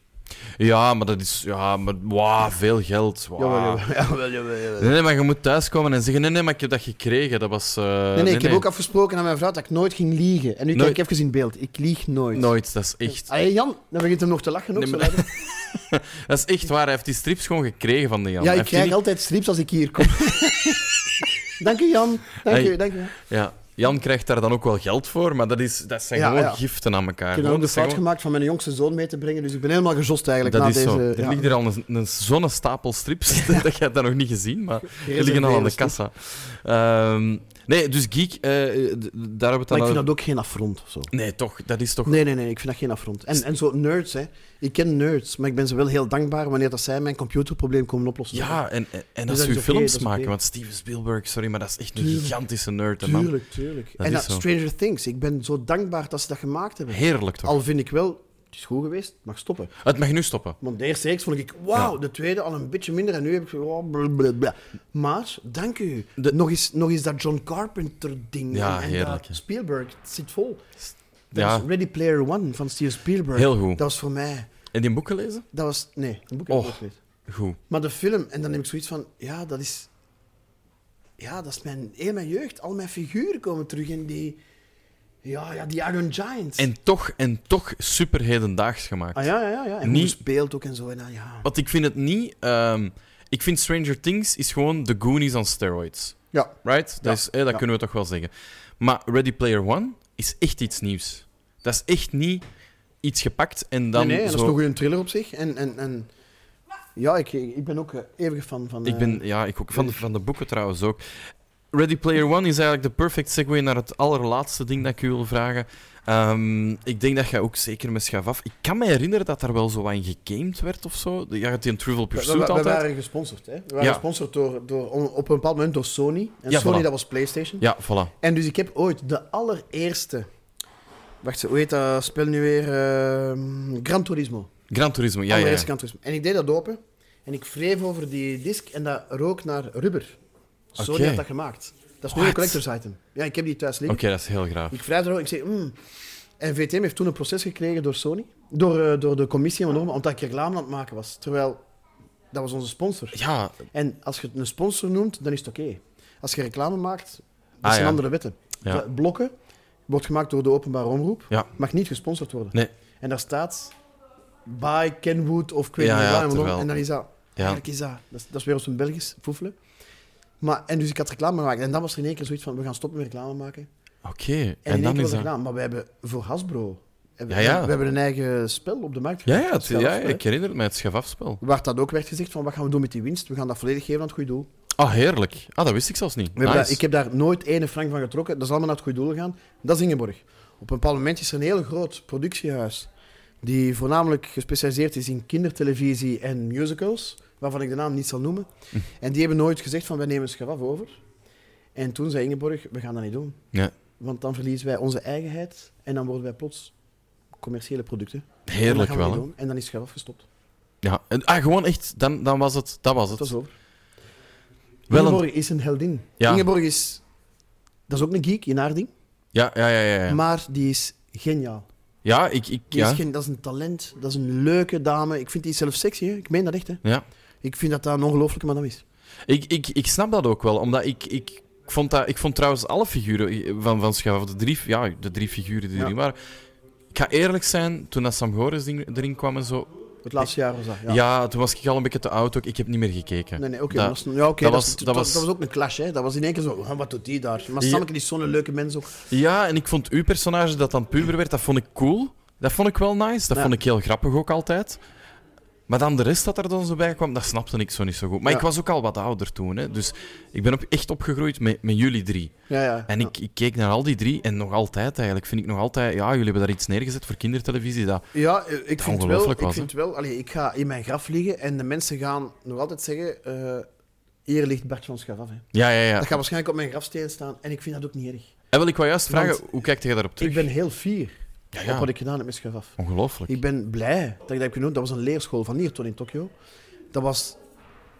Ja, maar dat is... Ja, maar... Wauw, veel geld. Wauw. Jawel, jawel, jawel, jawel. Nee, nee, maar je moet thuiskomen en zeggen... Nee, nee, maar ik heb dat gekregen. Dat was... eh, Nee, nee, ik heb ook afgesproken aan mijn vrouw dat ik nooit ging liegen. En nu Nooit. kijk ik even in beeld. Ik lieg nooit. Nooit, dat is echt... Allee, Jan, dan begint hem nog te lachen ook. Nee, zo maar- luid. Dat is echt waar. Hij heeft die strips gewoon gekregen van de Jan. ja, Hij ik heeft die krijg niet- altijd strips als ik [laughs] hier kom. dank u, Jan. Dank Hey. u, dank u. Ik Ja. Jan krijgt daar dan ook wel geld voor, maar dat, is, dat zijn Ja, gewoon ja. giften aan elkaar. heb dan Gewoon, ook de dat zijn fout gewoon- gemaakt van mijn jongste zoon mee te brengen, dus ik ben helemaal gejost eigenlijk Dat na is deze... zo. ja. Er ligt er al een, een zonnestapel [laughs] strips. [laughs] dat heb je dat nog niet gezien, maar die liggen al aan de kassa. Ehm, nee, dus Geek, eh, d- daar hebben we Maar het ik dan... vind dat ook geen affront of zo. Nee, toch. Dat is toch... Nee, nee, nee, ik vind dat geen affront. En, en zo nerds, hè. Ik ken nerds, maar ik ben ze wel heel dankbaar wanneer dat zij mijn computerprobleem komen oplossen. Ja, en, en, en als Dus dat ze is uw oké, dat films is oké. maken, want Steven Spielberg, sorry, maar dat is echt een Tuurlijk. gigantische nerd, hè, man. tuurlijk, tuurlijk. Dat en is dat zo. Stranger Things, ik ben zo dankbaar dat ze dat gemaakt hebben. Heerlijk toch? Al vind ik wel, het is goed geweest, het mag stoppen. Het mag nu stoppen. Want de eerste reeks vond ik, wauw, de tweede al een beetje minder en nu heb ik... Oh, blablabla. Maar, dank u. De- Nog, eens, nog eens dat John Carpenter-ding. Ja, en, en heerlijk, hè. Dat Spielberg, het zit vol. Dat Ja. was Ready Player One van Steven Spielberg. Heel goed. Dat was voor mij... En die boeken lezen? Dat was... Nee, een boek heb ik Oh. ook niet. Goed. Maar de film, en dan heb ik zoiets van, ja, dat is... Ja, dat is mijn, heel mijn jeugd. Al mijn figuren komen terug in die... Ja, ja, die Iron Giants. En toch, en toch super hedendaags gemaakt. Ah ja, ja, ja. ja. En Niet- hoe speelt ook en zo. En, ah, ja. Want ik vind het niet... ehm, ik vind Stranger Things is gewoon de Goonies on steroids. ja. Right? Dat, Ja. is, eh, dat Ja. kunnen we toch wel zeggen. Maar Ready Player One is echt iets nieuws. Dat is echt niet iets gepakt en dan nee, nee, zo... dat is nog een thriller op zich. En, en, en... Ja, ik, ik ben ook eh, eeuwig fan van... Ik eh, ben, ja, ik ook. Van de, van de boeken trouwens ook. Ready Player One is eigenlijk de perfect segue naar het allerlaatste ding dat ik u wil vragen. Ehm, ik denk dat jij ook zeker met schaaf af. Ik kan me herinneren dat daar wel zo wat in gegamed werd of zo. Je had die een Trivial we, we- Pursuit we altijd. waren gesponsord, hè. We waren Ja. gesponsord door, door, op een bepaald moment door Sony. En Ja, Sony, voilà. dat was PlayStation. Ja, voilà. En dus ik heb ooit de allereerste... Wacht, hoe heet dat spel nu weer? Ehm, Gran Turismo. Gran Turismo, ja, ja. ja. allereerste Gran Turismo. En ik deed dat open. En ik wreef over die disc en dat rook naar rubber. Sony Oké. had dat gemaakt. Dat is nu What? een collector's item. Ja, ik heb die thuis Oké, liggen. dat is heel graag. Ik wrijf erover en ik zeg... "Mm." En VTM heeft toen een proces gekregen door Sony. Door, eh, door de commissie van Normen, omdat ik reclame aan het maken was. Terwijl, dat was onze sponsor. Ja, En als je het een sponsor noemt, dan is het oké. Als je reclame maakt, dat Ah, zijn ja. andere wetten. Ja. De Blokken wordt gemaakt door de openbare omroep, Ja. mag niet gesponsord worden. nee. En daar staat by Kenwood of ik weet Ja, niet ja, waar. en waarom. terwijl- En dan is dat, Ja. eigenlijk is dat, dat is, dat is weer op zijn Belgisch, foefelen. Maar, en dus ik had reclame gemaakt. En dan was er in één keer zoiets van, we gaan stoppen met reclame maken. Oké. En, En, in één dan keer is was er dat... reclame. Maar we hebben voor Hasbro, hebben, Ja, ja. we hebben een eigen spel op de markt. Ja, ja, gebracht, het- ja, dat ja, spel, hè. ik herinner het mij, het schaafspel. Waar dat ook werd gezegd van, wat gaan we doen met die winst? We gaan dat volledig geven aan het goede doel. Ah, heerlijk. Ah, dat wist ik zelfs niet. We hebben Nice. daar- ik heb daar nooit ene frank van getrokken. Dat is allemaal naar het goede doel gegaan. Dat is Ingeborg. Op een bepaald moment is er een heel groot productiehuis. Die voornamelijk gespecialiseerd is in kindertelevisie en musicals. Waarvan ik de naam niet zal noemen. Hm. En die hebben nooit gezegd van wij nemen Schavaf over. En toen zei Ingeborg, we gaan dat niet doen. Ja. Want dan verliezen wij onze eigenheid. En dan worden wij plots commerciële producten. En dat Heerlijk gaan we wel, niet hè. doen. En dan is Schavaf gestopt. Ja. En- Ah, gewoon echt, dan, dan was het. Dat was het. Dat is over. Wel een... Ingeborg is een heldin. Ja. Ingeborg is... Dat is ook een geek in haar ding. Ja, ja, ja, ja. ja. Maar die is geniaal. Ja, ik... ik Die ja. Is geen, dat is een talent, dat is een leuke dame. Ik vind die zelf sexy, hè. ik meen dat echt. Hè. ja. Ik vind dat dat een ongelooflijke madame is. Ik, ik, ik snap dat ook wel, omdat ik, ik, eh, vond, dat, ik vond trouwens alle figuren van, van Schaaf, de drie, ja, de drie figuren die Ja. erin waren, Ik ga eerlijk zijn, toen dat Sam Goris ding- erin kwam en zo... Het laatste jaar was dat. Ja. Ja. toen was ik al een beetje te oud ook. Ik heb niet meer gekeken. Nee, nee, oké. Dat- dat was- ja, oké, dat dat, was- was- dat dat was- was ook een clash, hè. Dat was in één keer zo, "Ah, wat doet die daar? Maar Ja. Samke is zo'n leuke mens ook. Ja, en ik vond uw personage dat dan puber werd, dat vond ik cool. Dat vond ik wel nice. Dat Ja. vond ik heel grappig ook altijd. Maar dan de rest dat er dan zo bij kwam, dat snapte ik zo niet zo goed. Maar Ja. ik was ook al wat ouder toen. Hè. Dus ik ben op, echt opgegroeid met, met jullie drie. Ja, ja. En ik, ik keek naar al die drie en nog altijd eigenlijk. Vind ik nog altijd, ja, jullie hebben daar iets neergezet voor kindertelevisie. Dat, Ja, eh, ik vind wel. ongelooflijk Ik, was, vind wel allee, ik ga in mijn graf liggen en de mensen gaan nog altijd zeggen: eh, hier ligt Bart van Schaf af. Hè. ja, ja, ja. Dat gaat waarschijnlijk op mijn grafsteen staan en ik vind dat ook niet erg. En wil ik wel juist vragen, Want- hoe kijk jij daarop terug? Ik ben heel fier Ja, op ja. wat ik gedaan heb met Schaf af. Ongelooflijk. Ik ben blij dat ik dat heb genoemd. Dat was een leerschool van hier tot in Tokio. Dat was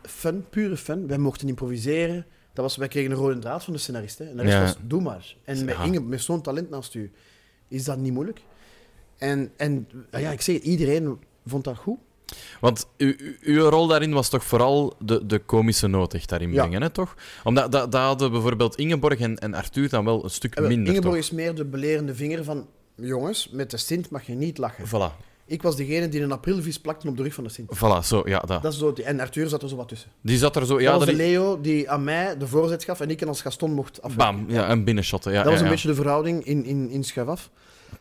fun, pure fun. Wij mochten improviseren. Dat was, wij kregen een rode draad van de scenarist. Hè. En de rest Ja. was, doe maar. En met Ja. Inge, met zo'n talent naast u, is dat niet moeilijk. En, en ah ja, ik zeg het, iedereen vond dat goed. Want u- u- uw rol daarin was toch vooral de, de komische noot echt daarin Ja. brengen, hè, toch? Omdat dat dat hadden bijvoorbeeld Ingeborg en, en Arthur dan wel een stuk Eh, wel, minder, Ingeborg is meer de belerende vinger van... Jongens, met de Sint mag je niet lachen. toch? Voilà, Ik was degene die een aprilvis plakte op de rug van de Sint. voilà, zo, ja, dat. Dat is zo, die- en Arthur zat er zo wat tussen. Die zat er zo... dat Ja, was dat de Leo die aan mij de voorzet gaf en ik en als Gaston mocht af. bam, ja, en binnenshotten. Ja, dat was ja, een ja. beetje de verhouding in, in, in Schavaf.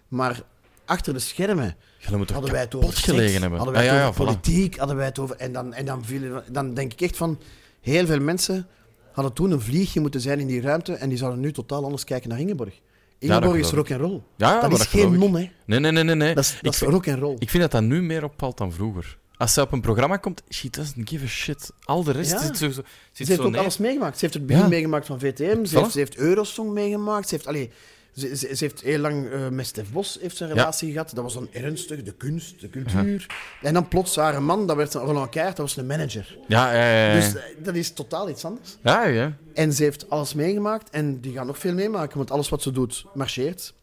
Maar achter de schermen Ja, dan moet er hadden wij het over kapot seks, gelegen hebben. hadden wij ja, het ja, over ja, voilà. politiek, hadden wij het over... En, dan, en dan, vielen, dan denk ik echt van... Heel veel mensen hadden toen een vliegje moeten zijn in die ruimte en die zouden nu totaal anders kijken naar Ingeborg. Ingeborg geloof is ik. rock and roll. Ja, ja, dat maar is geen geloof ik. non, [laughs] hè. Nee, nee, nee, nee. nee. Dat is, ik, dat is vind- rock and roll. ik vind dat dat nu meer opvalt dan vroeger. Als zij op een programma komt, she doesn't give a shit. Al de rest Ja. zit zo... zo- Zit Ze heeft zo ook neer. alles meegemaakt. Ze heeft het begin Ja. meegemaakt van VTM, ze Voilà. heeft, ze heeft Eurosong meegemaakt, ze heeft... Allee, ze, ze, ze heeft heel lang eh, met Stef Bos heeft ze een relatie gehad. Dat was dan ernstig, de kunst, de cultuur. En dan plots haar man, dat werd een Roland Keijert, dat was een manager. Ja, ja, ja. ja. Dus eh, dat is totaal iets anders. ja, ja. En ze heeft alles meegemaakt en die gaan nog veel meemaken, want alles wat ze doet, marcheert.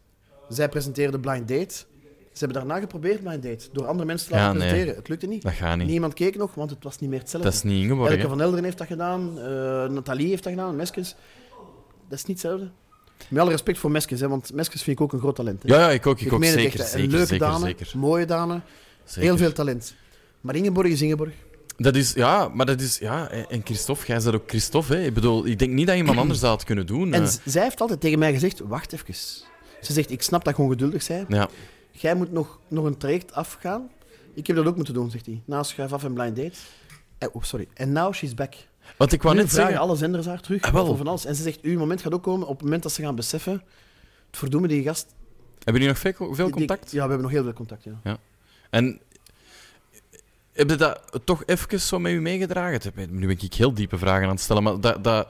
Zij presenteerde Blind Date. Ze hebben daarna geprobeerd Blind Date, door andere mensen te laten Ja, nee. presenteren. Het lukte niet. Dat gaat niet. Niemand keek nog, want het was niet meer hetzelfde. Dat is niet Ingeborg, Elke hè. van Elderen heeft dat gedaan, eh, Nathalie heeft dat gedaan, Meskes. Dat is niet hetzelfde. Met alle respect voor Meskes, hè, want Meskes vind ik ook een groot talent. hè. Ja, ja, ik ook, ik Ik ook. meen het Zeker, echt, hè. Een zeker, leuke zeker, dame, zeker. mooie dame, Zeker. heel veel talent. Maar Ingeborg is Ingeborg. Dat is, ja, maar dat is, ja, en en Christophe, jij bent ook Christophe, hè. Ik bedoel, ik denk niet dat [clears throat] iemand anders dat had kunnen doen. En eh. z- zij heeft altijd tegen mij gezegd, wacht even. Ze zegt, ik snap dat je ongeduldig bent. ja. Jij moet nog, nog een traject afgaan. Ik heb dat ook moeten doen, zegt hij. Na Schuif af en Blind Date. Eh, oh, sorry. En now she's back. Want ik wou nu net vragen zeggen... alle zenders haar terug. Ah, wel. over van alles. En ze zegt, uw moment gaat ook komen op het moment dat ze gaan beseffen... Het verdoemen die gast... Hebben jullie nog veel, veel die- die- contact? ja, we hebben nog heel veel contact, ja. En heb je dat toch even zo met u meegedragen? Dat- Nu ben ik heel diepe vragen aan het stellen, maar dat, dat,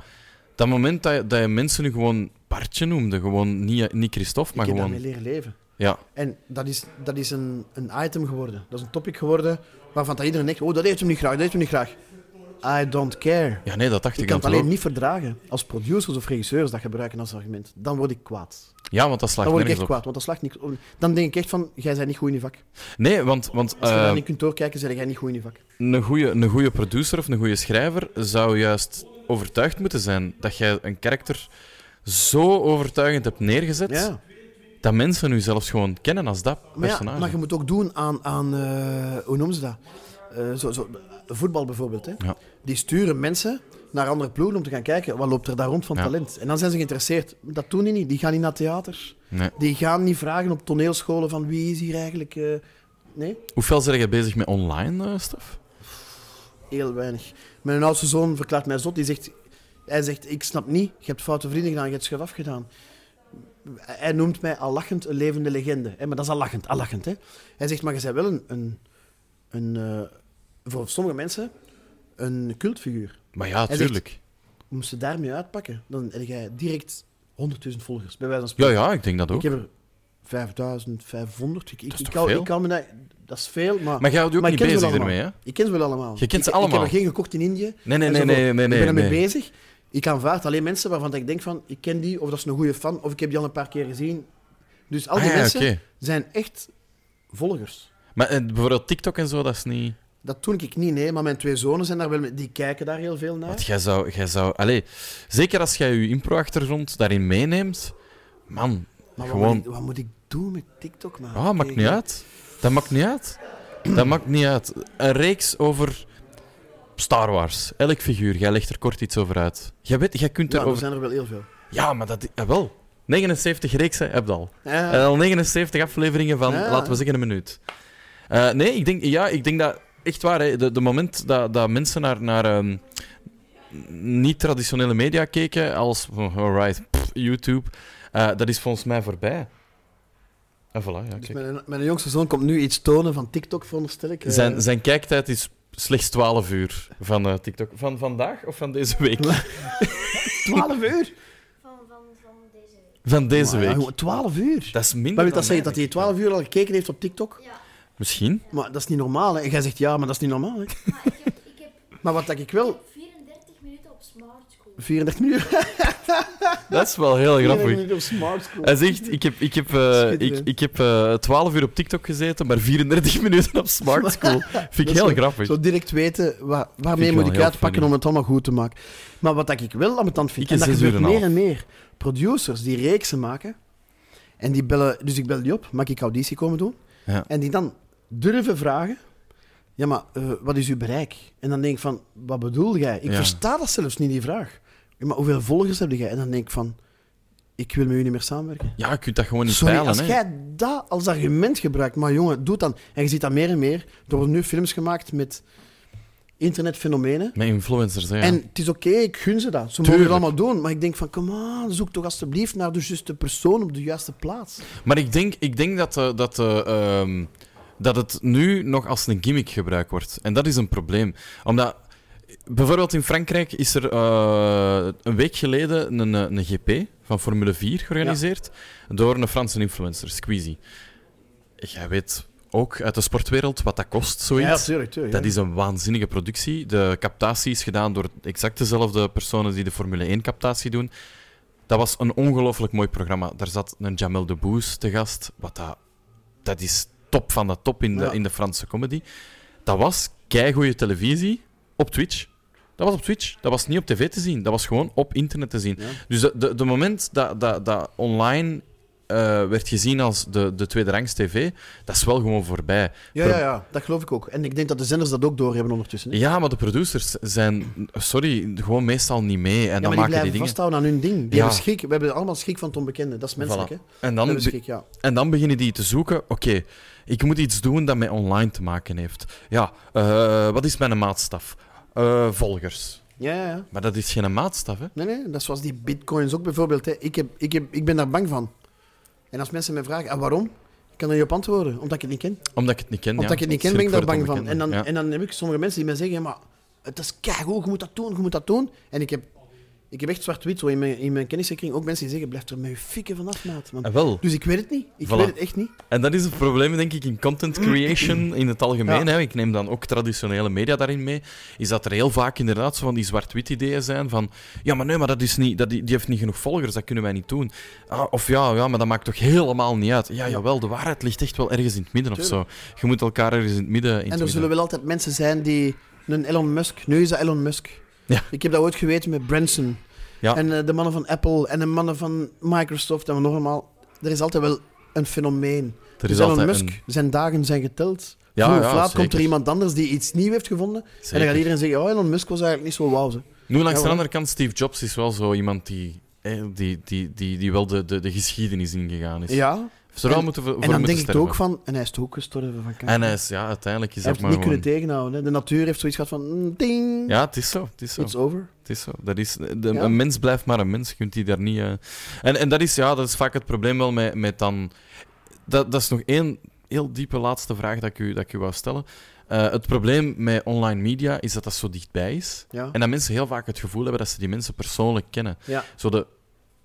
dat moment dat, je- dat je mensen nu gewoon Bartje noemde, gewoon niet, niet Christophe, maar ik heb daarmee gewoon... leren leven. Ja, En dat is, dat is een, een item geworden. Dat is een topic geworden waarvan dat iedereen denkt... Oh, dat heeft hem niet graag, dat heeft hem niet graag. I don't care. ja, nee, dat dacht ik, Ik kan het dan toch alleen niet verdragen als producers of regisseurs dat gebruiken als argument. Dan word ik kwaad. ook. Ja, want dat slaat Dan word ik echt nergens op. kwaad, want dat slaagt niks op. Dan denk ik echt van, jij bent niet goed in je vak. Nee, want... want Als je daar eh, niet kunt doorkijken, ben jij niet goed in je vak. Een goede een goeie producer of een goede schrijver zou juist overtuigd moeten zijn dat jij een karakter zo overtuigend hebt neergezet Ja. dat mensen nu zelfs gewoon kennen als dat Maar, ja, personage. maar je moet ook doen aan, aan eh, hoe noemen ze dat? Eh, zo, zo, voetbal bijvoorbeeld. Hè? Ja. Die sturen mensen naar andere ploegen om te gaan kijken wat loopt er daar rond van Ja. talent. En dan zijn ze geïnteresseerd. Dat doen die niet. Die gaan niet naar theater. Nee. Die gaan niet vragen op toneelscholen van wie is hier eigenlijk... eh, nee, Hoeveel zijn jij bezig met online eh, stuff? heel weinig. Mijn oudste zoon verklaart mij zot. Die zegt, hij zegt, ik snap niet. Je hebt foute vrienden gedaan, je hebt schaf afgedaan. Hij noemt mij al lachend een levende legende. Hè? Maar dat is al lachend, al lachend. Hè? Hij zegt, maar je bent wel een... een, een eh, voor sommige mensen een cultfiguur. Maar ja, zegt- tuurlijk. Moest ze daarmee uitpakken, dan heb jij direct 100.000 volgers, bij wijze van Ja, spreken. ja, ik denk dat ook. Ik heb er 5500. Ik, ik, is ik, toch hou- veel? ik hou me dat, dat is veel, maar... Maar jij houdt je ook Maar ik niet ken ze bezig wel ermee, hè? Ik ken ze wel allemaal. Je kent ze Ik- ik, allemaal? heb er geen gekocht in Indië. Nee, nee, nee, en zo voort. nee, nee, Ik ben ermee nee. bezig. Ik aanvaard alleen mensen waarvan ik denk van, ik ken die, of dat is een goede fan, of ik heb die al een paar keer gezien. Dus al die Ah, ja, mensen oké. zijn echt volgers. Maar eh, bijvoorbeeld TikTok en zo, dat is niet... Dat doe ik niet, nee, maar mijn twee zonen zijn daar wel mee. Die kijken daar heel veel naar. Want jij zou... Jij zou allee, zeker als jij je impro-achtergrond daarin meeneemt... Man, Maar Gewoon- wat, moet ik, wat moet ik doen met TikTok, man? Ah, maakt Kijk, niet uit. Dat maakt niet uit. Dat maakt niet uit. Een reeks over Star Wars. Elk figuur, jij legt er kort iets over uit. Jij, weet, jij kunt Ja, er erover... zijn er wel heel veel. Ja, maar dat... eh, wel. 79 reeksen heb je al. Ja. En al 79 afleveringen van, Ja. laten we zeggen, een minuut. Eh, nee, ik denk, ja, ik denk dat... Echt waar, hè, de, de moment dat, dat mensen naar, naar ehm, niet-traditionele media keken, als, van, alright, pff, YouTube, eh, dat is volgens mij voorbij. En voilà, ja, kijk. Dus mijn, mijn jongste zoon komt nu iets tonen van TikTok, veronderstel ik. Eh, Zijn, zijn kijktijd is slechts 12 uur van eh, TikTok. Van vandaag of van deze [laughs] week? 12 uur? Van, van, van deze week. Van [laughs] deze Maar ja, week. gewoon 12 uur? Dat is minder. Maar wil dan dat zeggen dat hij eigenlijk. 12 uur al gekeken heeft op TikTok? Ja, Misschien. Maar dat is niet normaal, hè? En jij zegt ja, maar dat is niet normaal, hè? maar ik heb, ik heb, [laughs] Maar wat dat ik ik wel... heb 34 minuten op smart school. 34 uur. Dat is wel heel [laughs] grappig. 34 uur op smart school. Hij zegt, ik heb, ik heb, eh, ik, Schitterend. ik heb eh, 12 uur op TikTok gezeten, maar 34 [laughs] [laughs] minuten op Smart School. Vind Dat ik is heel wel- grappig. Zo direct weten, wa- Vind waarmee ik moet wel ik heel uitpakken funny. om het allemaal goed te maken. Maar wat dat ik wel ambetant vind, Ik is en dat zes uur gebeurt en meer half. en meer. Producers die reeksen maken, en die bellen, dus ik bel die op, mag ik auditie komen doen? Ja. En die dan durven vragen, ja maar, eh, wat is uw bereik? En dan denk ik van, wat bedoel jij? Ik Ja. versta dat zelfs niet, die vraag. Ja, maar hoeveel volgers heb jij? En dan denk ik van, ik wil met u niet meer samenwerken. Ja, je kunt dat gewoon niet Sorry, peilen. als hè. jij dat als argument gebruikt, maar jongen, doe het dan. En je ziet dat meer en meer. Er worden nu films gemaakt met internetfenomenen. Met influencers, hè. ja. En het is oké, ik gun ze dat. Ze mogen Tuurlijk. het allemaal doen. Maar ik denk van, come on, zoek toch alstublieft naar de juiste persoon op de juiste plaats. Maar ik denk, ik denk dat, eh, dat, eh, ehm, dat het nu nog als een gimmick gebruikt wordt. En dat is een probleem. Omdat, bijvoorbeeld in Frankrijk is er eh, een week geleden een, eh, een GP van Formule 4 georganiseerd door een Franse influencer, Squeezie. Jij weet ook uit de sportwereld wat dat kost, zoiets. tuurlijk, tuurlijk. Dat is een waanzinnige productie. De captatie is gedaan door exact dezelfde personen die de Formule 1-captatie doen. Dat was een ongelooflijk mooi programma. Daar zat een Jamel Debbouze te gast. Wat dat, dat is top van de top in de, Ja. in de Franse comedy. Dat was keigoede televisie op Twitch. Dat was op Twitch. Dat was niet op tv te zien. Dat was gewoon op internet te zien. Ja. Dus de, de, de moment dat, dat, dat online eh, werd gezien als de, de tweede rangs tv, dat is wel gewoon voorbij. Ja, ja, ja, dat geloof ik ook. En ik denk dat de zenders dat ook doorhebben ondertussen. hè. Ja, maar de producers zijn, sorry, gewoon meestal niet mee. En ja, dan maar die maken die blijven dingen. vasthouden aan hun ding. Die Ja. hebben schrik. We hebben allemaal schrik van Tom Bekende. Dat is menselijk, Voilà. hè. En We dan, hebben schrik, ja. en dan beginnen die te zoeken. Oké, ik moet iets doen dat met online te maken heeft. Ja, eh, wat is mijn maatstaf? Eh, volgers. Ja, ja, ja. Maar dat is geen maatstaf, hè? Nee, nee, dat is zoals die bitcoins ook bijvoorbeeld. Hè. Ik, heb, ik, heb, ik ben daar bang van. En als mensen mij vragen, en waarom? Ik kan er niet op antwoorden, omdat ik het niet ken. Omdat ik het niet ken. Omdat ja. ik het niet Dat ken, ben ik daar schrik bang voor het van. En dan, onbekende, en dan heb ik sommige mensen die mij zeggen, ja, maar het is keigoed, je moet dat doen, je moet dat doen. En ik heb, ik heb echt zwart-wit zo in mijn, in mijn kennisgekring ook mensen die zeggen, blijf er met je fikken vanaf, maat. man. ja. Eh, wel. Dus ik weet het niet. Ik Voilà. weet het echt niet. En dat is het probleem, denk ik, in content creation in het algemeen. Ja. Hè. Ik neem dan ook traditionele media daarin mee. Is dat er heel vaak inderdaad zo van die zwart-wit ideeën zijn. Van ja, maar nee, maar dat is niet, dat, die die heeft niet genoeg volgers, dat kunnen wij niet doen. Ah, of ja, ja, maar dat maakt toch helemaal niet uit. Ja, jawel, de waarheid ligt echt wel ergens in het midden of zo. Je moet elkaar ergens in het midden. In En het er midden. zullen wel altijd mensen zijn die een Elon Musk, nu is dat Elon Musk. Ja. Ik heb dat ooit geweten met Branson. Ja. En eh, de mannen van Apple en de mannen van Microsoft en nog allemaal. Er is altijd wel een fenomeen. er Dus is Elon altijd Musk, een- zijn dagen zijn geteld. Ja, Vroeg of ja, laat komt zeker. er iemand anders die iets nieuw heeft gevonden. En dan Zeker. gaat iedereen zeggen, oh, Elon Musk was eigenlijk niet zo wauw. ze." Nu, langs Ja, de hoor. andere kant, Steve Jobs is wel zo iemand die, eh, die, die, die, die wel de, de, de geschiedenis ingegaan is. Ja. Ze er wel En- moeten voor, voor en dan moeten denk ik er sterven. ook van, en hij is toch ook gestorven van kanker. En hij is, ja, uiteindelijk is Hij dat heeft maar het niet gewoon- kunnen tegenhouden. Hè. De natuur heeft zoiets gehad van, mm, ding, Ja, het is zo. Het is zo. it's over. Het is zo. Dat is, de, Ja. Een mens blijft maar een mens. Je kunt die daar niet. eh, En, en dat, is, ja, dat is vaak het probleem wel met, met dan. Dat, dat is nog één heel diepe laatste vraag dat ik u, dat ik u wou stellen. Eh, het probleem met online media is dat dat zo dichtbij is. Ja. En dat mensen heel vaak het gevoel hebben dat ze die mensen persoonlijk kennen. Ja. Zo de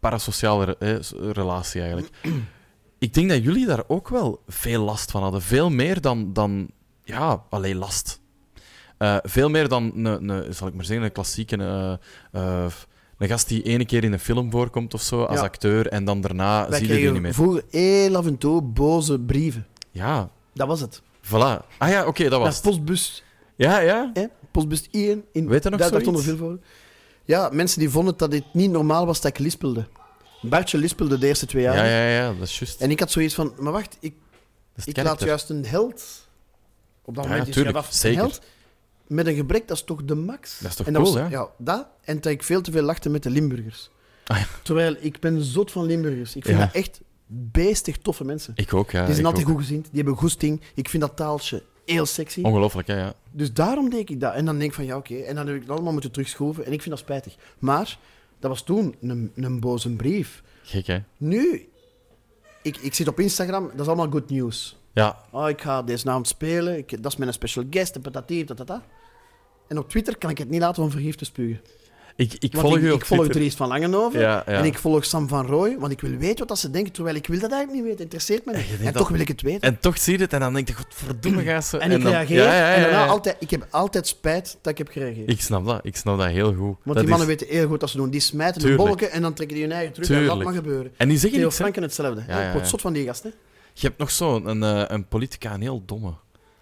parasociale re- eh, s- relatie eigenlijk. Ik denk dat jullie daar ook wel veel last van hadden. Veel meer dan, dan ja, alleen last. Eh, veel meer dan, een, een, zal ik maar zeggen, een klassieke... eh, eh, een gast die ene keer in een film voorkomt of zo, als Ja. acteur, en dan daarna Wij zie je die kregen niet meer. vroeger heel af en toe boze brieven. Ja, Dat was het. voilà. Ah ja, oké, dat was Naar het. postbus, Ja, ja. hè? postbus 1 in Weet je nog Duitsland zoiets? onder veel voor. Ja, mensen die vonden dat het niet normaal was dat ik lispelde. Bartje Lispelde de eerste twee jaar. Ja, ja, ja, dat is juist. En ik had zoiets van, maar wacht, Dat ik, is het ik karakter. laat juist een held. Op dat Ja, moment is tuurlijk, Javaf zeker. een held. Met een gebrek, dat is toch de max? Dat is toch en dat cool, was- hè? Ja, dat. En dat ik veel te veel lachte met de Limburgers. Ah, ja. Terwijl, ik ben zot van Limburgers. Ik vind Ja. dat echt beestig toffe mensen. Ik ook, ja. die zijn ik altijd ook. goed gezien, die hebben goesting. Ik vind dat taaltje heel sexy. Ongelooflijk, hè, ja. Dus daarom deed ik dat. En dan denk ik van ja, oké. En dan heb ik het allemaal moeten terugschroeven. En ik vind dat spijtig. Maar dat was toen een, een boze brief. Gek, hè. Nu, ik, ik zit op Instagram, dat is allemaal good news. Ja, Oh, ik ga deze avond spelen, ik, dat is mijn special guest, en patatief, dat, dat, dat. En op Twitter kan ik het niet laten om vergif te spugen. ik, ik Want volg ik, je op ik volg Twitter. Dries van Langenhoven Ja, ja. en ik volg Sam van Rooij, want ik wil weten wat dat ze denken, terwijl ik wil dat eigenlijk niet weten. Interesseert me En Eh, je niet. denkt En dat- toch wil ik het weten. En toch zie je het en dan denk je, godverdomme, gaas. En, ik dan- reageer, Ja, ja, ja, en daarna ja. altijd, ik heb altijd spijt dat ik heb gereageerd. Ik snap dat, ik snap dat heel goed. Want Dat die mannen is- weten heel goed wat ze doen. Die smijten Tuurlijk. de bolken en dan trekken die hun eigen terug. En Tuurlijk. dat mag gebeuren. En die zeggen Theo niks, hè. Franken hetzelfde. Ja, ja, Ik word ja. zot van die gast, hè. Je hebt nog zo'n een, eh, een politica, een heel domme.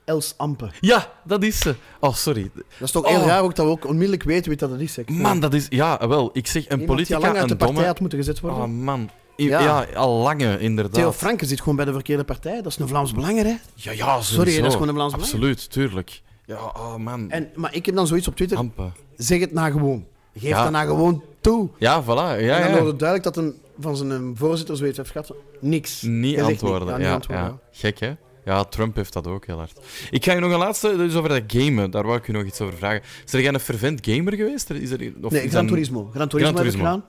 Els Ampe. Ja, dat is ze. Oh, sorry. Dat is toch heel Oh. raar ook dat we ook onmiddellijk weten wie dat het is. hè. Ik vind Man, dat is... Ja, wel, ik zeg een iemand die al politica, lang uit de een partij domme... had moeten gezet worden. Oh, man. I- Ja. Ja, al lange, inderdaad. Theo Franken zit gewoon bij de verkeerde partij. Dat is een Vlaams Belanger, hè. Ja, ja, sowieso. Sorry, dat is gewoon een Vlaams Belang. Absoluut, tuurlijk. Ja, oh, man. En, maar ik heb dan zoiets op Twitter. Ampe. Zeg het nou gewoon. Geef Ja. dat nou gewoon toe. Ja, voilà. Ja, en dan ja. wordt het duidelijk dat een, van zijn eh, voorzitter zoiets heeft gehad. van, Niks. Hij Niet zegt antwoorden. Ja, niks. Ja, niet ja. antwoorden. ja. Gek, hè? Ja, Trump heeft dat ook heel hard. Ik ga je nog een laatste, dus over dat gamen. Daar wou ik je nog iets over vragen. Is er jij een fervent gamer geweest? Is er, of Nee, is Gran dat een Turismo. Gran Turismo heb ik Turismo. gedaan.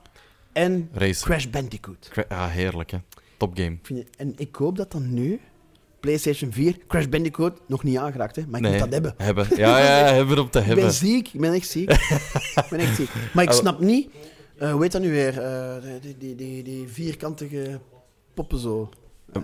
En Race. Crash Bandicoot. Cra- Ah, heerlijk, hè? Top game. Ik vind- En ik hoop dat dan nu, PlayStation 4, Crash Bandicoot, nog niet aangeraakt, hè? maar ik moet dat hebben. Hebben. Ja, ja, hebben om te Ik ben hebben. ziek, ik ben echt ziek. ik ben echt ziek. Maar ik snap niet, eh, hoe heet dat nu weer? Eh, die, die, die, die vierkantige poppen zo.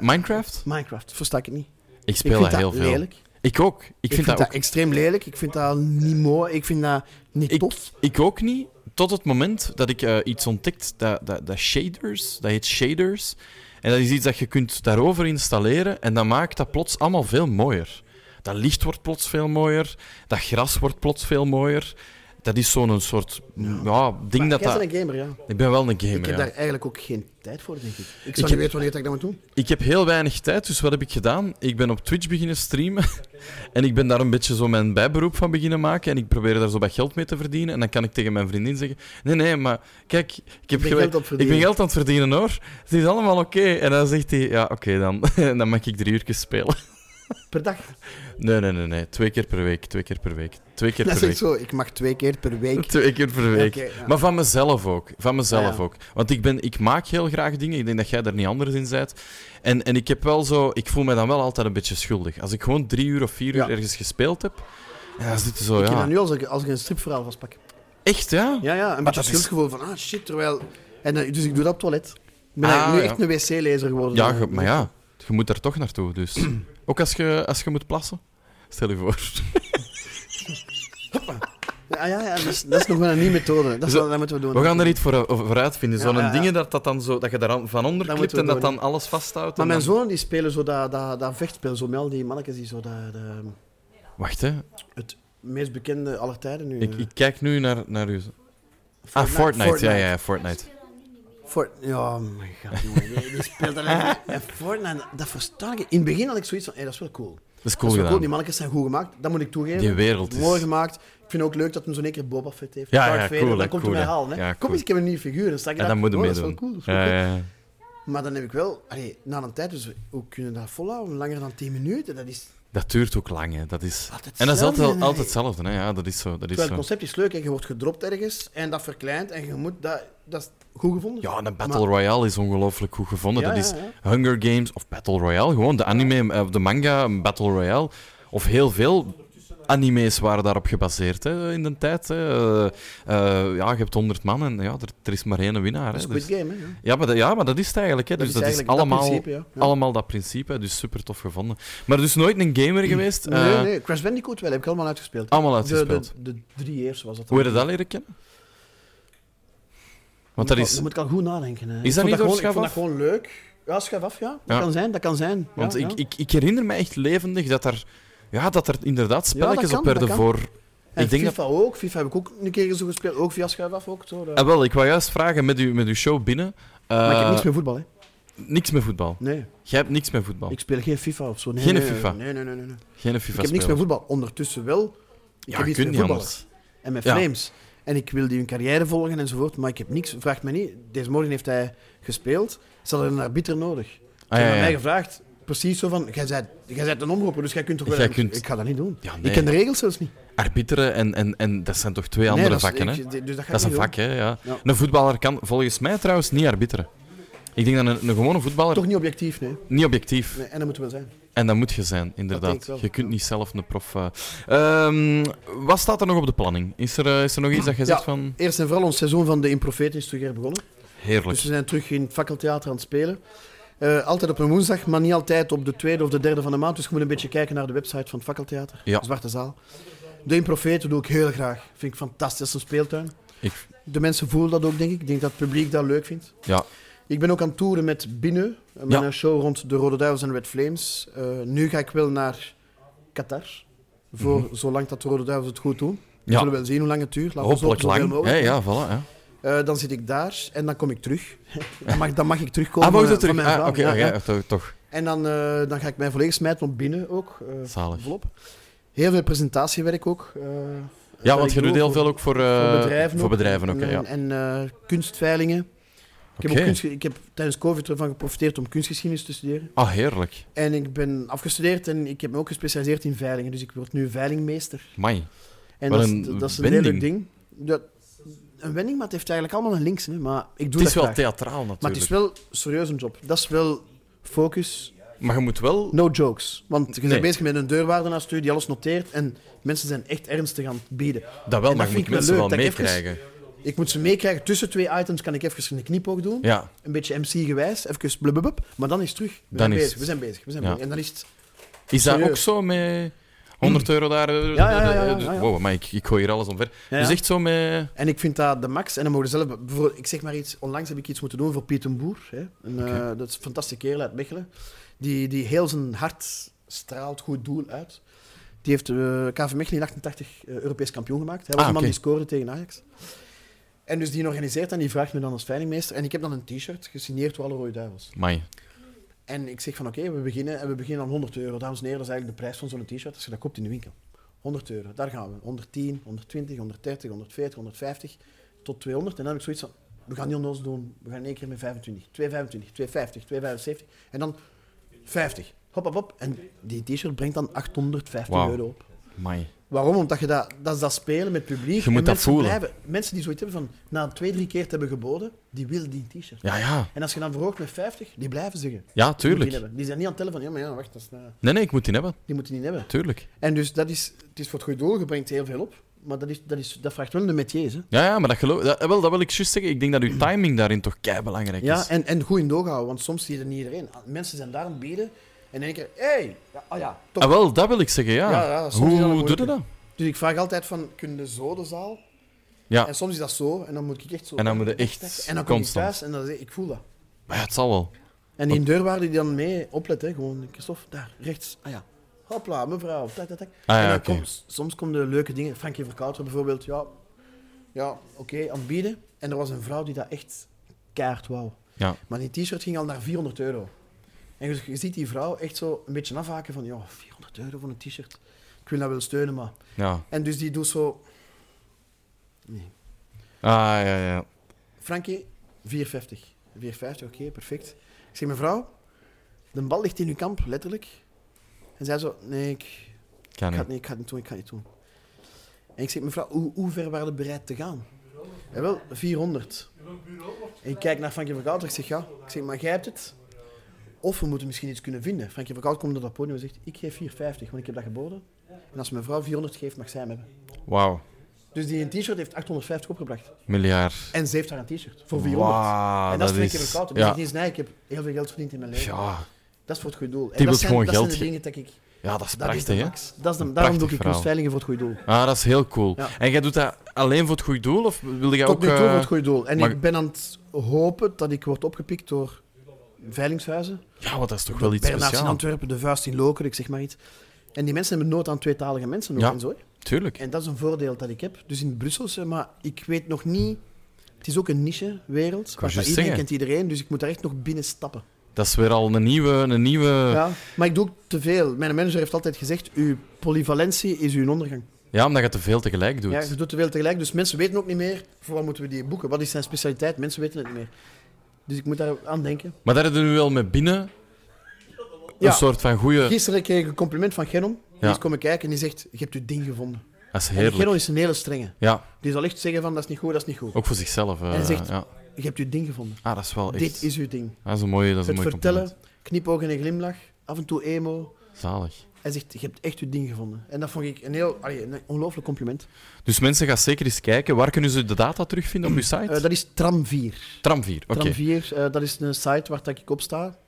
Minecraft? Minecraft, versta ik het niet. Ik ik speel vind dat heel veel. lelijk. Ik Ik ook. Ik, vind, dat, ook. extreem lelijk, ik vind dat niet mooi, ik vind dat niet Ik, tof. ik ook niet. Tot het moment dat ik eh, iets ontdekt, dat, dat, dat shaders, dat heet shaders. En dat is iets dat je kunt daarover installeren en dat maakt dat plots allemaal veel mooier. Dat licht wordt plots veel mooier, dat gras wordt plots veel mooier. Dat is zo'n een soort ja. ding Maar dat jij dat... bent een gamer, ja. Ik ben wel een gamer, ik ja. heb daar eigenlijk ook geen tijd voor, denk ik. Ik zou niet heb- weten wanneer dat ik dat moet doen. Ik heb heel weinig tijd, dus wat heb ik gedaan? Ik ben op Twitch beginnen streamen. [laughs] En ik ben daar een beetje zo mijn bijberoep van beginnen maken. En ik probeer daar zo wat geld mee te verdienen. En dan kan ik tegen mijn vriendin zeggen: Nee, nee, maar kijk, ik, heb ben gewer- geld aan het ik verdienen." ben geld aan het verdienen hoor. Het is allemaal oké. En dan zegt hij: Ja, oké dan. [laughs] En dan mag ik drie uurtjes spelen. [laughs] Per dag. Nee, nee, nee, nee. Twee keer per week. Twee keer per week. Twee keer [laughs] Dat is per echt week. zo, ik mag twee keer per week. Twee keer per week. Oké, ja. Maar van mezelf ook. Van mezelf Ah, ja. ook. Want ik, ben, ik maak heel graag dingen. Ik denk dat jij daar niet anders in bent. En, en ik heb wel zo... Ik voel me dan wel altijd een beetje schuldig. Als ik gewoon drie uur of vier uur Ja. ergens gespeeld heb... Ja, dan zit je zo, Ik heb ja... dat nu als ik, als ik een stripverhaal vastpak. Echt, ja? Ja, ja, een beetje dat is- schuldgevoel van, ah shit, terwijl... En, eh, dus ik doe dat op toilet. Ik ben Ah, eigenlijk ja. nu echt een wc-lezer geworden. Ja, ge- maar ja. Je moet daar toch naartoe, dus... [clears throat] ook als je, als je moet plassen. Stel je voor. Ja, ja, ja, dat, is, dat is nog wel een nieuwe methode. Dat, is Zo- wat- dat moeten we doen. We gaan er iets voor, voor uitvinden. Zo'n Ja, ja, ja. dingen dat, dat, dan zo, dat je daar aan- van onder Dat klipt moeten en we dat doen, dan alles vasthoudt. Maar en mijn dan- zoon die spelen zo dat, dat, dat vechtspel, zo met al die mannetjes die zo dat, dat- Wacht, hè. het meest bekende aller tijden nu. Ik, eh, ik kijk nu naar, naar u. Ah, Fortnite. Fortnite. Ja, Fortnite. ja, ja, Fortnite. Fort- ja, oh mijn god, jongen. Die, die speelt alleen [laughs] en Fortnite, dat verstaan ik. In het begin had ik zoiets van, hey, dat is wel cool. Dat is dat cool is wel gedaan. cool, die mannetjes zijn goed gemaakt, dat moet ik toegeven. Die wereld is- Mooi gemaakt. Ik vind ook leuk dat hem zo'n één keer Boba Fett heeft. Ja, Darth ja, Vader, cool, hè, dan komt cool, hij mij hè. halen. Hè. Ja, Kom cool. eens, ik heb een nieuwe figuur. Dan sta ik En daar, dat moet je oh, meedoen. Dat is wel cool. dat is wel ja, cool. ja, ja. Maar dan heb ik wel, allee, na een tijd, dus hoe kunnen we dat volhouden? Langer dan 10 minuten? Dat is, Dat duurt ook lang, hè. Dat is... Altijd En dat is hetzelfde, altijd, hè. altijd hetzelfde, hè. Ja, dat is zo. Dat is terwijl het zo. concept is leuk, hè. je wordt gedropt ergens en dat verkleint en je moet dat, dat is goed gevonden. Ja, en een Battle Royale is ongelooflijk goed gevonden. Ja, dat ja, is ja. Hunger Games of Battle Royale. Gewoon de anime, eh, de manga een Battle Royale. Of heel veel anime's waren daarop gebaseerd hè, in de tijd. Hè. Eh, eh, ja, je hebt 100 man en ja, er, er is maar één winnaar. Hè, dat is Dus- Squid Game, hè. ja. Ja, maar dat, ja, maar dat is het eigenlijk. Hè. Dat dus is dat is eigenlijk dat allemaal dat, principe, ja. Ja. allemaal dat principe. hè. Dus super tof gevonden. Maar dus nooit een gamer geweest. eh, nee, nee, Crash Bandicoot wel, heb ik allemaal uitgespeeld. Allemaal De, de, uitgespeeld. de drie eerste was dat. Hoe heb je dat leren kennen? Want dat Moet ik al- is... Dan moet ik al goed nadenken. hè. Is Ik dat vond niet door gewoon, Ik vond Schaaf dat gewoon leuk. Ja, schuif af, ja. Dat Ja. kan zijn, dat kan zijn. Ja, Want ja. ik, ik, ik herinner me echt levendig dat er, ja, dat er inderdaad dat spelletjes kan, op werden dat kan. voor... En ik denk dat... FIFA ook. FIFA heb ik ook een keer zo gespeeld. Ook via schuif af, ook zo. dat- Ah, wel, ik wou juist vragen met, u, met uw show binnen. Maar ik heb Eh, niks met voetbal, hè? niks met voetbal. Nee. Jij hebt niks met voetbal. Ik speel geen FIFA of zo. Nee, oh. Geen nee, FIFA? Nee, nee, nee. nee, nee. Geen Ik FIFA heb niks met voetbal. Ondertussen wel. Ik Ja, heb je iets kunt niet met voetballen. anders. En met Ja. Flames. En ik wil die hun carrière volgen enzovoort. Maar ik heb niks. Vraag me niet. Deze morgen heeft hij gespeeld. Ze hadden een arbiter nodig. Ze Ah, hebben ja, aan ja. mij gevraagd. Precies zo van, jij bent, jij bent een omroeper, dus jij kunt toch wel... Jij kunt- Ik ga dat niet doen. Ja, nee. Ik ken de regels zelfs niet. Arbiteren en, en, en dat zijn toch twee andere nee, dat is- vakken, hè? ik- dus dat, ga Dat is ik een niet vak, hè? Ja. Ja. Een voetballer kan volgens mij trouwens niet arbiteren. Ik denk dat een, een gewone voetballer doen. Toch niet objectief, nee. niet objectief nee. En dat moet wel zijn. En dat moet je zijn, denk inderdaad. ik wel, Je kunt ja. niet zelf een prof. eh. Ehm, wat staat er nog op de planning? Is er, eh, is er nog iets dat je Ja. zegt van. Eerst en vooral, ons seizoen van de Improfeten is terug weer begonnen. Heerlijk. Dus we zijn terug in het fakkeltheater aan het spelen. Eh, altijd op een woensdag, maar niet altijd op de tweede of de derde van de maand. Dus je moet een beetje kijken naar de website van het fakkeltheater. Ja. Zwarte Zaal. De Improfeten doe ik heel graag. Vind ik fantastisch. Dat is een speeltuin. Ik, De mensen voelen dat ook, denk ik. Ik denk dat het publiek dat leuk vindt. ja, Ik ben ook aan het toeren met Binnen. Met Ja. een show rond de Rode Duivels en Red Flames. Eh, nu ga ik wel naar Qatar. Voor zolang dat de Rode Duivels het goed doen. We Mhm. Ja. zullen wel zien hoe lang het duurt. Laten we zo- hopelijk zoveel lang. mogelijk. Hè, ja, voilà. Hè. Eh, dan zit ik daar en dan kom ik terug. [laughs] Dan mag, dan mag ik terugkomen. Ah, wou je eh, terug? van mijn Ah, vrouw. Oké, Ja, ah, ja. ja, toch- toch. En dan, eh, dan ga ik mij volledig smijten op binnen ook. eh, Zalig. volop. Heel veel presentatiewerk ook. eh, Ja, dat want ik je doet doe heel voor- veel ook voor, eh, voor bedrijven. Voor ook. bedrijven, oké. En, ja. en eh, kunstveilingen. Ik heb, Oké. ook kunst, ik heb tijdens COVID ervan geprofiteerd om kunstgeschiedenis te studeren. Ah, heerlijk. En ik ben afgestudeerd en ik heb me ook gespecialiseerd in veilingen. Dus ik word nu veilingmeester. Mai. En Wel dat, een is, dat is een wending. heel leuk ding. Dat, een wending, maar het heeft eigenlijk allemaal een links. Hè? Maar ik doe Het is dat wel graag. theatraal natuurlijk. Maar het is wel serieus een job. Dat is wel focus, Maar je moet wel. no jokes. Want je Nee. bent bezig met een deurwaardenaarstuur die alles noteert en mensen zijn echt ernstig aan het bieden. Dat wel, maar En dat je vind moet ik wel mensen wel leuk, dat ik even- meekrijgen. Ik moet ze meekrijgen. Tussen twee items kan ik even een knipoog doen. Ja, Een beetje MC-gewijs, even blubblub, maar dan is het terug. We Dan zijn is bezig, het. we zijn bezig. We zijn Ja. bezig. En dan is het... Is dat Serieus. ook zo met 100 euro daar? Dus- ja, ja, ja, ja, ja. Wow, maar ik, ik gooi hier alles omver. Ja, Dus ja. echt zo met... En ik vind dat de max. En dan mogen ze zelf... bijvoorbeeld- Ik zeg maar iets. Onlangs heb ik iets moeten doen voor Pieter Boer. Hè. Een, eh, dat is een fantastische kerel uit Mechelen. Die, die heel zijn hart straalt goed doel uit. Die heeft eh, KV Mechelen in 88 eh, Europees kampioen gemaakt. Hij was Ah, een man oké. die scoorde tegen Ajax. En dus die organiseert en die vraagt me dan als veilingmeester. En ik heb dan een t-shirt gesigneerd door alle Rode Duivels. Mai. En ik zeg van oké, we beginnen en we beginnen aan 100 euro. Dames en heren, dat is eigenlijk de prijs van zo'n t-shirt als je dat koopt in de winkel. 100 euro, daar gaan we. 110, 120, 130, 140, 150 tot 200. En dan heb ik zoiets van, we gaan niet ons doen. We gaan in één keer met 25, 225, 250, 275 en dan 50. Hop, hop, hop. En die t-shirt brengt dan 850 Wauw. euro op. Mai. Waarom? Omdat je dat, dat, is dat spelen met het publiek. Je moet en dat mensen voelen. Blijven, mensen die zoiets hebben van, na twee, drie keer te hebben geboden, die willen die t-shirt. Ja, ja. En als je dan verhoogt met 50, die blijven zeggen. Ja, Die moeten tuurlijk. Die, hebben. die zijn niet aan het tellen van, ja, maar ja, wacht, dat is, nou, Nee, nee, ik moet die hebben. die moeten die niet hebben. Tuurlijk. En dus dat is, het is voor het goede doel, je brengt heel veel op. Maar dat, is, dat, is, dat vraagt wel de metiers. Hè? Ja, ja, maar dat geloof... Dat, eh, wel, dat wil ik juist zeggen. Ik denk dat uw timing daarin toch keibelangrijk Ja, is. en, en goed in doog houden, want soms zie je er niet iedereen. Ah, Mensen zijn daar aan het bieden en denken, hé, hey, ja, ah ja, toch. Ah, wel, dat wil ik zeggen, ja. Ja, ja, soms Hoe is dat een doe je moeilijke. dat? Dus ik vraag altijd van, kunnen we zo de zaal? Ja. En soms is dat zo, en dan moet ik echt zo... En dan moet je echt En dan kom ik constant. thuis en dan zeg ik, ik voel dat. Maar ja, het zal wel. En die deurwaarde die dan mee oplet, hè, gewoon, Christophe, daar, rechts, ah ja. Hopla, mevrouw, tak, tak, tak. Ah, ja, en dan oké. kom- soms komen de leuke dingen, Frankie Verkouter bijvoorbeeld, ja, ja oké, aanbieden. En er was een vrouw die dat echt kaart wou. Ja. Maar die t-shirt ging al naar 400 euro. En je, je ziet die vrouw echt zo een beetje afhaken van, ja, 400 euro voor een t-shirt. Ik wil dat wel steunen, maar... Ja. En dus die doet zo, Ah, ja, ja. Frankie, 450. 450, oké, perfect. Ik zeg, mevrouw, de bal ligt in uw kamp, letterlijk. En zij zo, nee, ik, Kan ik, ga het niet. niet, ik ga het niet doen, ik ga het niet doen. En ik zeg, mevrouw, hoe, hoe ver waren we bereid te gaan? Ja, wel, 400. En ik kijk naar Frankie Verkouter, ik zeg, ja. Ik zeg, maar jij hebt het. Of we moeten misschien iets kunnen vinden. Frankie Verkouter komt op dat podium en zegt, ik geef 450, want ik heb dat geboden. En als mevrouw 400 geeft, mag zij hem hebben. Wauw. Dus die een t-shirt heeft 850 opgebracht. Miljard. En ze heeft haar een t-shirt, voor 400. Wauw, En dat, is Ah, is... twee keer koud. Ja. Ja. Die is nee, ik heb heel veel geld verdiend in mijn leven. Ja. Dat is voor het goede doel. En wil dat zijn, gewoon dat geld zijn ge- de dingen dat ik... ja, dat is Dat is prachtig, de hè? max. Dat is de, Een daarom prachtig doe ik verhaal. kunstveilingen voor het goede doel. Ah, dat is heel cool. Ja. En jij doet dat alleen voor het goede doel? Of wil jij Tot ook... nu toe voor eh, het goede doel. En maar- ik ben aan het hopen dat ik word opgepikt door veilingshuizen. Ja, want dat is toch wel iets Bernards in speciaals. Antwerpen, De Vuist in Lokeren, ik zeg maar iets. En die mensen hebben nood aan tweetalige mensen ook Ja. en zo. hè. Tuurlijk. En dat is een voordeel dat ik heb. Dus in Brussel, zeg maar, ik weet nog niet Het is ook een niche-wereld. wou waar juist Iedereen zeggen. kent iedereen, dus ik moet daar echt nog binnen stappen. Dat is weer al een nieuwe... Een nieuwe... Ja. Ja, maar ik doe ook te veel. Mijn manager heeft altijd gezegd, uw polyvalentie is uw ondergang. omdat je te veel tegelijk doet. Ja, je doet te veel tegelijk, dus mensen weten ook niet meer voor wat moeten we die boeken. Wat is zijn specialiteit? Mensen weten het niet meer. Dus ik moet daar aan denken. Maar daar hebben we nu wel met binnen Ja. een soort van goede... Gisteren kreeg ik een compliment van Genom. Die Ja. is komen kijken en die zegt, je hebt je ding gevonden. Dat is En Genom heerlijk. is een hele strenge. Ja, Die zal echt zeggen van, dat is niet goed, dat is niet goed. ook voor zichzelf. eh, Hij zegt- ja. Je hebt je ding gevonden. Ah, dat is wel echt... ah, Dit is uw ding. Dat is een mooie, dat is een Het mooi vertellen, compliment. knipoog en een glimlach, af en toe emo. Zalig. Hij zegt, je hebt echt je ding gevonden. En dat vond ik een heel, allee, een ongelooflijk compliment. Dus mensen, gaan zeker eens kijken. Waar kunnen ze de data terugvinden op je site? Eh, dat is Tram 4. Tram 4, oké. Tram 4, eh, dat is een site waar dat ik op sta.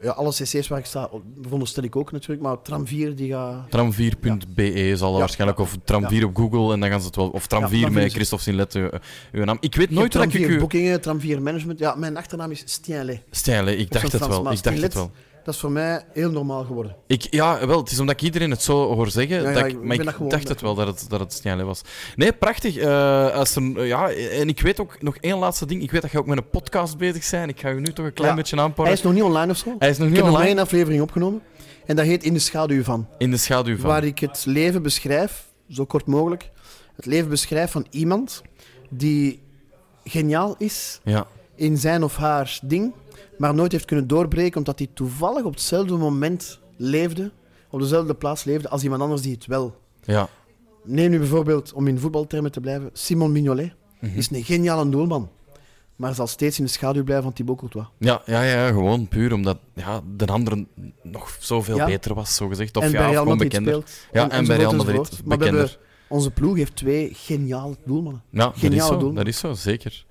Ja, alle cc's waar ik sta, op- veronderstel ik ook natuurlijk, maar Tram 4 die gaat... Tram4.be zal Ja. waarschijnlijk, of Tram4 op Google, en dan gaan ze het wel... Of Ja, Tram4 Tram vier met is- Christophe Sinlet, eh, uw naam. Ik weet Je hebt nooit Tram dat ik 4 u... boekingen, Tram 4 management. Ja, mijn achternaam is Stienle. Stijle, ik dacht zo'n het Frans, wel. maar Ik dacht het Stienlet- wel. Dat is voor mij heel normaal geworden. Ik, ja, wel, het is omdat ik iedereen het zo hoor zeggen. Ja, ja, dat ik, ik maar ben ik dat gewoon, dacht dat het wel dat het, dat het Stijle was. Nee, prachtig. eh, als er, ja, en ik weet ook nog één laatste ding. Ik weet dat je ook met een podcast bezig bent. Ik ga je nu toch een klein Ja. beetje Hij aanpakken. is nog niet online of zo. Hij is nog ik niet heb nog maar online. één aflevering opgenomen. En dat heet In de schaduw van. In de schaduw van. Waar ik het leven beschrijf, zo kort mogelijk. Het leven beschrijf van iemand die geniaal is Ja. in zijn of haar ding, maar nooit heeft kunnen doorbreken omdat hij toevallig op hetzelfde moment leefde, op dezelfde plaats leefde als iemand anders die het wel. Ja. Neem nu bijvoorbeeld, om in voetbaltermen te blijven, Simon Mignolet Mhm. is een geniale doelman, maar zal steeds in de schaduw blijven van Thibaut Courtois. Ja, ja, ja, gewoon puur omdat ja, de andere nog zoveel Ja. beter was, zogezegd. Of en ja, bij of Real gewoon Madrid bekender. speelt. Ja, en bij Real enzovoort, Madrid enzovoort. Maar we bekender. hebben- onze ploeg heeft twee geniale doelmannen. Ja, dat is, Geniale zo, doelman. dat is zo, zeker.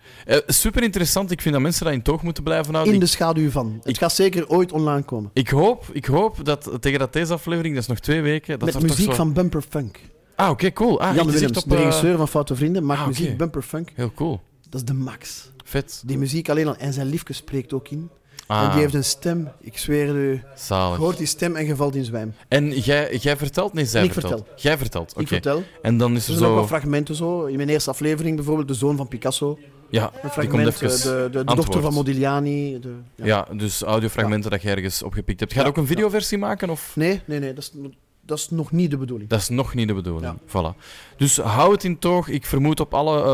super interessant. Ik vind dat mensen dat in toog moeten blijven houden. In de Ik, schaduw van. Het Ah, ik- gaat zeker ooit online komen. ik hoop, ik hoop dat tegen dat deze aflevering, dat is nog twee weken... Dat er Met toch muziek zo- van Bumper Funk. Ah, oké, cool. Ah, Jan echt, het is Willems, echt op, de eh, regisseur van Foute Vrienden, maakt ah, oké. muziek Bumper Funk. Heel cool. Dat is de max. Vet. Die muziek alleen al. En zijn liefke spreekt ook in. Ah, En die heeft een stem. Ik zweer het u. Je zalig. hoort die stem en je valt in zwijm. En jij, jij vertelt? Nee, zij En ik vertelt. vertel. Jij vertelt, oké. Ik vertel. En dan is Er er zijn ook zo... wat fragmenten zo. In mijn eerste aflevering bijvoorbeeld de zoon van Picasso. Ja, Een die komt fragment. even... eh, de de, de dochter antwoord. van Modigliani. De, ja. dus audiofragmenten dat je ergens opgepikt hebt. Ga je Ja, ook een videoversie maken? Of? Nee, nee, nee. Dat is, dat is nog niet de bedoeling. Dat is nog niet de bedoeling. Voilà. Dus hou het in toog. Ik vermoed op alle eh,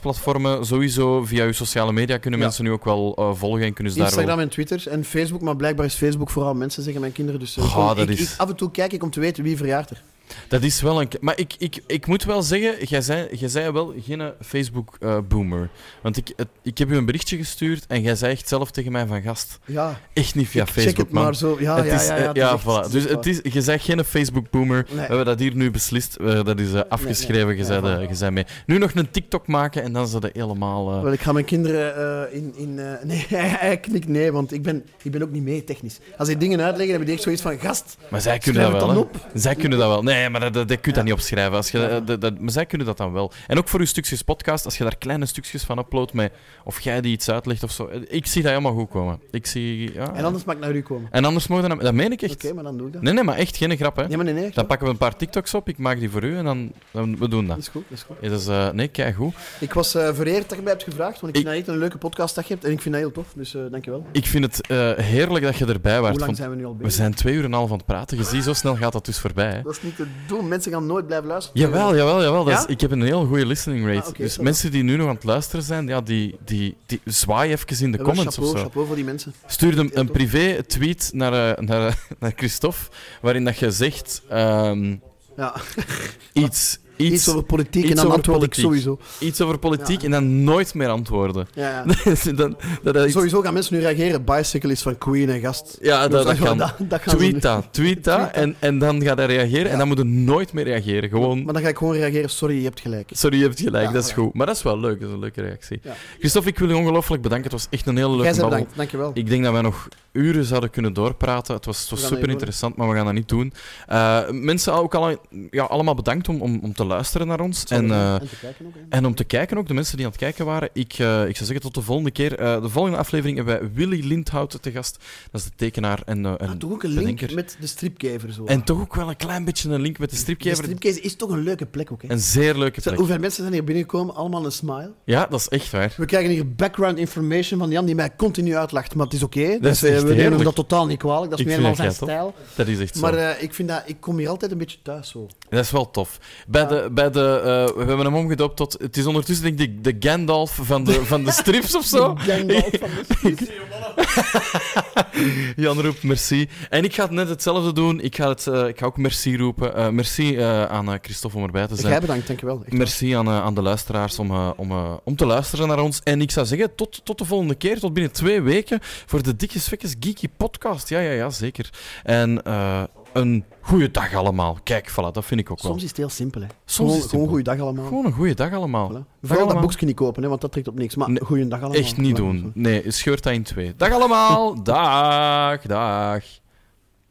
podcastplatformen, sowieso via uw sociale media, kunnen Ja. mensen nu ook wel eh, volgen en kunnen ze daar wel... Instagram en Twitter en Facebook, maar blijkbaar is Facebook vooral mensen, zeggen mijn kinderen. Dus eh, Goh, ik- dat ik, is- ik- af en toe kijk ik om te weten wie verjaart er. Dat is wel een... k- Maar ik, ik, ik moet wel zeggen, jij zei, jij zei wel geen eh, Facebook-boomer. Want ik, het- ik heb u een berichtje gestuurd en jij zei echt zelf tegen mij van gast, Ja, echt niet via ik Facebook, check het man. maar zo. Ja, Het ja, is, ja, eh, ja, het is echt- voilà. Dus het is, je bent geen Facebook-boomer. We Nee. hebben dat hier nu beslist. Eh, dat is eh, afgeschreven. nee, je, bent, nee, voilà. eh, je bent mee. Nu nog een TikTok maken en dan zijn ze helemaal... eh, Wel, ik ga mijn kinderen eh, in... in eh, [laughs] nee, hij knikt nee, want ik ben, ik ben ook niet mee technisch. Als die dingen uitleggen, dan ben ik echt zoiets van, gast, Maar zij kunnen dat Schrijf wel, het hè? dan Zij kunnen dat wel. Nee, maar dat, dat, dat kun je dat niet opschrijven. Als je, dat, dat- maar zij kunnen dat dan wel. En ook voor uw stukjes podcast, als je daar kleine stukjes van uploadt, met, of jij die iets uitlegt of zo. Ik zie dat helemaal goed komen. Ik zie... Ja. en anders mag ik naar u komen. En anders mogen we dat... Dat meen ik echt. Oké, maar dan doe ik dat. Nee, nee, maar echt geen grap, hè. Nee, maar nee, nee. echt, Dan pakken we een paar TikToks op, ik maak die voor u en dan... dan we doen Dat dat. is goed, dat is goed. Ja, dat is, eh, nee, kijk goed. Ik was eh, vereerd dat je mij hebt gevraagd, want ik Ik- vind dat echt een leuke podcast dat je hebt. En ik vind dat heel tof, dus eh dankjewel. Ik vind het eh, heerlijk dat je erbij Hoe waart. lang want zijn we nu al we bezig? zijn twee uur en een half aan het praten. Je ziet, zo snel gaat dat dus voorbij, hè. Dat is niet te doen. Mensen gaan nooit blijven luisteren. Jawel, jawel, jawel. Dat is- Ja? ik heb een heel goede listening rate. Ah, oké, dus zo. mensen die nu nog aan het luisteren zijn, ja, die, die, die zwaai even in de Wel, comments chapeau, of zo. chapeau voor die mensen. Stuur een, Heel een tof. privé tweet naar, eh, naar, [laughs] eh, naar Christophe, waarin dat je zegt ehm, Ja. iets, iets, [laughs] Iets over politiek iets en dan over antwoord ik politiek. [laughs] sowieso. iets over politiek Ja. en dan nooit meer [laughs] antwoorden. Ja, ja. Dus dan, dat, dat, iets- Sowieso gaan mensen nu reageren. Bicycle is van Queen en gast. ja, Ah, dat, dat kan. [laughs] dat gaan ze Tweet nu- dat, tweet dat en, en dan gaat hij reageren en dan moet hij nooit meer reageren. Gewoon... Maar dan ga ik gewoon reageren. Sorry, je hebt gelijk. Sorry, je hebt gelijk, Ja, dat is voilà. goed. Maar dat is wel leuk, dat is een leuke reactie. Ja. Christophe, ik wil je ongelooflijk bedanken. Het was echt een hele Jij leuke bent babbel. bedankt. Dankjewel. Ik denk dat wij nog uren zouden kunnen doorpraten. Het was, het was We gaan dat super interessant, maar we gaan dat niet doen. Eh, mensen ook al, ja, allemaal bedankt om, om, om te te luisteren naar ons. En, En, eh, te kijken ook. hè. en om te kijken, ook de mensen die aan het kijken waren, ik, eh, ik zou zeggen tot de volgende keer. Eh, de volgende aflevering hebben wij Willy Lindhout te gast. Dat is de tekenaar en, eh, en Ah, toch ook een link bedenker. met de stripkever. Zo. En toch ook wel een klein beetje een link met de de stripkever. stripkever is toch een leuke plek ook. Hè? Een zeer leuke Zo, plek. Hoeveel mensen zijn hier binnengekomen? Allemaal een smile. Ja, dat is echt waar. We krijgen hier background information van Jan die mij continu uitlacht. Maar het is oké. Dus, is echt eh, we nemen heerlijk. hem dat totaal niet kwalijk. Dat is Ik meer vind helemaal dat zijn jij stijl. Dat is echt zo. Maar eh, ik, vind dat, ik kom hier altijd een beetje thuis zo. Dat is wel tof. Bij de, bij de, eh, we hebben hem omgedoopt tot. Het is ondertussen, denk ik, de Gandalf van de, [laughs] van de strips of zo. Gandalf [laughs] van de Zie je, mannen. Jan roept merci. En ik ga het net hetzelfde doen. Ik ga, het, eh, ik ga ook merci roepen. Eh, merci eh, aan eh, Christophe om erbij te zijn. Jij bedankt, dankjewel. Echt waar. Merci aan, eh, aan de luisteraars om, eh, om, eh, om te luisteren naar ons. En ik zou zeggen, tot, tot de volgende keer, tot binnen twee weken, voor de Dikke Svekkes Geeky podcast. Ja, ja, ja, zeker. En eh, een goede dag allemaal. Kijk, voilà, dat vind ik ook wel. Soms is het heel simpel. Hè. Soms gewoon, is het simpel. gewoon goeiedag allemaal. Gewoon een goede dag allemaal. Voilà. Dag Vooral dat allemaal. boekje niet kopen, hè, want dat trekt op niks. Maar Nee, goeiedag allemaal. Echt niet Voilà. doen. Nee, scheurt dat in twee. [laughs] Dag allemaal. dag, dag.